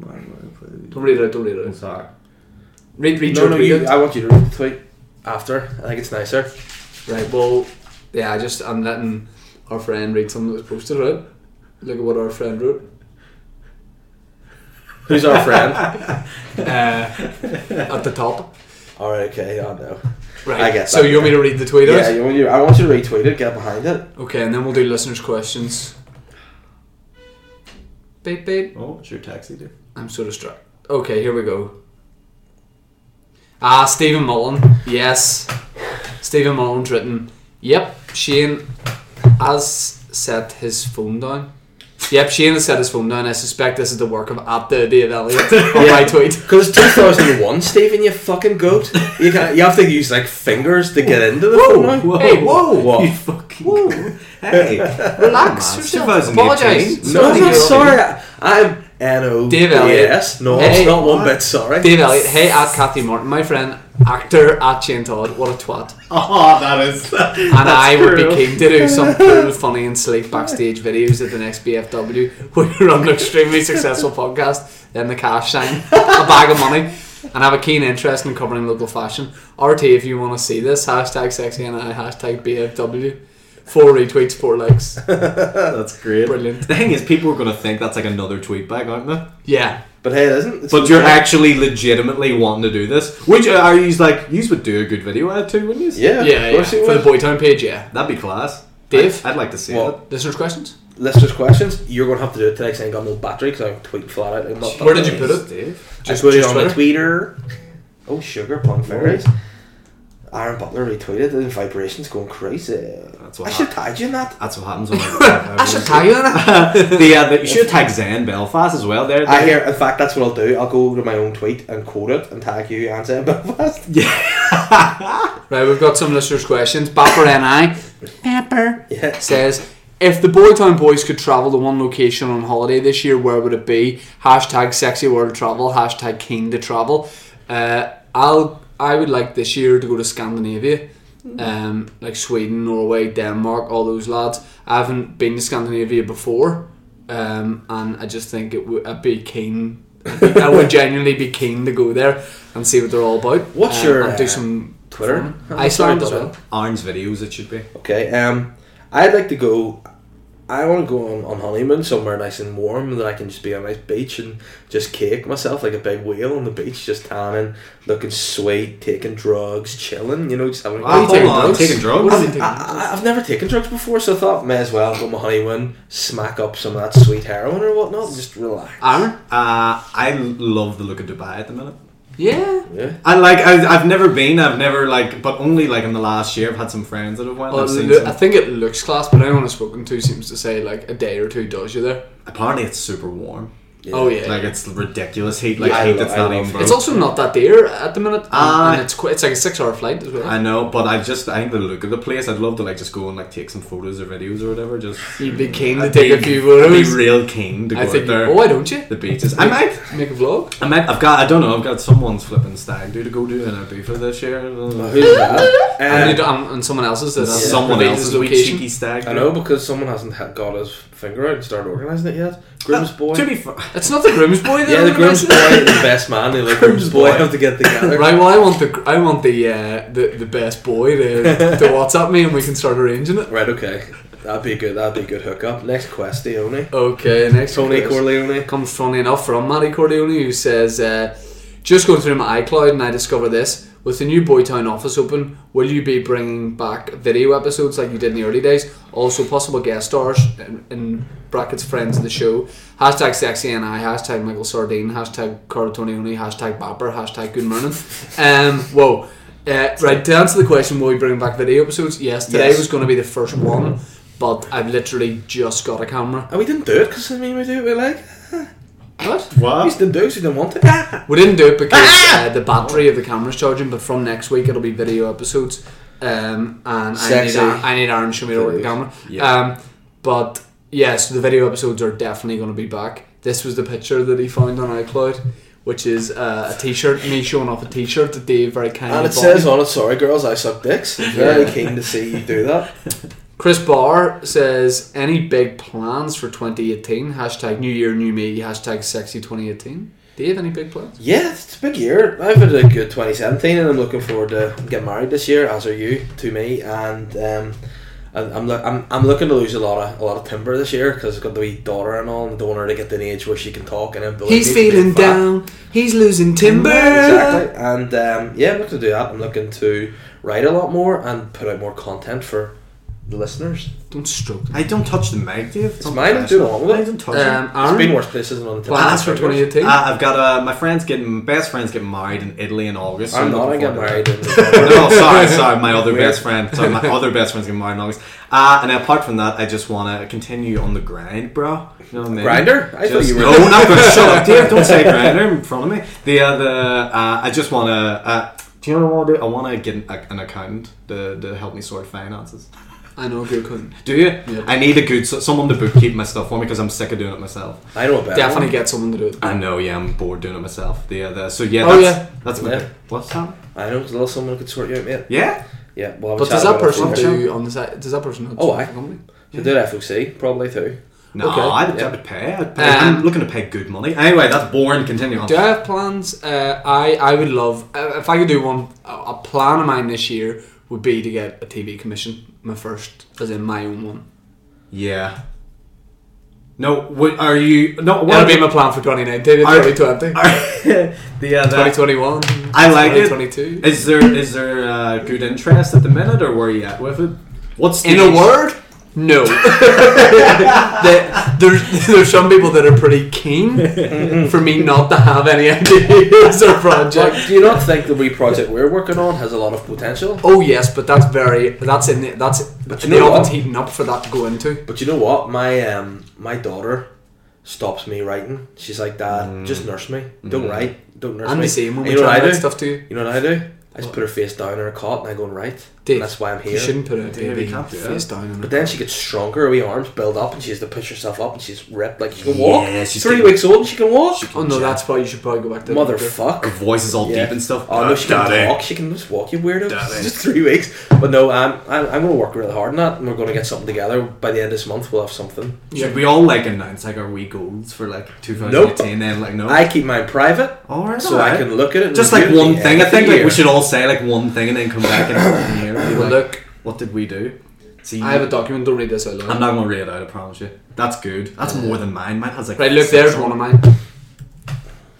[SPEAKER 3] Don't read it out, don't read it
[SPEAKER 4] I'm
[SPEAKER 3] out.
[SPEAKER 4] sorry.
[SPEAKER 3] Read, read
[SPEAKER 2] No,
[SPEAKER 3] your
[SPEAKER 2] no,
[SPEAKER 3] tweet.
[SPEAKER 2] you,
[SPEAKER 3] out.
[SPEAKER 2] I want you to read the tweet after. I think it's nicer.
[SPEAKER 3] Right, well, yeah, I just, I'm letting our friend read something that was posted, right? Look at what our friend wrote.
[SPEAKER 2] (laughs) Who's our (laughs) friend?
[SPEAKER 3] Uh, at the top.
[SPEAKER 2] All right. Okay. I know.
[SPEAKER 3] Right.
[SPEAKER 2] I get
[SPEAKER 3] so
[SPEAKER 2] that.
[SPEAKER 3] you want me to read the tweet
[SPEAKER 2] Yeah.
[SPEAKER 3] out?
[SPEAKER 2] You want you, I want you to retweet it. Get behind it.
[SPEAKER 3] Okay, and then we'll do listeners' questions. Beep beep.
[SPEAKER 4] Oh, what's your taxi do?
[SPEAKER 3] I'm so distracted. Okay, here we go. Ah, Stephen Mullen. Yes. Stephen Mullen's written. Yep, Shane has set his phone down. Yep, Shane has set his phone down. I suspect this is the work of at the Dave Elliott on my tweet.
[SPEAKER 2] Because it's 2001, Stephen, you fucking goat. You can you have to use like fingers to get into the phone. now.
[SPEAKER 3] Hey, whoa,
[SPEAKER 2] (laughs) What?
[SPEAKER 4] Oh, You fucking. Whoa. Hey,
[SPEAKER 3] Relax
[SPEAKER 4] Come on,
[SPEAKER 3] yourself.
[SPEAKER 4] 2018.
[SPEAKER 3] Apologise.
[SPEAKER 2] No, I'm not
[SPEAKER 3] Sorry.
[SPEAKER 4] (laughs)
[SPEAKER 2] sorry. I- I'm N O D
[SPEAKER 3] Dave Elliott.
[SPEAKER 2] S. No,
[SPEAKER 3] Hey,
[SPEAKER 2] it's not one
[SPEAKER 4] what?
[SPEAKER 2] bit sorry.
[SPEAKER 3] Dave Elliott, hey at Kathy Martin, my friend, actor at Shane Todd, what a twat.
[SPEAKER 4] Oh, that
[SPEAKER 3] (laughs)
[SPEAKER 4] is.
[SPEAKER 3] And I would be keen to do some cool, funny, and sleek backstage videos at the next (laughs) BFW. We run an extremely successful podcast, then the cash shine, a bag of money, and have a keen interest in covering local fashion. RT, if you want to see this, hashtag sexy and I, hashtag BFW. Four retweets, four likes.
[SPEAKER 4] That's great.
[SPEAKER 3] Brilliant.
[SPEAKER 4] The thing is, people are gonna think that's like another tweet back, aren't they?
[SPEAKER 3] Yeah.
[SPEAKER 2] But hey, it isn't. It's
[SPEAKER 4] But you're actually legitimately wanting to do this, which uh, are you like? You would do a good video at it too, wouldn't you?
[SPEAKER 2] Yeah,
[SPEAKER 3] Yeah,
[SPEAKER 2] of
[SPEAKER 3] yeah.
[SPEAKER 2] course you
[SPEAKER 3] For the
[SPEAKER 2] would.
[SPEAKER 3] Boytown page, yeah.
[SPEAKER 4] That'd be class.
[SPEAKER 3] Dave?
[SPEAKER 4] I'd, I'd like to see
[SPEAKER 2] Well,
[SPEAKER 3] Listeners' questions?
[SPEAKER 2] Listeners' questions. You're going to have to do it today because I ain't got no battery because I'm tweeting flat out. I'm not
[SPEAKER 3] Where did
[SPEAKER 4] it.
[SPEAKER 3] you put it?
[SPEAKER 4] Dave.
[SPEAKER 2] I
[SPEAKER 3] Just-
[SPEAKER 2] put
[SPEAKER 3] just
[SPEAKER 2] it on my Twitter. Oh, sugar, punk fairies. Aaron Butler retweeted it and vibrations going crazy.
[SPEAKER 4] That's
[SPEAKER 2] I
[SPEAKER 4] what.
[SPEAKER 2] should
[SPEAKER 4] hap-
[SPEAKER 2] tag you in that.
[SPEAKER 4] that's what happens. When
[SPEAKER 3] I should tag you in it.
[SPEAKER 4] (laughs) the, uh, the, you should tag Zan Belfast as well. There,
[SPEAKER 2] I hear, in fact, that's what I'll do. I'll go to my own tweet and quote it and tag you and (laughs) say Belfast.
[SPEAKER 3] Right, we've got some listeners' questions. Bapper and I Pepper
[SPEAKER 2] Yeah.
[SPEAKER 3] says, if the Boytown Boys could travel to one location on holiday this year, where would it be? Hashtag sexy world travel. Hashtag keen to travel. Uh, I'll I would like this year to go to Scandinavia, um, like Sweden, Norway, Denmark, all those lads. I haven't been to Scandinavia before, um, and I just think it would I'd be keen. I'd be- I would genuinely be keen to go there and see what they're all about.
[SPEAKER 2] What's
[SPEAKER 3] um,
[SPEAKER 2] your,
[SPEAKER 3] and do
[SPEAKER 2] uh,
[SPEAKER 3] some
[SPEAKER 2] Twitter.
[SPEAKER 3] Iceland as well.
[SPEAKER 4] Arn's videos. It should be.
[SPEAKER 2] Okay. Um, I'd like to go. I want to go on, on honeymoon somewhere nice and warm that I can just be on a nice beach and just cake myself like a big whale on the beach, just tanning, looking sweet, taking drugs, chilling. You know, just having. a
[SPEAKER 4] Wow,
[SPEAKER 2] good
[SPEAKER 4] hold
[SPEAKER 2] time.
[SPEAKER 4] on, taking drugs?
[SPEAKER 3] What are you
[SPEAKER 2] I,
[SPEAKER 3] taking?
[SPEAKER 2] I, I've never taken drugs before, so I thought may as well go on my honeymoon, smack up some of that sweet heroin or whatnot, and just relax.
[SPEAKER 3] Aaron?
[SPEAKER 4] Uh, I love the look of Dubai at the minute.
[SPEAKER 3] Yeah.
[SPEAKER 2] Yeah.
[SPEAKER 4] I like. I, I've never been. I've never like, but only like in the last year. I've had some friends that have went.
[SPEAKER 3] Well,
[SPEAKER 4] I've seen
[SPEAKER 3] loo- I
[SPEAKER 4] some.
[SPEAKER 3] think it looks class, but anyone I've spoken to seems to say like a day or two does you there.
[SPEAKER 4] Apparently, it's super warm.
[SPEAKER 3] Oh yeah.
[SPEAKER 4] Like it's ridiculous heat. Like
[SPEAKER 2] Yeah, I
[SPEAKER 4] heat
[SPEAKER 2] lo-
[SPEAKER 4] that's
[SPEAKER 2] I
[SPEAKER 4] not
[SPEAKER 2] love
[SPEAKER 4] even.
[SPEAKER 2] it.
[SPEAKER 3] it's also not that dear at the minute, and,
[SPEAKER 4] Ah.
[SPEAKER 3] and it's qu- it's like a six-hour flight as well.
[SPEAKER 4] I know, but I just I think the look of the place. I'd love to like just go and like take some photos or videos or whatever. Just
[SPEAKER 3] You'd be keen to
[SPEAKER 4] I'd
[SPEAKER 3] take
[SPEAKER 4] be-
[SPEAKER 3] a few
[SPEAKER 4] I'd be
[SPEAKER 3] photos.
[SPEAKER 4] real keen to go
[SPEAKER 3] I
[SPEAKER 4] out
[SPEAKER 3] think.
[SPEAKER 4] there.
[SPEAKER 3] Oh, why don't you
[SPEAKER 4] the beaches. I might.
[SPEAKER 3] make a vlog?
[SPEAKER 4] I might. I've got. I don't know. I've got someone's flipping stag do to go do in Ibiza this year. Uh,
[SPEAKER 2] Who's that?
[SPEAKER 3] and, you
[SPEAKER 2] Um,
[SPEAKER 3] do, and, and someone else's that has
[SPEAKER 4] Someone
[SPEAKER 3] reveals
[SPEAKER 4] else's
[SPEAKER 3] the
[SPEAKER 4] wee
[SPEAKER 3] location.
[SPEAKER 4] cheeky stag.
[SPEAKER 2] I
[SPEAKER 4] do.
[SPEAKER 2] know because someone hasn't ha- got his finger out and started organising it yet. Groom's boy.
[SPEAKER 4] Uh, To be fair,
[SPEAKER 3] It's not the groom's boy.
[SPEAKER 2] (laughs)
[SPEAKER 3] that
[SPEAKER 2] Yeah, the groom's
[SPEAKER 3] organises
[SPEAKER 2] boy
[SPEAKER 3] it.
[SPEAKER 2] and the best man. They like groom's boy have to get (laughs) together.
[SPEAKER 3] Right. Well, I want the gr- I want the uh, the the best boy to
[SPEAKER 4] (laughs)
[SPEAKER 3] to WhatsApp me, and we can start arranging it.
[SPEAKER 2] Right, okay. That'd be a good. That'd be a good hookup. Next quest, eh, Tony.
[SPEAKER 3] Okay. Next.
[SPEAKER 2] Tony
[SPEAKER 3] question.
[SPEAKER 2] Corleone.
[SPEAKER 3] comes funny enough from Matty Corleone who says, uh, "Just going through my iCloud and I discover this. With the new Boytown office open, will you be bringing back video episodes like you did in the early days? Also, possible guest stars in, in brackets friends of the show. Hashtag sexy and I. Hashtag Michael Sardine. Hashtag Corleone. Hashtag Bapper. Hashtag Good Morning. Um, whoa. Uh, right to answer the question, will we bring back video episodes? Yes. Today
[SPEAKER 2] Yes.
[SPEAKER 3] was going to be the first one, but I've literally just got a camera.
[SPEAKER 2] And we didn't do it because I mean we do it. We like
[SPEAKER 3] What?
[SPEAKER 2] we
[SPEAKER 4] what?
[SPEAKER 2] just didn't do it 'cause we didn't want to. Ah,
[SPEAKER 3] We didn't do it because uh, the battery of the camera's charging, but from next week it'll be video episodes. um, and I need,
[SPEAKER 2] Sexy.
[SPEAKER 3] Ar- I need Aaron to show me to work the camera.
[SPEAKER 4] Yeah.
[SPEAKER 3] Um, but yeah, so the video episodes are definitely going to be back. This was the picture that he found on iCloud, which is uh, a T-shirt. Me showing off a T-shirt that Dave very
[SPEAKER 2] (laughs)
[SPEAKER 3] kindly
[SPEAKER 2] And it
[SPEAKER 3] bought
[SPEAKER 2] says
[SPEAKER 3] me.
[SPEAKER 2] on it, sorry girls, I suck dicks. I'm very keen to see you do (laughs) that.
[SPEAKER 3] Chris Barr says, any big plans for 2018? Hashtag New Year, New Me. Hashtag Sexy 2018. Dave, any big plans?
[SPEAKER 2] Yeah, it's a big year. I've had a good 2017 and I'm looking forward to getting married this year, as are you to me. And um, I'm, I'm, loo- I'm, I'm looking to lose a lot of a lot of timber this year because I've got the wee daughter and all, and I don't want her to get to an age where she can talk and then
[SPEAKER 3] He's feeling down. He's losing timber.
[SPEAKER 2] Exactly. And um, yeah, I'm looking to do that. I'm looking to write a lot more and put out more content for the listeners.
[SPEAKER 3] Don't stroke.
[SPEAKER 4] I don't touch the mic, Dave. It's
[SPEAKER 2] mine, do
[SPEAKER 4] unprofessional.
[SPEAKER 2] all of it.
[SPEAKER 4] I don't touch
[SPEAKER 3] Um,
[SPEAKER 4] it.
[SPEAKER 3] Aaron,
[SPEAKER 2] It's been worse places than on the
[SPEAKER 3] plans for
[SPEAKER 2] television.
[SPEAKER 3] 2018?
[SPEAKER 4] Uh, I've got uh, my friends getting best friends getting married in Italy in August. so
[SPEAKER 2] I'm not. I
[SPEAKER 4] looking
[SPEAKER 2] get
[SPEAKER 4] forward to
[SPEAKER 2] married.
[SPEAKER 4] that.
[SPEAKER 2] in- (laughs)
[SPEAKER 4] no, sorry, sorry, my other
[SPEAKER 2] Weird.
[SPEAKER 4] best friend. Sorry, my other best friend's getting married in August. Uh, and apart from that, I just want to continue on the grind, bro. You know what I mean?
[SPEAKER 2] Grinder? I thought
[SPEAKER 4] Just-
[SPEAKER 2] you were. (laughs)
[SPEAKER 4] No, not gonna shut up, Dave. Don't say grinder in front of me. The other, uh, I just want to. Uh, do you know what I want to do? I want to get an, an accountant to, to help me sort finances.
[SPEAKER 3] I know a good cousin.
[SPEAKER 4] Do you?
[SPEAKER 3] Yeah.
[SPEAKER 4] I need a good someone to bookkeep my stuff for me because I'm sick of doing it myself.
[SPEAKER 2] I know a
[SPEAKER 3] (laughs)
[SPEAKER 2] better
[SPEAKER 3] Definitely
[SPEAKER 2] one.
[SPEAKER 3] get someone to do it.
[SPEAKER 4] I know, yeah, I'm bored doing it myself. The other, so yeah,
[SPEAKER 3] Oh,
[SPEAKER 4] that's,
[SPEAKER 3] yeah.
[SPEAKER 4] that's my
[SPEAKER 2] Yeah.
[SPEAKER 4] what's that?
[SPEAKER 2] I know a little someone could sort you out, mate.
[SPEAKER 4] Yeah,
[SPEAKER 2] Yeah, well,
[SPEAKER 3] But does that person
[SPEAKER 4] it.
[SPEAKER 3] do on the side? Does that person?
[SPEAKER 2] Oh, aye.
[SPEAKER 3] company?
[SPEAKER 2] Should do an FOC probably too.
[SPEAKER 4] no,
[SPEAKER 3] Okay.
[SPEAKER 4] I'd,
[SPEAKER 2] Yeah.
[SPEAKER 4] I'd pay. I'd pay.
[SPEAKER 3] Um,
[SPEAKER 4] I'm looking to pay good money. Anyway, that's boring. Continue on.
[SPEAKER 3] Do I have plans? Uh, I I would love uh, if I could do one. A a plan of mine this year would be to get a TV commission, my first, as in my own one.
[SPEAKER 4] Yeah. No, what are you? No, what
[SPEAKER 3] That'll be my plan for 2019
[SPEAKER 4] Are-
[SPEAKER 3] 2020.
[SPEAKER 4] are, (laughs) the other.
[SPEAKER 3] 2021.
[SPEAKER 4] I like it.
[SPEAKER 3] 2022.
[SPEAKER 4] Is there is there uh, good interest at the minute, or where are you at with it? What's
[SPEAKER 3] In a word, no. There- there's, there's some people that are pretty keen for me not to have any (laughs) ideas or
[SPEAKER 2] Jack,
[SPEAKER 3] project.
[SPEAKER 2] do you not think the wee project we're working on has a lot of potential?
[SPEAKER 3] Oh yes, but that's very that's in the, that's but
[SPEAKER 2] you
[SPEAKER 3] the
[SPEAKER 2] know
[SPEAKER 3] oven's
[SPEAKER 2] what?
[SPEAKER 3] heating up for that to go into.
[SPEAKER 2] But you know what? My um, my daughter stops me writing. She's like, Dad, just nurse me. Don't write. Don't nurse
[SPEAKER 3] Mm. I'm
[SPEAKER 2] me.
[SPEAKER 3] the same when
[SPEAKER 2] And
[SPEAKER 3] we
[SPEAKER 2] you know
[SPEAKER 3] try
[SPEAKER 2] what
[SPEAKER 3] to
[SPEAKER 2] I do?
[SPEAKER 3] write stuff to you.
[SPEAKER 2] You know what I do? I just put her face down in her cot and I go and write.
[SPEAKER 3] Dave,
[SPEAKER 2] And that's why I'm here.
[SPEAKER 3] You shouldn't put a
[SPEAKER 4] Dave,
[SPEAKER 3] baby
[SPEAKER 4] you can't do that.
[SPEAKER 3] face down on
[SPEAKER 2] But
[SPEAKER 3] it.
[SPEAKER 2] then she gets stronger, her wee arms build up, and she has to push herself up, and she's ripped like she can
[SPEAKER 4] Yeah,
[SPEAKER 2] walk.
[SPEAKER 4] she's
[SPEAKER 2] Three
[SPEAKER 4] getting-
[SPEAKER 2] weeks old, and she can walk.
[SPEAKER 3] Oh no, that's why you should probably go back to
[SPEAKER 4] Her
[SPEAKER 2] Motherfuck.
[SPEAKER 4] voice is all
[SPEAKER 2] Yeah.
[SPEAKER 4] deep and stuff.
[SPEAKER 2] Oh no, she can
[SPEAKER 4] Daddy.
[SPEAKER 2] walk. She can just walk. You weirdo. (laughs)
[SPEAKER 4] Daddy.
[SPEAKER 2] Just three weeks. But no, I'm I'm, I'm going to work really hard on that, and we're going to get something together by the end of this month. We'll have something.
[SPEAKER 4] Should we all like announce like our wee goals for like 2018? Then like no,
[SPEAKER 2] I keep mine private,
[SPEAKER 4] all right,
[SPEAKER 2] so I can look at it. and
[SPEAKER 4] just like
[SPEAKER 2] review it
[SPEAKER 4] one
[SPEAKER 2] at the
[SPEAKER 4] thing.
[SPEAKER 2] end
[SPEAKER 4] I
[SPEAKER 2] of the
[SPEAKER 4] think like
[SPEAKER 2] year.
[SPEAKER 4] we should all say like one thing and then come
[SPEAKER 2] (coughs)
[SPEAKER 4] back and year. and be
[SPEAKER 3] Well,
[SPEAKER 4] like,
[SPEAKER 3] look,
[SPEAKER 4] what did we do? See,
[SPEAKER 3] I have a document. Don't read this out
[SPEAKER 4] I'm
[SPEAKER 3] loud.
[SPEAKER 4] not gonna read it out. I promise you. That's good. That's more than mine. Mine has like
[SPEAKER 3] Right, look,
[SPEAKER 4] six
[SPEAKER 3] there's
[SPEAKER 4] on it.
[SPEAKER 3] one of mine.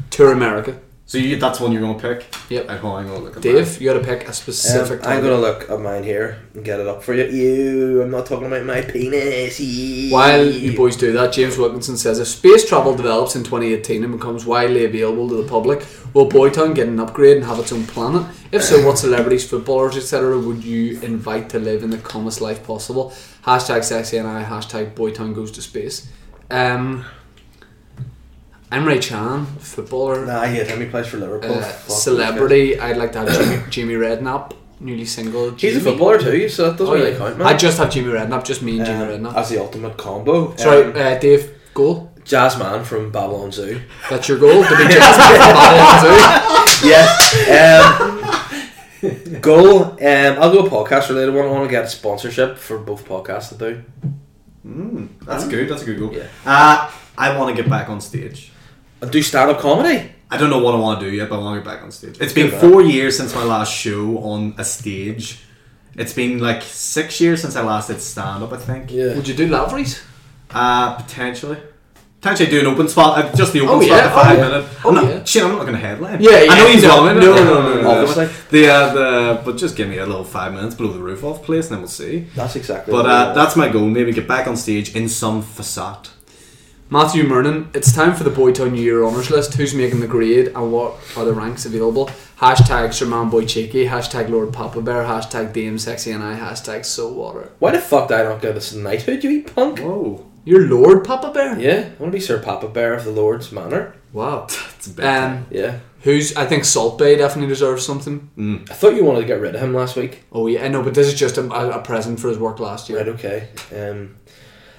[SPEAKER 3] Tour America.
[SPEAKER 4] So you, that's one you're gonna pick.
[SPEAKER 3] Yep.
[SPEAKER 4] I, hold on, I'm gonna look at
[SPEAKER 3] Dave, you got to pick a
[SPEAKER 2] Um,
[SPEAKER 3] specific.
[SPEAKER 2] I'm
[SPEAKER 3] target.
[SPEAKER 2] gonna look at mine here and get it up for you. Ew, I'm not talking about my penis. Ew.
[SPEAKER 3] While you boys do that, James Wilkinson says if space travel develops in 2018 and becomes widely available to the public, will Boytown get an upgrade and have its own planet? If so, what celebrities, footballers, etc., would you invite to live in the calmest life possible? Hashtag sexy and I, hashtag Boytown goes to space. Um, Emre Chan, footballer,
[SPEAKER 2] Nah, yeah, Timmy plays for Liverpool.
[SPEAKER 3] uh,
[SPEAKER 2] Fuck,
[SPEAKER 3] celebrity. I'd like to have Jimmy, Jimmy Redknapp, newly single.
[SPEAKER 2] He's a
[SPEAKER 3] Jimmy.
[SPEAKER 2] footballer too, so that doesn't
[SPEAKER 3] Oh,
[SPEAKER 2] really
[SPEAKER 3] yeah.
[SPEAKER 2] count, man.
[SPEAKER 3] I just have Jimmy Redknapp, just me and Jimmy
[SPEAKER 2] Um,
[SPEAKER 3] Redknapp.
[SPEAKER 2] as the ultimate combo.
[SPEAKER 3] Sorry,
[SPEAKER 2] Um,
[SPEAKER 3] uh, Dave, goal.
[SPEAKER 2] Jazz Man from Babylon Zoo.
[SPEAKER 3] That's your goal to be Jasmine from Babylon
[SPEAKER 2] yes.
[SPEAKER 3] (laughs)
[SPEAKER 2] Um, goal. Um, I'll do a podcast related one. I want to get sponsorship for both podcasts I do.
[SPEAKER 4] that. Hmm,
[SPEAKER 3] Hmm.
[SPEAKER 4] That's good. That's a good goal.
[SPEAKER 2] Yeah.
[SPEAKER 4] Uh, I want to get back on stage.
[SPEAKER 2] I do stand up comedy.
[SPEAKER 4] I don't know what I want to do yet, but I want to get back on stage. It's
[SPEAKER 2] do
[SPEAKER 4] been
[SPEAKER 2] that.
[SPEAKER 4] four years since my last show on a stage. It's been like six years since I last did stand up. I think.
[SPEAKER 3] Zoo. Would you do Lavery's?
[SPEAKER 4] Uh, potentially. Potentially do an open spot, uh, just the open
[SPEAKER 3] Oh,
[SPEAKER 4] spot,
[SPEAKER 3] yeah,
[SPEAKER 4] the
[SPEAKER 3] oh,
[SPEAKER 4] five
[SPEAKER 3] yeah.
[SPEAKER 4] minute.
[SPEAKER 3] Oh,
[SPEAKER 4] I'm not,
[SPEAKER 3] yeah.
[SPEAKER 4] Shit, I'm not going to headline.
[SPEAKER 3] Yeah,
[SPEAKER 4] I know
[SPEAKER 3] yeah,
[SPEAKER 4] he's
[SPEAKER 3] no,
[SPEAKER 4] on it.
[SPEAKER 3] no, no, no, no,
[SPEAKER 2] obviously.
[SPEAKER 4] The, uh, the, but just give me a little five minutes, blow the roof off, please, and then we'll see.
[SPEAKER 2] That's exactly. what
[SPEAKER 4] But
[SPEAKER 2] I
[SPEAKER 4] uh,
[SPEAKER 2] want.
[SPEAKER 4] that's my goal. Maybe get back on stage in some facade.
[SPEAKER 3] Matthew Mernon, it's time for the Boytown New Year Honours List. Who's making the grade and what are the ranks available? Hashtag Sir Man Boy Cheeky, hashtag Lord Papa Bear, hashtag DM Sexy and I, hashtag So Water.
[SPEAKER 2] why the fuck did I not get this knighthood? You eat punk.
[SPEAKER 4] Whoa.
[SPEAKER 3] You're Lord Papa Bear? (laughs)
[SPEAKER 2] Yeah, I want to be Sir Papa Bear of the Lord's Manor.
[SPEAKER 3] Wow.
[SPEAKER 4] It's a bit.
[SPEAKER 3] Um,
[SPEAKER 2] Yeah.
[SPEAKER 3] who's I think Salt Bay definitely deserves something.
[SPEAKER 2] I thought you wanted to get rid of him last week.
[SPEAKER 3] Oh yeah, I know, but this is just a, a a present for his work last year.
[SPEAKER 2] Right, okay. Um,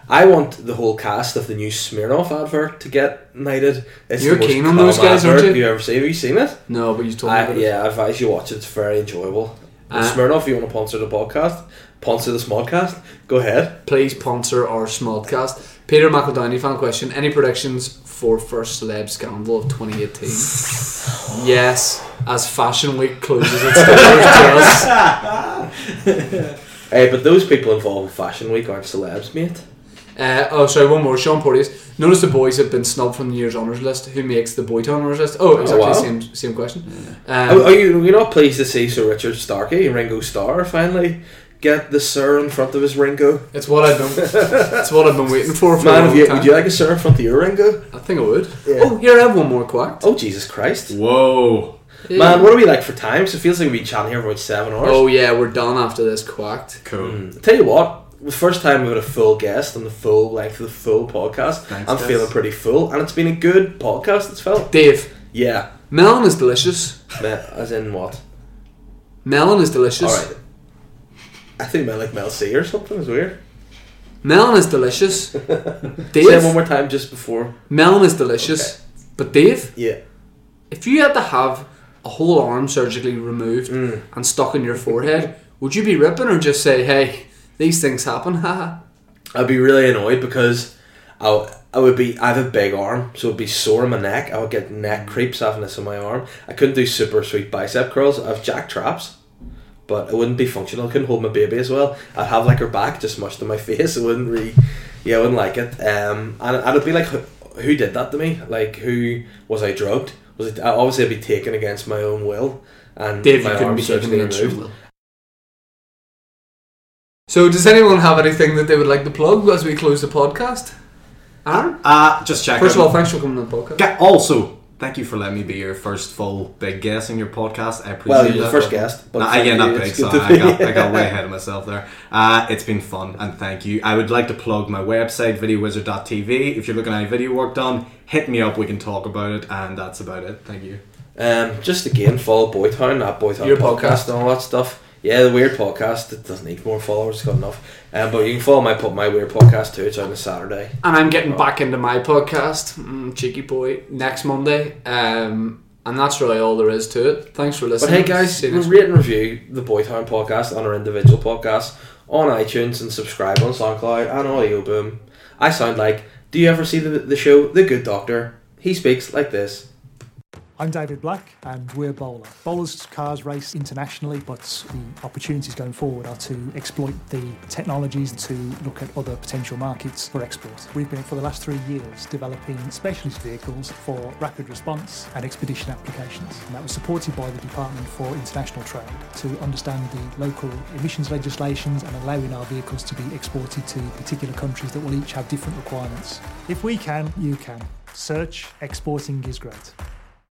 [SPEAKER 2] I want the whole cast of the new Smirnoff advert to get knighted. It's
[SPEAKER 3] You're
[SPEAKER 2] the most
[SPEAKER 3] keen on those
[SPEAKER 2] calm
[SPEAKER 3] guys, aren't
[SPEAKER 2] advert
[SPEAKER 3] you?
[SPEAKER 2] you ever seen? Have you seen it?
[SPEAKER 3] No, but you told me.
[SPEAKER 2] I,
[SPEAKER 3] about it.
[SPEAKER 2] yeah, I advise you watch it. It's very enjoyable. And
[SPEAKER 3] Uh,
[SPEAKER 2] Smirnoff, if you want to sponsor the podcast, sponsor the podcast, go ahead.
[SPEAKER 3] Please sponsor our smodcast. Peter McEldowney, final question. Any predictions for first celeb scandal of
[SPEAKER 2] (laughs)
[SPEAKER 3] 2018? yes, as Fashion Week closes its doors to
[SPEAKER 2] (laughs)
[SPEAKER 3] us.
[SPEAKER 2] Hey, Eh, but those people involved in Fashion Week aren't celebs, mate.
[SPEAKER 3] Uh, oh, sorry, one more. Sean Porteous. Notice the boys have been snubbed from the year's honours list. Who makes the Boytown honours list? Oh,
[SPEAKER 2] Oh,
[SPEAKER 3] exactly
[SPEAKER 2] wow. Oh,
[SPEAKER 3] the same, same question. Um,
[SPEAKER 2] Are, are you you're not pleased to see Sir Richard Starkey and Ringo Starr finally get the sir in front of his Ringo?
[SPEAKER 3] It's what I've been. it's what I've been waiting for for a
[SPEAKER 2] Man,
[SPEAKER 3] long
[SPEAKER 2] would you,
[SPEAKER 3] time.
[SPEAKER 2] would you like a sir in front of your Ringo?
[SPEAKER 3] I think I would.
[SPEAKER 2] Yeah.
[SPEAKER 3] Oh, here I have one more quack.
[SPEAKER 2] Oh Jesus Christ!
[SPEAKER 4] Whoa.
[SPEAKER 2] Man, what are we like for times? It feels like we've been chatting here for about seven hours.
[SPEAKER 3] Oh yeah, we're done after this quacked.
[SPEAKER 4] Cool.
[SPEAKER 2] Tell you what, the first time we've had a full guest on the full length of the full podcast,
[SPEAKER 4] Thanks,
[SPEAKER 2] I'm
[SPEAKER 4] guys.
[SPEAKER 2] feeling pretty full, and it's been a good podcast. It's felt.
[SPEAKER 3] Dave,
[SPEAKER 2] Yeah,
[SPEAKER 3] melon is delicious.
[SPEAKER 2] me- as in what?
[SPEAKER 3] Melon is delicious.
[SPEAKER 2] All right. I think I like Mel C or something. It's weird.
[SPEAKER 3] Melon
[SPEAKER 2] (laughs)
[SPEAKER 3] is delicious.
[SPEAKER 2] Say it one
[SPEAKER 3] Dave,
[SPEAKER 2] more time just before.
[SPEAKER 3] melon is delicious. But Dave,
[SPEAKER 2] Yeah.
[SPEAKER 3] if you had to have a whole arm surgically removed
[SPEAKER 2] Mm.
[SPEAKER 3] and stuck in your forehead, would you be ripping or just say, "Hey, these things happen"? (laughs) Haha.
[SPEAKER 2] I'd be really annoyed because I, I would be I have a big arm, so it'd be sore in my neck. I would get
[SPEAKER 3] Mm.
[SPEAKER 2] neck creeps having this in my arm. I couldn't do super sweet bicep curls. I have jack traps, but it wouldn't be functional. I couldn't hold my baby as well. I'd have like her back just mushed in my (laughs) face. I wouldn't really, yeah, I wouldn't like it. Um, and I'd be like, who, who did that to me? Like, who was I drugged? Was it obviously I'd be taken against my own will? And
[SPEAKER 3] Dave, you
[SPEAKER 2] my
[SPEAKER 3] couldn't
[SPEAKER 2] arm
[SPEAKER 3] be taken
[SPEAKER 2] surgically
[SPEAKER 3] against your
[SPEAKER 2] removed.
[SPEAKER 3] will. So, does anyone have anything that they would like to plug as we close the podcast? Aaron,
[SPEAKER 4] Uh, just check.
[SPEAKER 3] first of
[SPEAKER 4] out-
[SPEAKER 3] all, thanks for coming on the podcast.
[SPEAKER 4] Ga- also, thank you for letting me be your first full big guest in your podcast. I appreciate
[SPEAKER 2] Well, you're
[SPEAKER 4] that.
[SPEAKER 2] the first guest.
[SPEAKER 4] No,
[SPEAKER 2] thank
[SPEAKER 4] again,
[SPEAKER 2] you,
[SPEAKER 4] not big,
[SPEAKER 2] it's
[SPEAKER 4] so
[SPEAKER 2] good to
[SPEAKER 4] I
[SPEAKER 2] be-
[SPEAKER 4] got, I
[SPEAKER 2] (laughs)
[SPEAKER 4] got way ahead of myself there. Uh, it's been fun, and thank you. I would like to plug my website, videowizard.tv. If you're looking at any video work done, hit me up, we can talk about it, and that's about it. Thank you.
[SPEAKER 2] Um, just again, follow Boytown, that Boytown
[SPEAKER 3] Your podcast.
[SPEAKER 2] podcast, and all that stuff. Yeah, the weird podcast. It doesn't need more followers. It's got enough. Um, but you can follow my po- my weird podcast too. It's on a Saturday.
[SPEAKER 3] and I'm getting back into my podcast, mm, Cheeky Boy, next Monday. Um, and that's really all there is to it. Thanks for
[SPEAKER 2] But
[SPEAKER 3] listening.
[SPEAKER 2] hey guys,
[SPEAKER 3] See you next
[SPEAKER 2] rate and review the Boytown podcast on our individual podcasts on iTunes and subscribe on SoundCloud and Audio Boom. I sound like. Do you ever see the the show The Good Doctor? He speaks like this.
[SPEAKER 5] I'm David Black, and we're Bowler. Bowler's cars race internationally, but the opportunities going forward are to exploit the technologies to look at other potential markets for export. We've been, for the last three years, developing specialist vehicles for rapid response and expedition applications. And that was supported by the Department for International Trade to understand the local emissions legislations and allowing our vehicles to be exported to particular countries that will each have different requirements. If we can, you can. Search Exporting is Great.